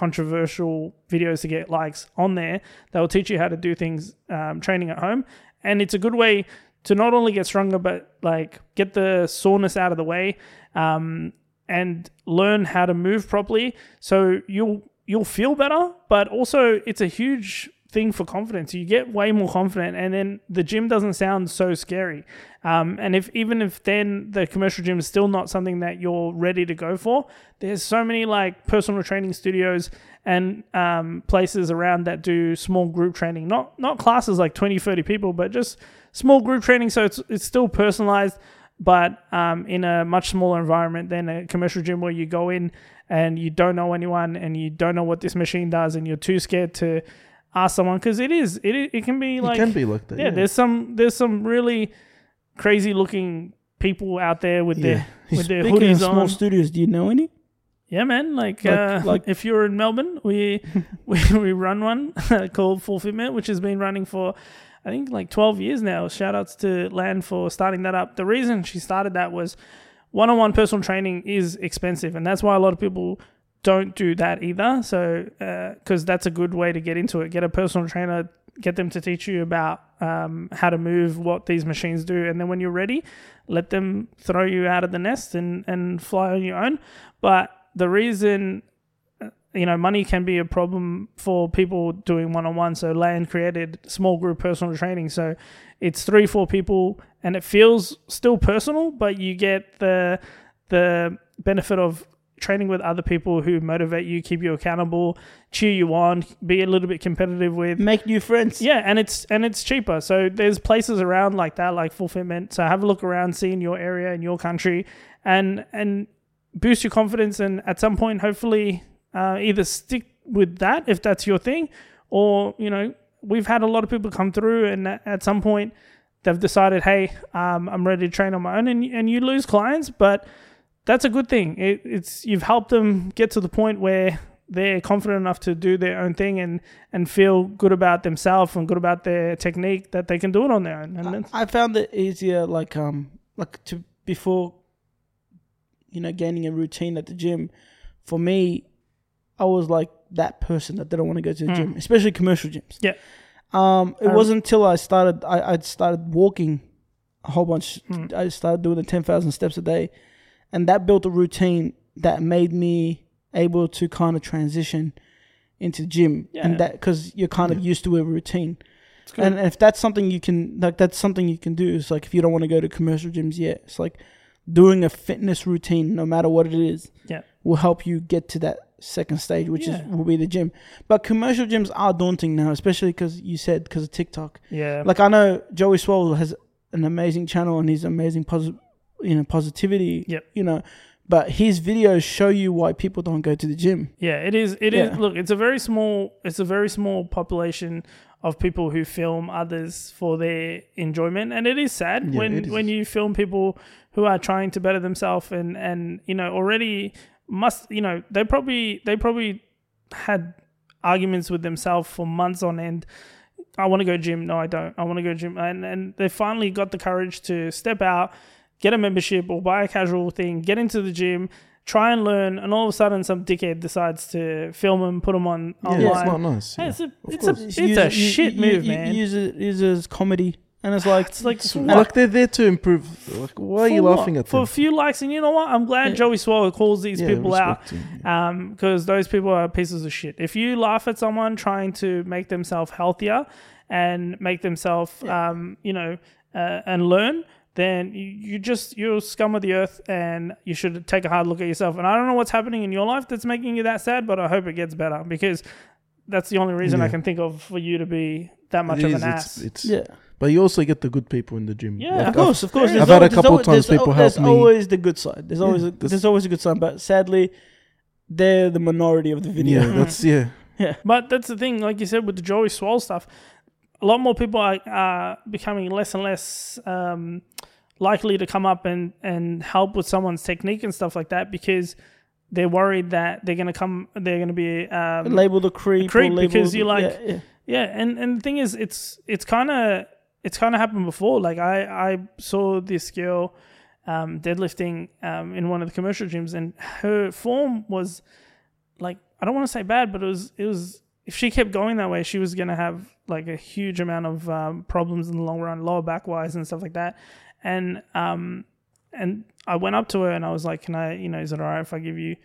S3: controversial videos to get likes on there. They will teach you how to do things um, training at home, and it's a good way to not only get stronger, but like get the soreness out of the way. Um, and learn how to move properly so you'll you'll feel better but also it's a huge thing for confidence you get way more confident and then the gym doesn't sound so scary um, and if even if then the commercial gym is still not something that you're ready to go for there's so many like personal training studios and um, places around that do small group training not not classes like 20 30 people but just small group training so it's, it's still personalized but um, in a much smaller environment than a commercial gym where you go in and you don't know anyone and you don't know what this machine does and you're too scared to ask someone because it is it, i- it can be like
S2: it can be like that.
S3: yeah, there's some there's some really crazy looking people out there with
S2: Yeah.
S3: their with their
S1: Speaking of
S3: hoodies
S1: small
S3: on
S1: studios, do you know any?
S3: yeah man like,
S1: Like-
S3: uh,
S1: like-
S3: if you're in melbourne we we, we run one called full fitment which has been running for I think like 12 years now. Shout outs to Lan for starting that up. The reason she started that was one on one personal training is expensive, and that's why a lot of people don't do that either. So, because that's a good way to get into it. Get a personal trainer, get them to teach you about um, how to move, what these machines do, and then when you're ready, let them throw you out of the nest and, and fly on your own. But the reason you know, money can be a problem for people doing one on one. So Land created small group personal training. So it's three, four people, and it feels still personal, but you get the the benefit of training with other people who motivate you, keep you accountable, cheer you on, be a little bit competitive with.
S1: Make new friends.
S3: Yeah, and it's and it's cheaper. So there's places around like that, like Full Fitment. So have a look around, see in your area, in your country, and and boost your confidence. And at some point, hopefully, uh, either stick with that if that's your thing, or you know, we've had a lot of people come through, and at- at some point, they've decided, hey, um, I'm ready to train on my own, and and you lose clients, but that's a good thing. It, it's you've helped them get to the point where they're confident enough to do their own thing and and feel good about themselves and good about their technique that they can do it on their own. And
S1: I,
S3: that's,
S1: I found it easier, like um, like to before, you know, gaining a routine at the gym. For me, I was like that person that didn't want to go to the
S3: Mm.
S1: gym, especially commercial gyms.
S3: Yeah.
S1: Um, it
S3: I-
S1: wasn't until I started, I I started walking a whole bunch.
S3: Mm.
S1: I started doing the ten thousand steps a day, and that built a routine that made me able to kind of transition into gym,
S3: Yeah.
S1: and that because you're kind of used to a routine.
S3: it's good.
S1: And uh, if that's something you can like, that's something you can do. It's like if you don't want to go to commercial gyms yet, it's like doing a fitness routine, no matter what it is,
S3: Yeah.
S1: will help you get to that second stage, which
S3: Yeah.
S1: is will be the gym. But commercial gyms are daunting now, especially because you said because of TikTok.
S3: yeah,
S1: Like I know Joey Swole has an amazing channel and his amazing positive, you know, positivity.
S3: Yep.
S1: You know, but his videos show you why people don't go to the gym.
S3: yeah, it is. It is.
S1: Yeah.
S3: Look, it's a very small. It's a very small population of people who film others for their enjoyment, and it is sad
S2: Yeah,
S3: when
S2: it is.
S3: when you film people who are trying to better themselves and and you know already must you know they probably they probably had arguments with themselves for months on end. I want to go gym. No, I don't. I want to go gym. And and they finally got the courage to step out, get a membership or buy a casual thing, get into the gym, try and learn. And all of a sudden, some dickhead decides to film them, put them on
S2: Yeah,
S3: online.
S2: it's not nice.
S3: Hey,
S2: Yeah.
S3: it's a it's
S2: course.
S3: a it's
S1: Use-
S3: a
S1: you-
S3: shit
S1: you-
S3: move,
S1: you-
S3: man. Ah,
S1: Use it, use it as comedy, and it's like
S3: it's like
S2: Like they're there to improve. Like why are you
S3: for what?
S2: laughing at
S3: for
S2: them?
S3: a few likes? And you know what? I'm glad Joey Swallow calls these
S2: Yeah,
S3: people out.
S2: respect him.
S3: um because those people are pieces of shit if you laugh at someone trying to make themselves healthier and make themselves um you know uh, and learn then you, you just you're scum of the earth and you should take a hard look at yourself and i don't know what's happening in your life that's making you that sad but i hope it gets better because that's the only reason i
S2: Yeah.
S3: can think of for you to be that much
S2: It
S3: of
S2: is,
S3: an ass
S2: It's, it's,
S1: yeah.
S2: But you also get the good people in the gym.
S3: Yeah,
S1: Yeah,
S2: Like,
S1: of course, of course. There's
S3: I've
S2: had a
S1: always- there's
S2: couple
S1: always-
S2: times
S1: there's al-
S2: people help
S1: There's
S2: me.
S1: always the good side. There's always a,
S2: that's-
S1: there's always a good side, but sadly, they're the minority of the
S2: I've-
S1: video.
S2: yeah, that's yeah.
S3: But that's the thing, like you said, with the Joey Swole stuff, a lot more people are, are becoming less and less um, likely to come up and, and help with someone's technique and stuff like that because they're worried that they're going to come, they're going to be. Um,
S1: Label the creep, or
S3: creep,
S1: label
S3: because
S1: the-
S3: you like-
S1: yeah, yeah.
S3: yeah, and, and the thing is, it's it's kind of it's kind of happened before. Like I I saw this girl um, deadlifting um, in one of the commercial gyms, and her form was like I don't want to say bad, but it was it was if she kept going that way, she was gonna have like a huge amount of um, problems in the long run, lower back wise and stuff like that. And um and I went up to her and I was like, "Can I, you know, is it alright if I give you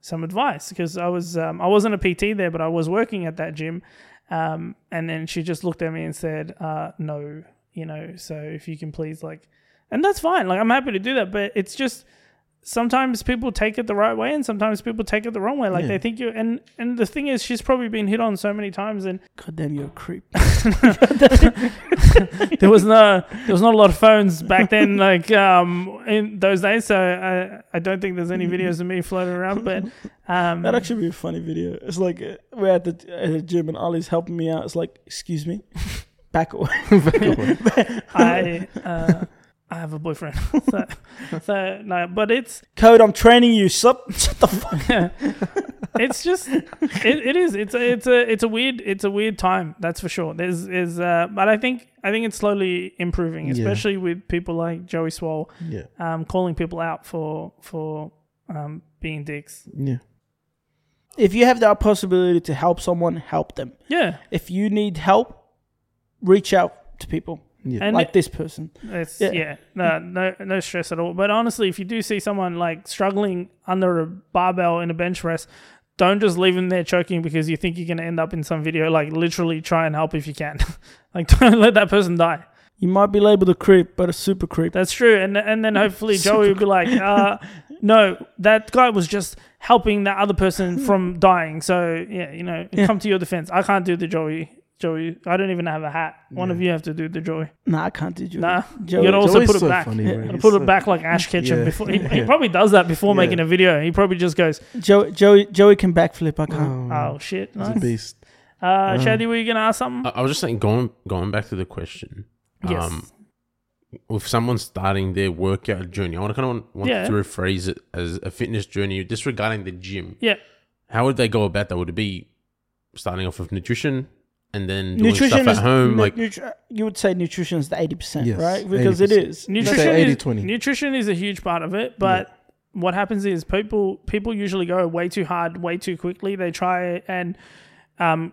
S3: some advice?" Because I was um, I wasn't a PT there, but I was working at that gym. Um, and then she just looked at me and said, uh, "No, you know, so if you can please like." And that's fine. Like I'm happy to do that, but it's just sometimes people take it the right way and sometimes people take it the wrong way like
S2: Yeah.
S3: they think you and and the thing is she's probably been hit on so many times and
S1: God damn, you're a creep.
S3: there was no there was not a lot of phones back then like um in those days so i i don't think there's any videos of me floating around but um
S1: That'd actually be a funny video. It's like uh, we're at the, at the gym and Ollie's helping me out. It's like, excuse me, back away.
S3: i uh i have a boyfriend so, so no but it's
S1: Code, I'm training you. Sup? Shut the fuck.
S3: it's just it, it is it's a, it's a it's a weird it's a weird time that's for sure there's is uh but i think i think it's slowly improving
S2: Yeah.
S3: especially with people like joey swole
S2: Yeah,
S3: um calling people out for for um being dicks
S2: yeah.
S1: If you have the possibility to help someone, help them.
S3: yeah
S1: If you need help, reach out to people
S2: Yeah.
S3: And
S1: like
S3: it-
S1: this person.
S3: It's yeah,
S1: Yeah.
S3: no, no, no stress at all. But honestly, if you do see someone like struggling under a barbell in a bench press, don't just leave them there choking because you think you're going to end up in some video. Like literally, try and help if you can. like don't let that person die.
S1: You might be labeled a creep, but a super creep.
S3: That's true. And and then hopefully Joey will be like, uh, no, that guy was just helping that other person from dying. So yeah, you know,
S1: Yeah.
S3: come to your defense. I can't do the Joey. Joey, I don't even have a hat. One of you have to do the Joey.
S1: Nah, I can't do Joey.
S3: Nah,
S1: Joey.
S3: you'd also
S2: always
S3: put it
S2: so
S3: back.
S2: funny,
S1: Yeah.
S2: bro.
S3: I'd
S2: It's
S3: put
S2: so-
S3: it back like Ash Ketchum
S2: Yeah.
S3: before. He, he
S2: Yeah.
S3: probably does that before
S2: Yeah.
S3: making a video. He probably just goes,
S1: Joey, Joey, Joey can backflip. I can't.
S2: man.
S3: "Oh shit,
S2: He's Mm.
S3: nice."
S2: a beast.
S3: Uh, Shadi, were you gonna ask something?
S4: I, I was just saying, going going back to the question.
S3: yes.
S4: if someone's starting their workout journey, I want to kind of want, want
S3: Yeah.
S4: to rephrase it as a fitness journey, disregarding the gym.
S3: yeah.
S4: How would they go about that? Would it be starting off with nutrition and then doing
S1: Nutrition
S4: stuff
S1: is
S4: at home?
S1: nu-
S4: like,
S1: nutri- you would say nutrition is the eighty percent,
S2: Yes,
S1: right? Because it
S2: 80%.
S1: is.
S3: nutrition
S2: say
S3: is-
S2: 80-20.
S3: nutrition is a huge part of it but what happens is people people usually go way too hard way too quickly they try and um,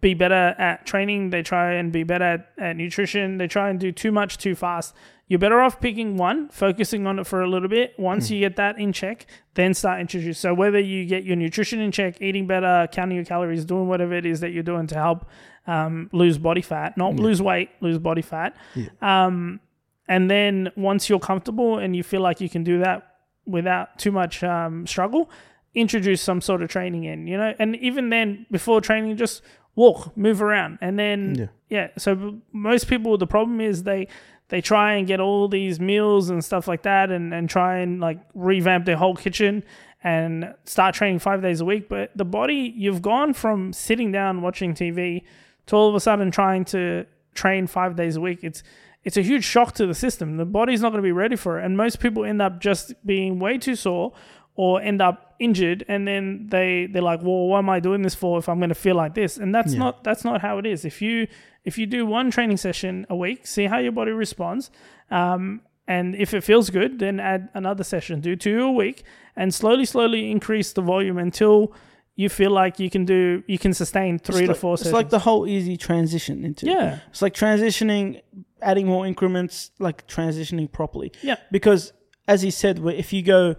S3: be better at training they try and be better at, at nutrition they try and do too much too fast you're better off picking one focusing on it for a little bit once you get that in check then start introducing so whether you get your nutrition in check eating better counting your calories doing whatever it is that you're doing to help um, lose body fat not lose weight lose body fat um, and then once you're comfortable and you feel like you can do that without too much um, struggle, introduce some sort of training in, you know. And even then, before training, just walk, move around, and then
S2: Yeah.
S3: yeah. So b- most people, the problem is they they try and get all these meals and stuff like that, and and try and like revamp their whole kitchen and start training five days a week. But the body, you've gone from sitting down watching TV to all of a sudden trying to train five days a week. It's it's a huge shock to the system. The body's not going to be ready for it, and most people end up just being way too sore or end up injured, and then they they're like, "Well, what am I doing this for if I'm going to feel like this?" And that's not that's not how it is. If you if you do one training session a week, see how your body responds. Um, and if it feels good, then add another session. Do two a week, and slowly, slowly increase the volume until you feel like you can do, you can sustain three
S1: It's
S3: to
S1: like-
S3: four
S1: It's
S3: sessions.
S1: like the whole easy transition into.
S3: yeah,
S1: It's like transitioning, adding more increments, like transitioning properly.
S3: Yeah.
S1: Because as he said, where if you go,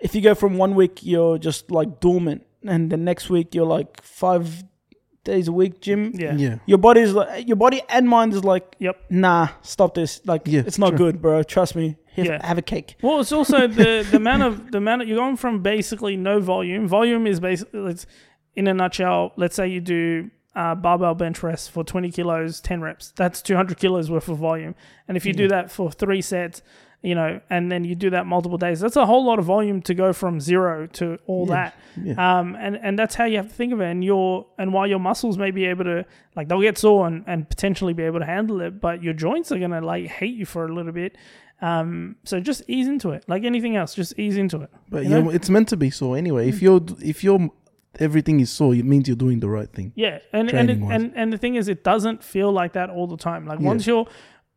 S1: if you go from one week you're just like dormant, and the next week you're like five days a week gym.
S3: yeah,
S2: Yeah. Yeah.
S1: Your body's like your body and mind is like,
S3: yep.
S1: nah, stop this. Like,
S2: Yeah,
S1: it's not
S2: true.
S1: good, bro. Trust me. Have,
S3: Yeah.
S1: have a cake.
S3: Well, it's also the the amount of the amount of, you're going from basically no volume. Volume is basically it's in a nutshell. Let's say you do uh, barbell bench press for 20 kilos, 10 reps. That's 200 kilos worth of volume. And if you do that for three sets, you know, and then you do that multiple days, that's a whole lot of volume to go from zero to all
S2: Yeah.
S3: that. Um, and, and that's how you have to think of it. And your and while your muscles may be able to like they'll get sore and, and potentially be able to handle it, but your joints are gonna like hate you for a little bit. Um, so just ease into it. Like anything else, just ease into it.
S2: But
S3: You
S2: yeah,
S3: know?
S2: it's meant to be sore anyway.
S1: Mm.
S2: If you're if you're everything is sore, it means you're doing the right thing.
S3: Yeah, and and, it,
S2: Training-wise.
S3: and and the thing is, it doesn't feel like that all the time. Like
S2: Yeah.
S3: once you're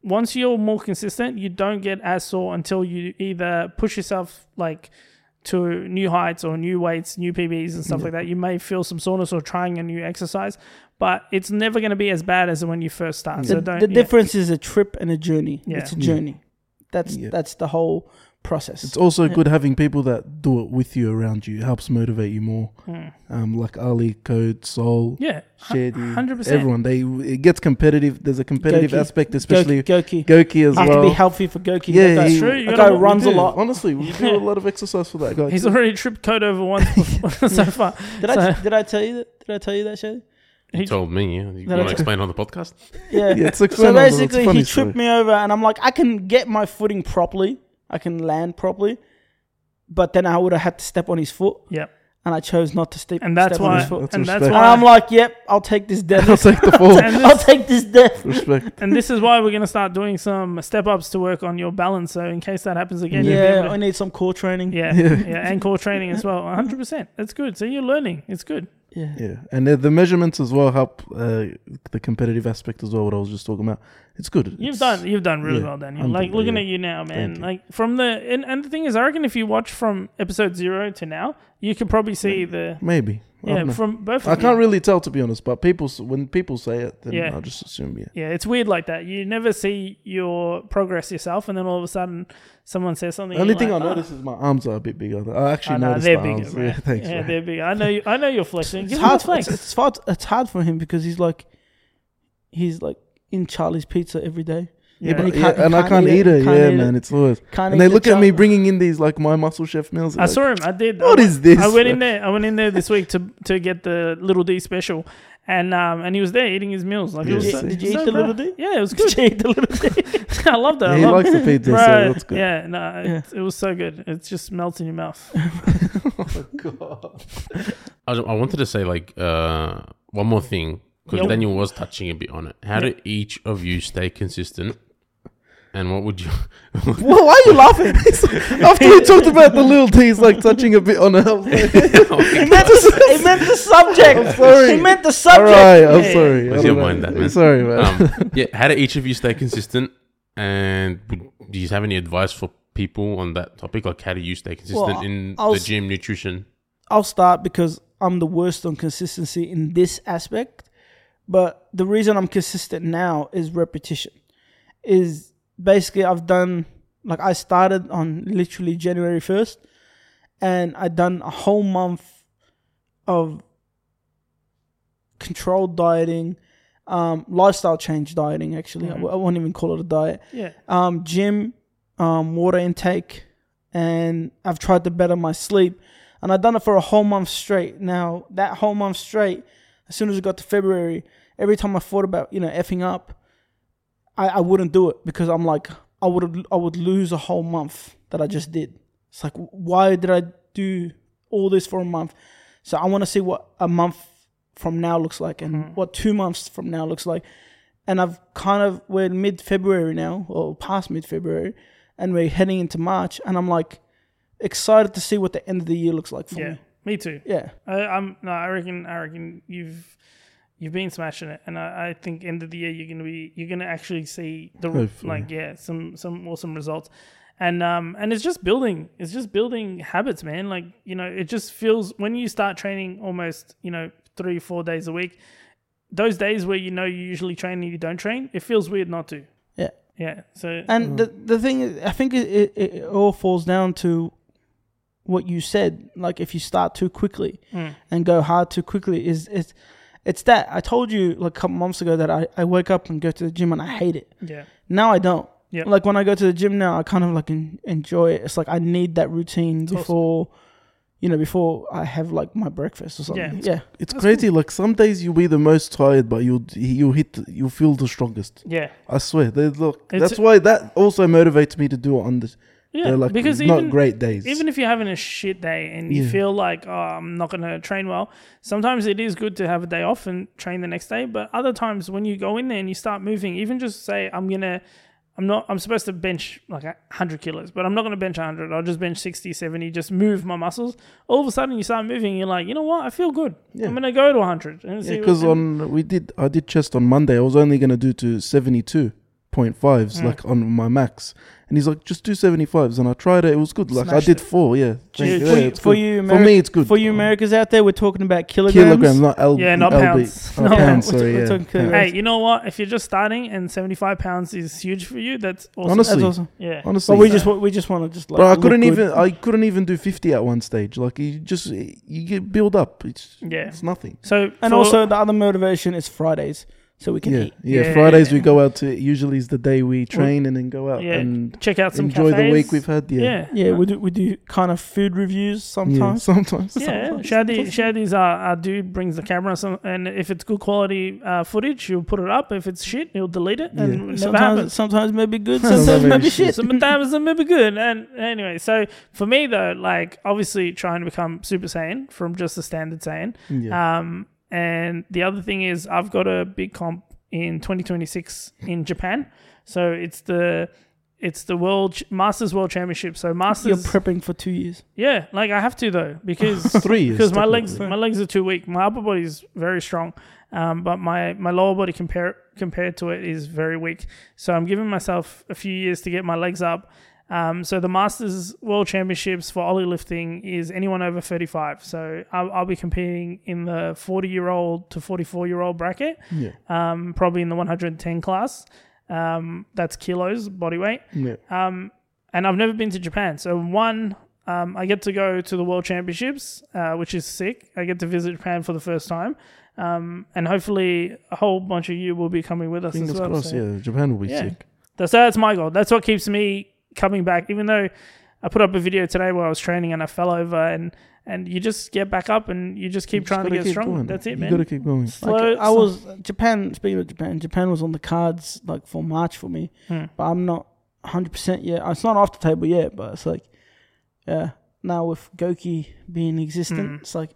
S3: once you're more consistent, you don't get as sore until you either push yourself like to new heights or new weights, new PBs and stuff like that. You may feel some soreness or trying a new exercise, but it's never going to be as bad as when you first start.
S1: The,
S3: So don't.
S1: the
S3: yeah.
S1: difference is a trip and a journey.
S3: Yeah.
S1: It's a
S2: Yeah.
S1: journey. That's
S2: Yeah.
S1: that's the whole process.
S2: It's also
S1: Yeah.
S2: good having people that do it with you around you. It helps motivate you more.
S3: Mm.
S2: Um, like Ali, Code, Soul,
S3: Yeah,
S2: Shady,
S3: hundred percent.
S2: everyone. They it gets competitive. There's a competitive
S1: Goki.
S2: aspect, especially
S1: Goki, Goki.
S2: Goki as
S1: I have to
S2: well.
S1: be healthy for Goki.
S2: Yeah,
S1: that guy,
S2: he-
S3: That's true. You
S1: that
S3: gotta
S1: guy
S3: wa-
S2: We
S1: runs a
S2: do.
S1: lot.
S2: Honestly, we do a lot of exercise for that guy.
S3: He's already tripped code over once before, so far.
S1: Did I did I tell you that? Did I tell you that, Shady?
S4: you told me. You
S1: No,
S4: want
S1: no.
S4: to explain on the podcast?
S1: Yeah.
S2: yeah, it's
S1: so
S2: explainable. It's
S1: basically,
S2: funny
S1: he tripped me over, and I'm like, I can get my footing properly. I can land properly, but then I would have had to step on his foot,
S3: Yep,
S1: and I chose not to step.
S3: and that's
S1: step on
S3: why.
S1: his foot.
S2: That's
S3: and that's
S2: respect.
S1: And
S3: why.
S1: I'm like, yep, I'll take this
S2: I'll
S1: death.
S2: take the fall.
S3: and
S1: I'll take this death.
S2: Respect.
S3: and this is why we're going to start doing some step ups to work on your balance. So in case that happens again, you'll be
S1: Yeah,
S3: able
S1: I
S3: to-
S1: need some core training.
S3: yeah, yeah, and core training as well. 100. percent That's good. So you're learning. It's good.
S1: yeah.
S2: Yeah, and the, the measurements as well help uh, the competitive aspect as well. What I was just talking about. It's good.
S3: You've
S2: It's-
S3: done. You've done really
S2: yeah,
S3: well, Daniel. Like
S2: unbelievable,
S3: looking
S2: yeah.
S3: at you now, man.
S2: Thank you.
S3: Like from the and, and the thing is, I reckon if you watch from episode zero to now, you could probably see the
S2: Maybe. I don't
S3: yeah
S2: know.
S3: from both. Of
S2: I
S3: you.
S2: can't really tell to be honest, but people s- when people say it, then
S3: Yeah.
S2: I just assume yeah.
S3: Yeah, it's weird like that. You never see your progress yourself, and then all of a sudden, someone says something.
S2: The only
S3: you're
S2: thing
S3: like,
S2: I
S3: "Ah."
S2: notice is my arms are a bit bigger. I actually
S3: I know,
S2: noticed
S3: they're
S2: the
S3: bigger.
S2: arms.
S3: man.
S2: Yeah, thanks.
S3: yeah,
S2: man.
S3: they're bigger. I know. You, I know you're flexing.
S1: It's
S3: Give him a
S1: hard, it's,
S3: flex.
S1: it's, hard, it's hard for him because he's like, he's like in Charlie's Pizza every day. Yeah,
S2: Yeah,
S1: and you
S2: yeah,
S1: can't-
S2: and I
S1: can't
S2: can't
S1: eat
S2: eat
S1: it,
S2: it.
S1: can't
S2: Yeah,
S1: eat it.
S2: man, it's worse.
S1: Can't
S2: And they
S1: eat the
S2: look at
S1: chunk.
S2: me bringing in these like my muscle chef meals.
S3: I
S2: like,
S3: saw him. I did.
S2: What
S3: I,
S2: is this?
S3: I went in there. I went in there this week to to get the little D special, and um and he was there eating his meals. Like it
S2: Yeah,
S3: was
S1: Did
S3: so,
S1: you, did you
S3: so
S1: eat the
S3: bad.
S1: little D?
S3: Yeah, it was
S1: Did
S3: good.
S1: you eat the little D?
S3: I loved that.
S2: Yeah,
S3: I
S2: he
S3: loved
S2: likes the pizza, so
S3: Bro,
S2: that's good.
S3: Yeah, no, It, it was so good. It just melts in your mouth.
S4: I, I wanted to say like uh, one more thing because
S3: Yep.
S4: Daniel was touching a bit on it. How do each of you stay consistent? And what would you?
S2: Well, why are you laughing? After we talked about the little T's like touching a bit on her.
S1: he, meant the, he meant the subject.
S2: I'm sorry.
S1: He meant the
S2: All
S1: subject.
S2: right, I'm
S3: Yeah.
S2: sorry. I
S4: Let's
S2: don't
S4: not mind
S2: know.
S4: that, man.
S2: Sorry, man.
S4: um, yeah, how do each of you stay consistent? And would, do you have any advice for people on that topic? Like, how do you stay consistent
S1: I-
S4: in
S1: I'll
S4: the
S1: s-
S4: gym nutrition?
S1: I'll start because I'm the worst on consistency in this aspect. But the reason I'm consistent now is repetition. Is basically I've done like I started on literally January 1st and I done a whole month of controlled dieting, um, lifestyle change dieting actually. I w- I won't even call it a diet
S3: Yeah,
S1: um, gym, um, water intake, and I've tried to better my sleep. And I've done it for a whole month straight. Now, that whole month straight, as soon as it got to February, every time I thought about, you know, effing up, I, I wouldn't do it because I'm like, I would I would lose a whole month that I just did. It's like, why did I do all this for a month? So I want to see what a month from now looks like and what two months from now looks like and I've kind of we're mid February now or past mid February, and we're heading into March, and I'm like excited to see what the end of the year looks like for
S3: yeah.
S1: me.
S3: Me too.
S1: Yeah,
S3: I, I'm no, I reckon I reckon you've you've been smashing it, and I, I think end of the year you're gonna be you're gonna actually see the
S2: Hopefully.
S3: like yeah some some awesome results, and um and it's just building it's just building habits, man. Like you know it just feels when you start training almost you know three four days a week, those days where you know you usually train and you don't train, it feels weird not to.
S1: Yeah.
S3: Yeah. So
S1: and the the thing is, I think it, it, it all falls down to what you said. Like if you start too quickly
S3: Mm.
S1: and go hard too quickly, is it's it's that I told you like a couple months ago that I I wake up and go to the gym and I hate it.
S3: yeah.
S1: Now I don't.
S3: Yeah.
S1: Like when I go to the gym now, I kind of like en- enjoy it. It's like I need that routine
S3: awesome.
S1: before, you know, before I have like my breakfast or something. Yeah.
S2: It's
S3: That's
S2: crazy. Like some days you'll be the most tired, but you'll you'll hit you'll feel the strongest.
S3: Yeah.
S2: I swear. They look.
S3: It's-
S2: that's why that also motivates me to do it on this.
S3: Yeah.
S2: They're like
S3: because
S2: not
S3: even,
S2: great days.
S3: even if you're having a shit day and you
S2: Yeah.
S3: feel like oh i'm not going to train well sometimes it is good to have a day off and train the next day but other times when you go in there and you start moving even just say i'm going to i'm not i'm supposed to bench like 100 kilos but i'm not going to bench 100 i'll just bench 60 70 just move my muscles all of a sudden you start moving you're like you know what i feel good
S2: Yeah.
S3: i'm going to go to 100 and see what-
S2: because
S3: and-
S2: on we did I did chest on Monday. I was only gonna do to seventy two point fives,
S3: Mm.
S1: Hmm.
S2: like on my max. And he's like, just do seventy fives, and I tried it. It was good. Like I
S1: Smashed
S2: did
S1: it.
S2: four. Yeah, Thank
S1: Dude,
S2: you.
S1: for,
S2: Yeah,
S1: you,
S2: it's
S1: for
S2: good.
S1: you,
S2: for
S1: Ameri-
S2: me, it's good.
S1: for you Americans out there, we're talking about kilograms.
S2: kilograms, not L.
S3: Yeah, not
S2: LB.
S3: pounds.
S2: Oh,
S3: No.
S2: pounds.
S1: We're
S2: Sorry,
S1: talking- we're
S2: yeah.
S1: talking kilograms.
S3: hey you know what if you're just starting and 75 pounds is huge for you that's awesome
S2: Honestly.
S1: That's awesome.
S3: yeah
S2: Honestly,
S1: But we just wa- we just want to just like.
S2: Bro, I
S1: look
S2: couldn't
S1: good.
S2: even I couldn't even do fifty at one stage. Like you just you get build up. It's
S3: yeah
S2: it's nothing.
S3: so
S1: And
S3: for-
S1: also the other motivation is Fridays, so we can
S2: Yeah,
S1: eat.
S2: yeah,
S3: Yeah.
S2: Fridays we go out to. Usually is the day we train and then go out
S3: Yeah.
S2: and
S3: check out some
S2: enjoy the week
S3: cafes.
S2: we've had. Yeah,
S3: yeah
S1: Yeah, we do we do kind of food reviews
S2: Yeah,
S1: sometimes.
S2: sometimes.
S3: Yeah,
S2: sometimes.
S3: Shadi, Shadi's our, our dude brings the camera, some, and if it's good quality uh, footage, he'll put it up. If it's shit, he'll delete it, and
S2: Yeah.
S3: it never
S1: Sometimes
S3: happens.
S1: sometimes maybe good, sometimes maybe shit.
S3: Sometimes it may be good. And anyway, so for me though, like obviously trying to become Super Saiyan from just a standard Saiyan.
S2: Yeah.
S3: Um, and the other thing is I've got a big comp in 2026 in Japan, so it's the it's the world Ch- Masters World Championship. So Masters,
S1: You're prepping for two years.
S3: yeah, like I have to though because
S2: Three years,
S3: Uh, because my legs
S2: technically.
S3: my legs are too weak. My upper body is very strong, um, but my my lower body compare compared to it is very weak. So I'm giving myself a few years to get my legs up. Um, so the Masters World Championships for ollie lifting is anyone over 35. So I'll, I'll be competing in the 40 year old to 44 year old bracket,
S2: yeah,
S3: um, probably in the 110 class. Um, that's kilos body weight.
S2: yeah.
S3: Um, and I've never been to Japan. So, one, um, I get to go to the World Championships, uh, which is sick. I get to visit Japan for the first time. Um, and hopefully, a whole bunch of you will be coming with us
S2: Fingers
S3: as well.
S2: crossed.
S3: so-
S2: Yeah, Japan will be
S3: Yeah.
S2: sick.
S3: So that's my goal. That's what keeps me coming back. Even though I put up a video today where I was training and I fell over, and and you just get back up and you just keep trying to get strong. That's it,
S2: You
S3: man.
S2: gotta keep
S1: Mm.
S2: going.
S3: Slow.
S1: Like, I
S3: slow-
S1: was uh, Japan. Speaking of Japan, Japan was on the cards like for March for me,
S3: Hmm.
S1: but I'm not 100 percent yet. It's not off the table yet, but it's like, yeah. Now with Goki being existent,
S3: Hmm.
S1: it's like,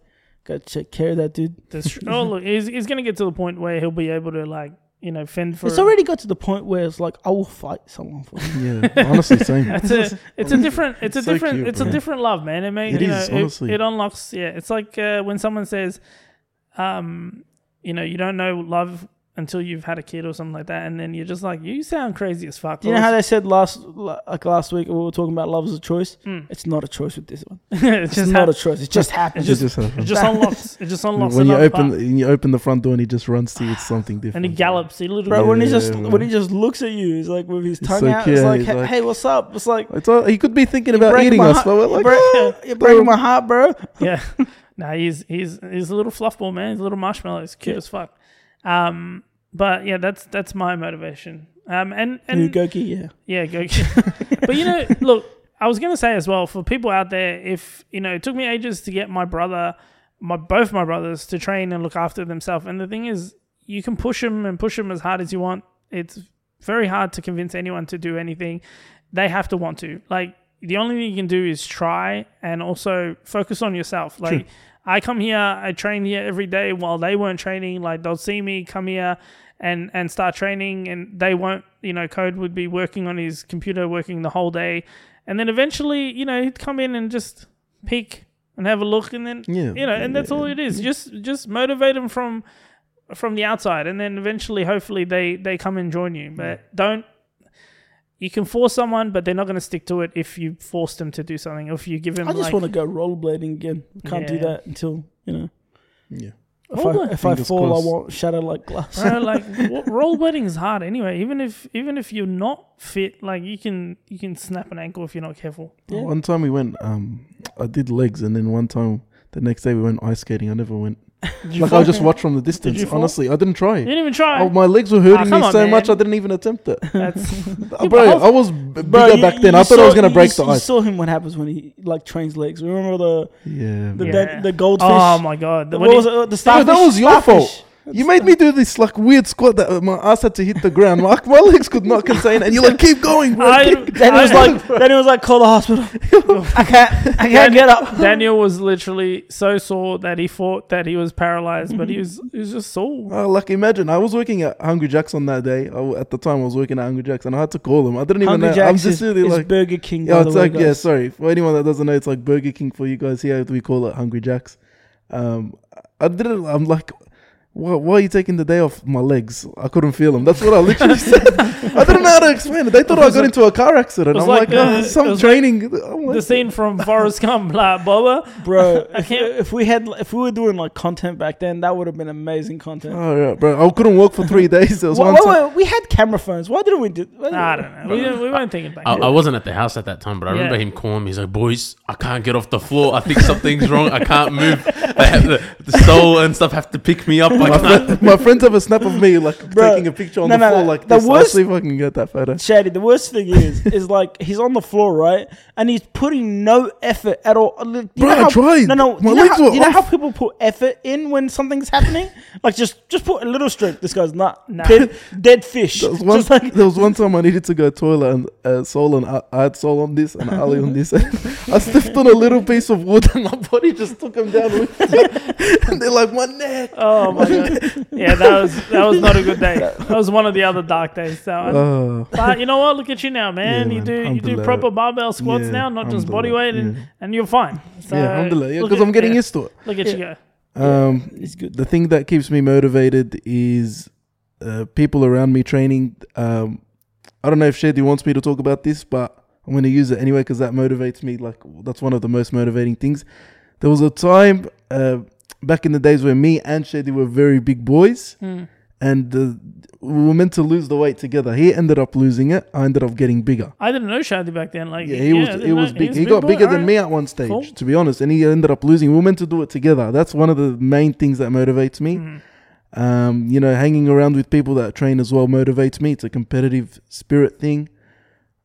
S1: gotta take care of that dude.
S3: That's tr- oh look, he's, he's gonna get to the point where he'll be able to like you know fend for.
S1: It's already got to the point where it's like I will fight someone for. It.
S2: Yeah, honestly, same.
S3: It's a it's a different it's a
S2: So
S3: different
S2: cute,
S3: it's a
S2: bro.
S3: different love, man. It makes
S2: It
S3: you
S2: is,
S3: know,
S2: honestly.
S3: It, it unlocks. Yeah, it's like uh, when someone says, um, you know, you don't know love until you've had a kid or something like that, and then you're just like, you sound crazy as fuck.
S1: Do you know how they said last like last week we were talking about love is a choice?
S3: Mm.
S1: It's not a choice with this one.
S3: it's
S1: It's
S3: just
S1: not
S3: how,
S1: a choice. It just happens.
S3: It just- it
S2: happens.
S3: just unlocks it just unlocks
S2: when you
S3: another
S2: open
S3: part.
S2: when you open the front door and he just runs to you, it's something different.
S3: and he gallops, he little
S1: Bro, when he
S2: Yeah,
S1: just
S2: man.
S1: when he just looks at you, he's like with his
S2: It's
S1: tongue
S2: so
S1: out.
S2: cute,
S1: It's
S2: eh?
S1: like,
S2: He's
S1: "Hey-
S2: like-
S1: hey, what's up? It's like
S2: It's all, he could be thinking
S1: You're
S2: about
S1: breaking
S2: eating
S1: my
S2: us,
S1: heart.
S2: but we're like,
S1: You're break-
S2: "Ah."
S1: you're breaking my heart, bro.
S3: yeah. Nah, he's he's he's a little fluffball man. He's a little marshmallow. He's cute as fuck. Um, but yeah, that's that's my motivation. Um, and
S1: New
S3: and
S1: Goki, yeah.
S3: yeah, go. but you know, look, I was gonna say as well for people out there, if you know, it took me ages to get my brother, my both my brothers to train and look after themselves. And the thing is, you can push them and push them as hard as you want. It's very hard to convince anyone to do anything. They have to want to. Like the only thing you can do is try and also focus on yourself. Like I come here, I train here every day while they weren't training. Like they'll see me come here and and start training, and they won't. You know, Code would be working on his computer, working the whole day, and then eventually, you know, he'd come in and just peek and have a look, and then
S2: Yeah,
S3: you know, and that's
S2: yeah,
S3: all it is. Just just motivate them from from the outside, and then eventually, hopefully, they they come and join you. But don't you can force someone, but they're not going to stick to it if you force them to do something, or if you give them.
S1: I just
S3: like,
S1: want to go rollerblading again. Can't do
S3: Yeah.
S1: that until you know.
S2: Yeah.
S1: If
S3: Roller-
S1: I, if I
S2: Fingers
S1: fall,
S2: crossed.
S1: I won't shatter like glass.
S3: Bro, like w- rollerblading is hard anyway. Even if even if you're not fit, like you can you can snap an ankle if you're not careful.
S1: Yeah.
S2: One time we went, um, I did legs, and then one time the next day we went ice skating. I never went. like I just watched from the distance.
S3: you fall?
S2: Honestly, I didn't try.
S3: You didn't even try.
S2: Oh, my legs were hurting
S3: come
S2: me
S3: on,
S2: so much
S3: man.
S2: I didn't even attempt it. Uh,
S3: That's
S2: bro,
S3: but-
S2: I was b- bigger back then. I thought I was gonna break the
S1: You
S2: ice.
S1: saw him what happens when he like trains legs. Remember the
S2: Yeah.
S1: the
S2: man.
S3: Yeah.
S1: the goldfish.
S3: oh my god. The-
S1: what
S3: when you-
S1: was it? uh, The
S2: Bro,
S1: starfish.
S2: that was your
S1: starfish.
S2: fault. You made me do this like weird squat that uh, my ass had to hit the ground. My, my legs could not contain, it. and you're like, keep going, bro.
S3: I-
S2: keep
S1: Then it was
S3: I-
S1: like then it was like call the hospital. I can't I can't get up.
S3: Daniel was literally so sore that he thought that he was paralyzed, but he was he was just sore.
S2: Oh, like imagine I was working at Hungry Jack's on that day. I w at the time, I was working at Hungry Jack's, and I had to call them. I didn't even
S1: Hungry
S2: know. I'm
S1: Jack's is,
S2: just really
S1: is
S2: like,
S1: Burger King. by
S2: yeah,
S1: the
S2: it's
S1: way,
S2: like,
S1: guys.
S2: yeah. Sorry for anyone that doesn't know, it's like Burger King for you guys here. We call it Hungry Jack's. Um, I didn't. I'm like, why, why are you taking the day off my legs? I couldn't feel them. That's what I literally said. I didn't know how to explain it. They thought I got into a car accident.
S3: it was
S2: I'm
S3: like,
S2: like,
S3: uh,
S2: oh,
S3: it
S2: some
S3: was
S2: training. I'm like,
S3: The scene from Forrest Gump, blah blah. blah.
S1: bro.
S3: I
S1: if,
S3: can't-
S1: if we had, if we were doing like content back then, that would have been amazing content.
S2: oh yeah, bro. I couldn't walk for three days. There was
S1: Wha-
S2: one
S1: wha-
S2: time.
S1: wha- we had camera phones. Why didn't we do? why didn't
S3: I
S1: we-
S3: don't know. We, we weren't thinking back.
S4: I,
S3: then.
S4: I wasn't at the house at that time, but I remember
S3: Yeah.
S4: him calling me. He's like, "Boys, I can't get off the floor. I think something's wrong. I can't move. They have the, the soul and stuff have to pick me up. I
S2: My,
S4: can't."
S2: friend, my friends have a snap of me like
S1: Bro,
S2: taking a picture on
S1: no,
S2: the
S1: no,
S2: floor
S1: no.
S2: like
S1: The
S2: this. I'll
S1: worst-
S2: see if I can get that photo.
S1: Shady. The worst thing is, is like he's on the floor, right? And he's putting no effort at all. Uh, look, you
S2: Bro,
S1: know
S2: I
S1: how-
S2: tried.
S1: No, no.
S2: My
S1: you know,
S2: legs
S1: how,
S2: were
S1: you know how
S2: off.
S1: people put effort in when something's happening? like just, just put a little strength. This guy's not
S3: Nah.
S1: dead, dead fish.
S2: There was, one,
S1: Just like
S2: there was one time I needed to go toilet and uh, Sol and I, I had Sol on this and Ali on this. I stepped on a little piece of wood and my body just took him down. with me. and they're like, my neck.
S3: Oh my god! Yeah, that was that was not a good day. That was one of the other dark days. So,
S2: Oh,
S3: but you know what? Look at you now, man.
S2: Yeah,
S3: you
S2: man.
S3: do you do
S2: Alhamdulillah.
S3: proper barbell squats
S2: Yeah,
S3: now, not just
S2: alhamdulillah,
S3: body weight, and,
S2: yeah.
S3: and you're fine. So,
S2: yeah, alhamdulillah. Yeah,
S3: look
S2: because
S3: at-
S2: I'm getting
S3: yeah,
S2: used to it.
S3: Look at you go.
S2: Um,
S1: it's good.
S2: The thing that keeps me motivated is uh, people around me training. Um, I don't know if Shady wants me to talk about this, but I'm going to use it anyway because that motivates me. Like that's one of the most motivating things. There was a time uh, back in the days where me and Shady were very big boys,
S3: Hmm.
S2: and uh, we were meant to lose the weight together. He ended up losing it. I ended up getting bigger.
S3: I didn't know Shadi back then. Like
S2: Yeah, he
S3: I
S2: was.
S3: didn't
S2: He
S3: know.
S2: was big.
S3: was
S2: He,
S3: a
S2: got
S3: boy,
S2: bigger than
S3: alright.
S2: me at one stage,
S3: Cool.
S2: to be honest, and he ended up losing. We were meant to do it together. That's one of the main things that motivates me.
S3: Mm-hmm.
S2: Um, you know, hanging around with people that train as well motivates me. It's a competitive spirit thing.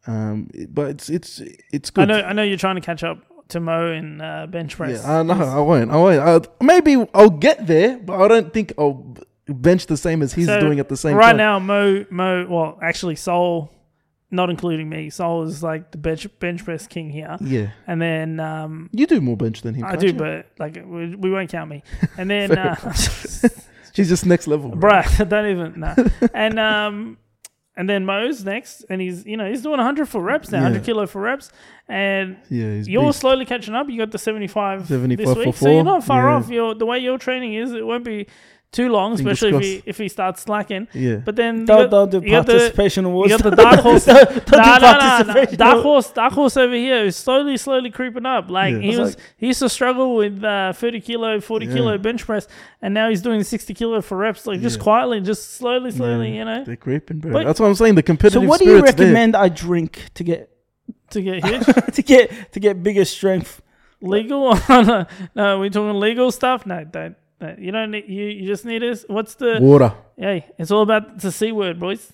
S2: Um, it- but it's it's it's good.
S3: I know. I know you're trying to catch up to Mo in uh, bench press.
S2: Yeah, I know. I won't. I won't. I'll, maybe I'll get there, but I don't think I'll b- bench the same as he's
S3: So,
S2: doing at the same
S3: right
S2: time.
S3: now, Mo, Mo, well, actually, Sol, not including me, Sol is like the bench bench press king here.
S2: Yeah,
S3: And then um,
S2: you do more bench than him.
S3: I
S2: can't
S3: do,
S2: you?
S3: but like we, we won't count me. And then, uh,
S2: she's just next level, bro.
S3: bruh, don't even. Nah. And um, and then Mo's next, and he's you know he's doing 100 for reps now,
S2: Yeah.
S3: 100 kilo for reps, and
S2: Yeah, he's
S3: you're
S2: beast.
S3: slowly catching up. You got the 75,
S2: 75
S3: this
S2: for
S3: week, so
S2: four.
S3: you're not far
S2: Yeah.
S3: off. Your the way your training is, it won't be too long,
S2: Fingers
S3: especially if he
S2: crossed.
S3: if he starts slacking.
S2: Yeah,
S3: But then you
S1: Don't,
S3: got-
S1: don't do
S3: you got the-
S1: participation awards.
S3: you got the dark horse.
S1: Don't- don't do
S3: Nah, nah, nah, nah.
S1: participation
S3: Dark
S1: awards.
S3: horse, dark horse over here is slowly, slowly creeping up. Like
S2: Yeah.
S3: he
S2: It's
S3: was, he used to struggle with uh, thirty kilo, forty
S2: Yeah.
S3: kilo bench press, and now he's doing sixty kilo for reps, like just
S2: Yeah.
S3: quietly, just slowly, slowly,
S2: Yeah.
S3: you know,
S2: they're creeping, bro.
S3: But-
S2: That's what I'm saying. The
S1: So
S2: competitive.
S1: what do you
S2: spirit's eh? there.
S1: recommend I drink to get
S3: to get huge.
S1: to get to get bigger strength?
S3: legal? no, no, we talking legal stuff. No, don't. No, you don't need. You, you just need this. What's the?
S2: Water.
S3: Hey, it's all about it's a c word, boys.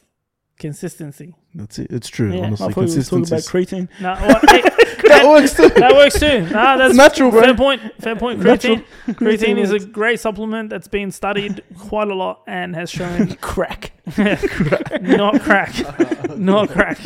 S3: Consistency.
S2: That's it. It's true.
S3: Yeah,
S1: I
S2: Honestly,
S1: thought we were talking
S2: consistency.
S1: about creatine.
S3: No, well, hey,
S2: that works too.
S3: that works too. Nah, that's
S2: Natural, bro.
S3: Fair point. Fair point.
S2: Natural.
S3: Creatine, creatine is a great supplement that's been studied quite a lot and has shown
S1: Crack.
S3: not crack, not crack.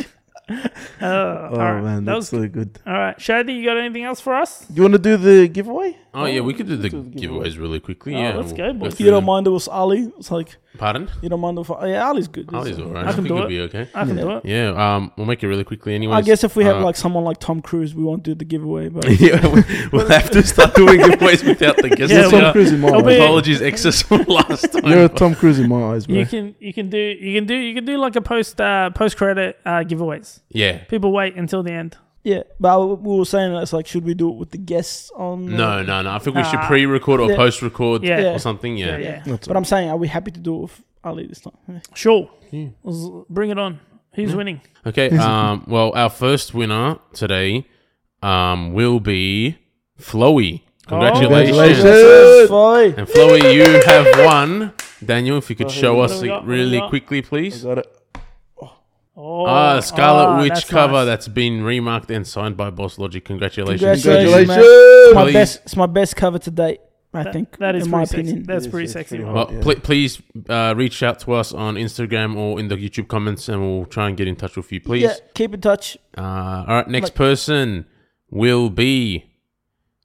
S3: Uh, all
S2: Oh
S3: right,
S2: man,
S3: that
S2: that's
S3: was
S2: so good.
S3: all right. Shadi, you got anything else for us?
S2: You want to do the giveaway?
S4: Oh, yeah, we could do the
S2: do the giveaway.
S4: giveaways really quickly.
S3: Oh,
S4: yeah,
S3: let's go, boys.
S4: through
S1: You don't
S4: them.
S1: mind it was Ali. It's like
S4: Pardon?
S1: you don't mind if yeah, Ali's good.
S4: Oh, he's all right.
S3: I
S4: I,
S3: can
S4: think
S3: do
S4: it'll
S3: it.
S4: be okay.
S3: I can do it.
S4: Yeah, um, we'll make it really quickly anyway. Uh,
S1: I guess if we have like someone like Tom Cruise, we won't do the giveaway. But
S4: yeah, we- we'll have to start doing giveaways without the guests.
S3: Yeah,
S4: Yeah,
S2: You're Tom
S3: well,
S2: Cruise in my
S3: I'll
S2: eyes.
S3: be-
S4: Apologies, excess from last time.
S2: You're a Tom Cruise in my eyes, bro.
S3: You can you can do you can do you can do like a post uh, post credit uh, giveaways.
S4: yeah.
S3: People wait until the end.
S1: yeah, but I- we were saying that it's like, should we do it with the guests on? uh,
S4: No, no, no. I think we should
S3: Mm. Nah.
S4: pre-record or
S1: Yeah.
S4: post-record
S3: Yeah.
S1: Yeah.
S4: or something.
S3: Yeah,
S4: Yeah.
S3: yeah.
S2: That's
S1: But I'm saying, are we happy to do it with Ali this time? Yeah.
S3: Sure.
S4: Yeah.
S3: Let's bring it on. Who's winning?
S4: Okay. Um. Well, our first winner today, um, will be Flowy.
S3: Oh.
S4: Congratulations.
S2: Congratulations.
S1: Fine.
S4: And Flowy, you have won. Daniel, if you could show
S3: What do
S4: us
S3: we got? What
S4: it
S3: do we
S4: really
S3: got?
S4: quickly, please.
S2: Got it.
S3: Oh,
S4: Ah, Scarlet
S3: ah,
S4: Witch
S3: that's
S4: cover
S3: nice.
S4: that's been remarked and signed by Boss Logic. Congratulations.
S1: Congratulations.
S2: Congratulations.
S1: mate. It's my
S4: Please.
S1: best. It's my best cover to date. I think
S3: that is
S1: in my
S3: pretty sexy.
S1: opinion.
S3: That's
S2: Yes,
S3: pretty
S2: it's
S3: sexy.
S2: pretty
S4: Well,
S2: hot, yeah.
S4: pl- please uh, reach out to us on Instagram or in the YouTube comments, and we'll try and get in touch with you, please.
S1: Yeah, keep in touch.
S4: Uh, all right, next person will be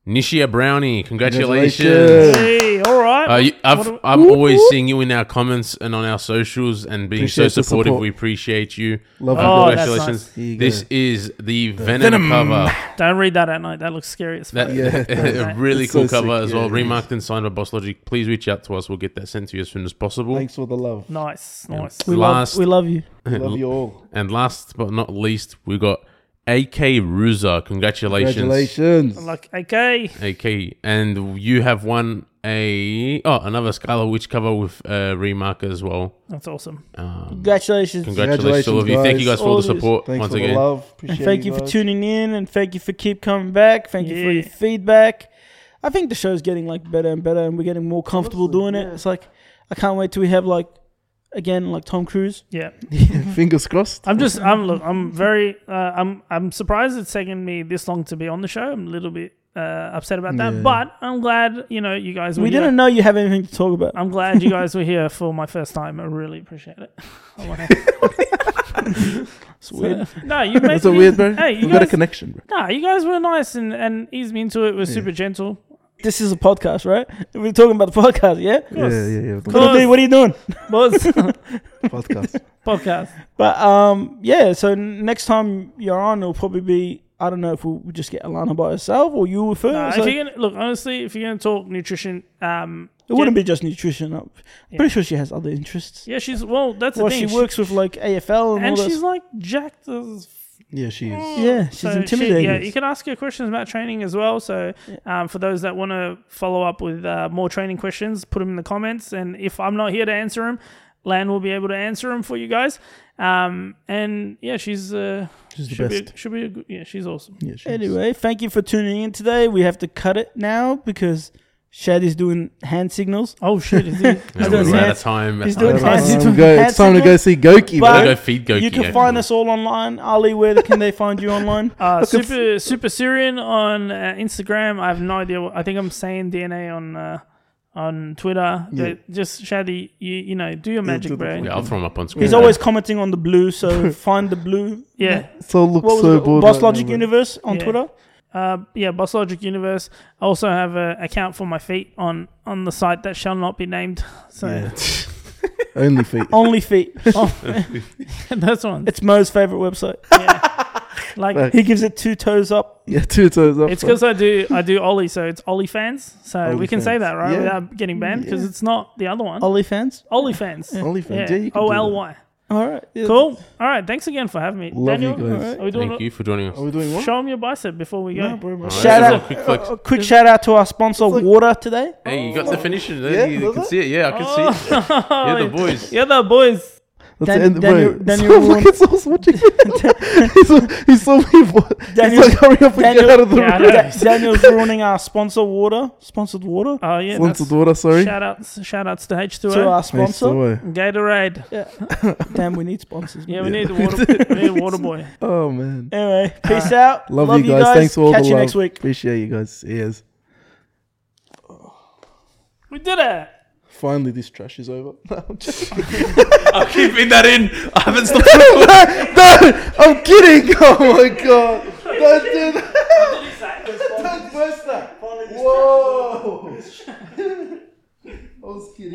S4: Nishia Brownie. Congratulations.
S2: Congratulations.
S3: Hey, all right.
S4: Uh, you-
S3: What
S4: I've,
S3: do we-
S4: I'm always seeing you in our comments and on our socials and being
S2: Appreciate
S4: so
S2: the
S4: supportive.
S2: support.
S4: We appreciate you.
S2: Love
S4: Uh,
S2: you,
S3: Oh,
S2: bro.
S3: that's
S4: congratulations.
S2: Here you go.
S4: This is the Venom, cover.
S3: Don't read that at night. That looks scary as fuck.
S4: That,
S2: Yeah, it
S4: a
S3: does.
S4: really
S2: It's
S4: cool
S2: so
S4: cover
S2: sick.
S4: as
S2: Yeah,
S4: well.
S2: it
S4: Remarked and signed by Boss Logic. Please reach out to us. We'll get that sent to you as soon as possible.
S2: Thanks for the love.
S3: Nice, nice.
S1: We
S4: Last-
S1: love. We love you.
S2: Love you all.
S4: And last but not least, we got AK Ruza. Congratulations.
S2: Congratulations.
S3: Like, okay,
S4: AK. And you have won a oh another Scarlet Witch cover with a remark as well.
S3: that's awesome.
S4: Um,
S1: Congratulations.
S4: congratulations to all of you. Thank you guys for all the
S1: Always.
S4: support
S2: Thanks
S4: once
S2: for
S4: again.
S2: the love.
S1: And
S2: Appreciate
S1: thank you for
S2: guys.
S1: tuning in, and thank you for keep coming back. Thank you for your
S3: Yeah.
S1: feedback. I think the show's getting like better and better, and we're getting more comfortable
S2: Honestly,
S1: doing
S2: yeah.
S1: it. It's like I can't wait till we have like again like Tom Cruise.
S3: Yeah,
S2: Fingers crossed.
S3: I'm just, I'm look, I'm very, uh, I'm, I'm surprised it's taken me this long to be on the show. I'm a little bit uh, upset about that,
S2: Yeah.
S3: but I'm glad you know you guys. Were
S1: We
S3: here.
S1: didn't know you have anything to talk about.
S3: I'm glad you guys were here for my first time. I really appreciate it. I wanna-
S1: It's weird.
S3: no, you made
S2: That's a
S3: you-
S2: weird, bro.
S3: Hey, you
S2: We've got a
S3: guys,
S2: connection, bro.
S3: nah, you guys were nice and and eased me into it. We're
S2: Yeah.
S3: super gentle.
S1: This is a podcast, right? We're talking about the podcast, yeah.
S2: Yeah,
S3: course.
S2: yeah, yeah. The
S3: Cool.
S1: Little D, what are you doing?
S3: Boys,
S2: podcast.
S3: podcast.
S1: But um, yeah. So n- next time you're on, it'll probably be I don't know if we'll just get Alana by herself or you with her.
S3: Nah,
S1: It's
S3: if
S1: like-
S3: you're gonna look honestly, if you're gonna talk nutrition, um,
S1: it wouldn't be just nutrition. I'm
S3: Yeah.
S1: pretty sure she has other interests.
S3: yeah, she's well. That's
S1: well,
S3: the
S1: she
S3: thing.
S1: works with like AFL and,
S3: and
S1: all
S3: she's
S1: that.
S3: like jacked as
S2: Yeah, she is.
S1: Yeah, she's
S3: so she-
S1: intimidating.
S3: yeah, you can ask her questions about training as well. So, um, for those that want to follow up with uh, more training questions, put them in the comments. And if I'm not here to answer them, Lan will be able to answer them for you guys. Um, and yeah, she's uh,
S2: She's the
S3: should be,
S2: best.
S3: should be a good, yeah, she's awesome.
S2: Yeah, she is.
S1: Anyway, thank you for tuning in today. We have to cut it now because Shad is doing hand signals.
S3: Oh shit! Is it?
S1: I
S4: Yeah,
S1: don't
S4: we're
S1: see
S4: out
S1: it.
S4: of time.
S1: He's
S4: That's
S1: doing
S4: all
S1: class-
S4: right.
S1: Hands
S2: It's time
S1: signal.
S2: to go,
S1: Hands
S2: it's time to
S1: signal.
S2: go see Goki,
S1: But-
S4: Gotta
S2: bro.
S4: go feed Goki.
S1: you can
S4: yeah.
S1: find us all online. Ali, where can they find you online?
S3: Uh,
S1: Look, if-
S3: super Super Syrian on uh, Instagram. I have no idea. What, I think I'm saying DNA on uh, on Twitter.
S2: Yeah.
S3: But just Shadi, you you know, do your magic,
S2: do the
S3: bro.
S2: thing.
S4: Yeah, I'll throw him up on screen.
S1: He's always commenting on the blue, so find the blue.
S3: Yeah,
S2: So looks
S1: What was
S2: so
S1: it?
S2: bored.
S1: Boss
S2: right
S1: Logic
S2: now, bro.
S1: Universe on
S3: Yeah.
S1: Twitter.
S3: uh, yeah. Boss Logic Universe. I also have an account for my feet on on the site that shall not be named. So
S2: Yeah. Only feet.
S1: Only feet. Oh,
S3: that's one.
S1: it's Mo's favorite website.
S3: Yeah. like
S2: Right.
S1: He gives it two toes up.
S2: Yeah, two toes up.
S3: It's
S2: bro.
S3: because I do I do Ollie, so it's Ollie fans. So we can say
S2: OnlyFans.
S3: that right
S2: Yeah.
S3: without getting banned because
S2: Yeah.
S3: it's not the other one.
S1: Ollie fans.
S3: Ollie fans.
S2: Only feet. Yeah,
S3: Yeah.
S2: you can do
S3: O
S2: that.
S3: L Y.
S1: All right. Yeah.
S3: Cool. All right. Thanks again for having me.
S2: Love you
S3: Daniel,
S2: guys.
S3: are we doing?
S4: Thank you for joining us.
S2: Are we doing what?
S3: Show him your bicep before we go.
S2: No, bro, bro.
S4: All right,
S1: Shout
S4: everyone,
S1: out-
S4: Quick flex.
S1: A quick shout out to our sponsor, Water, today.
S4: Hey, you got the finisher.
S2: Oh. Yeah,
S4: There. you
S2: was
S4: can
S2: it?
S4: see it. Yeah, I can see it. You're the boys.
S3: Oh, You're the boys.
S2: That's
S1: Dan-
S2: the end,
S1: Daniel-
S2: bro.
S1: Daniel
S2: so, look,
S1: Warren-
S2: it's all switching. he saw- he saw me. wa- He's
S1: Daniel-
S2: like, hurry up and
S1: Daniel-
S2: get out of the
S3: Yeah, I
S2: room.
S3: know.
S1: Da- Daniel's ruining our sponsor, Water. Sponsored Water.
S3: Oh yeah.
S2: Once
S3: That's,
S2: the daughter, sorry.
S3: shout outs. Shout outs to H two
S1: To
S3: O.
S1: our sponsor.
S2: away.
S3: Gatorade.
S1: Yeah. Damn, we need sponsors.
S3: Yeah,
S1: man.
S3: we need the water. we need a water boy.
S2: Oh man.
S1: Anyway, peace out.
S2: Love, you guys. Thanks for all
S1: Catch
S2: the
S1: you
S2: love.
S1: next week.
S2: Appreciate you guys. Yes.
S3: We did it.
S2: Finally, this trash is over. No, I'm just-
S4: I'm keeping that in. I haven't stopped.
S2: no, I'm kidding. Oh my god. Don't do that. Don't burst that. Whoa. I was kidding.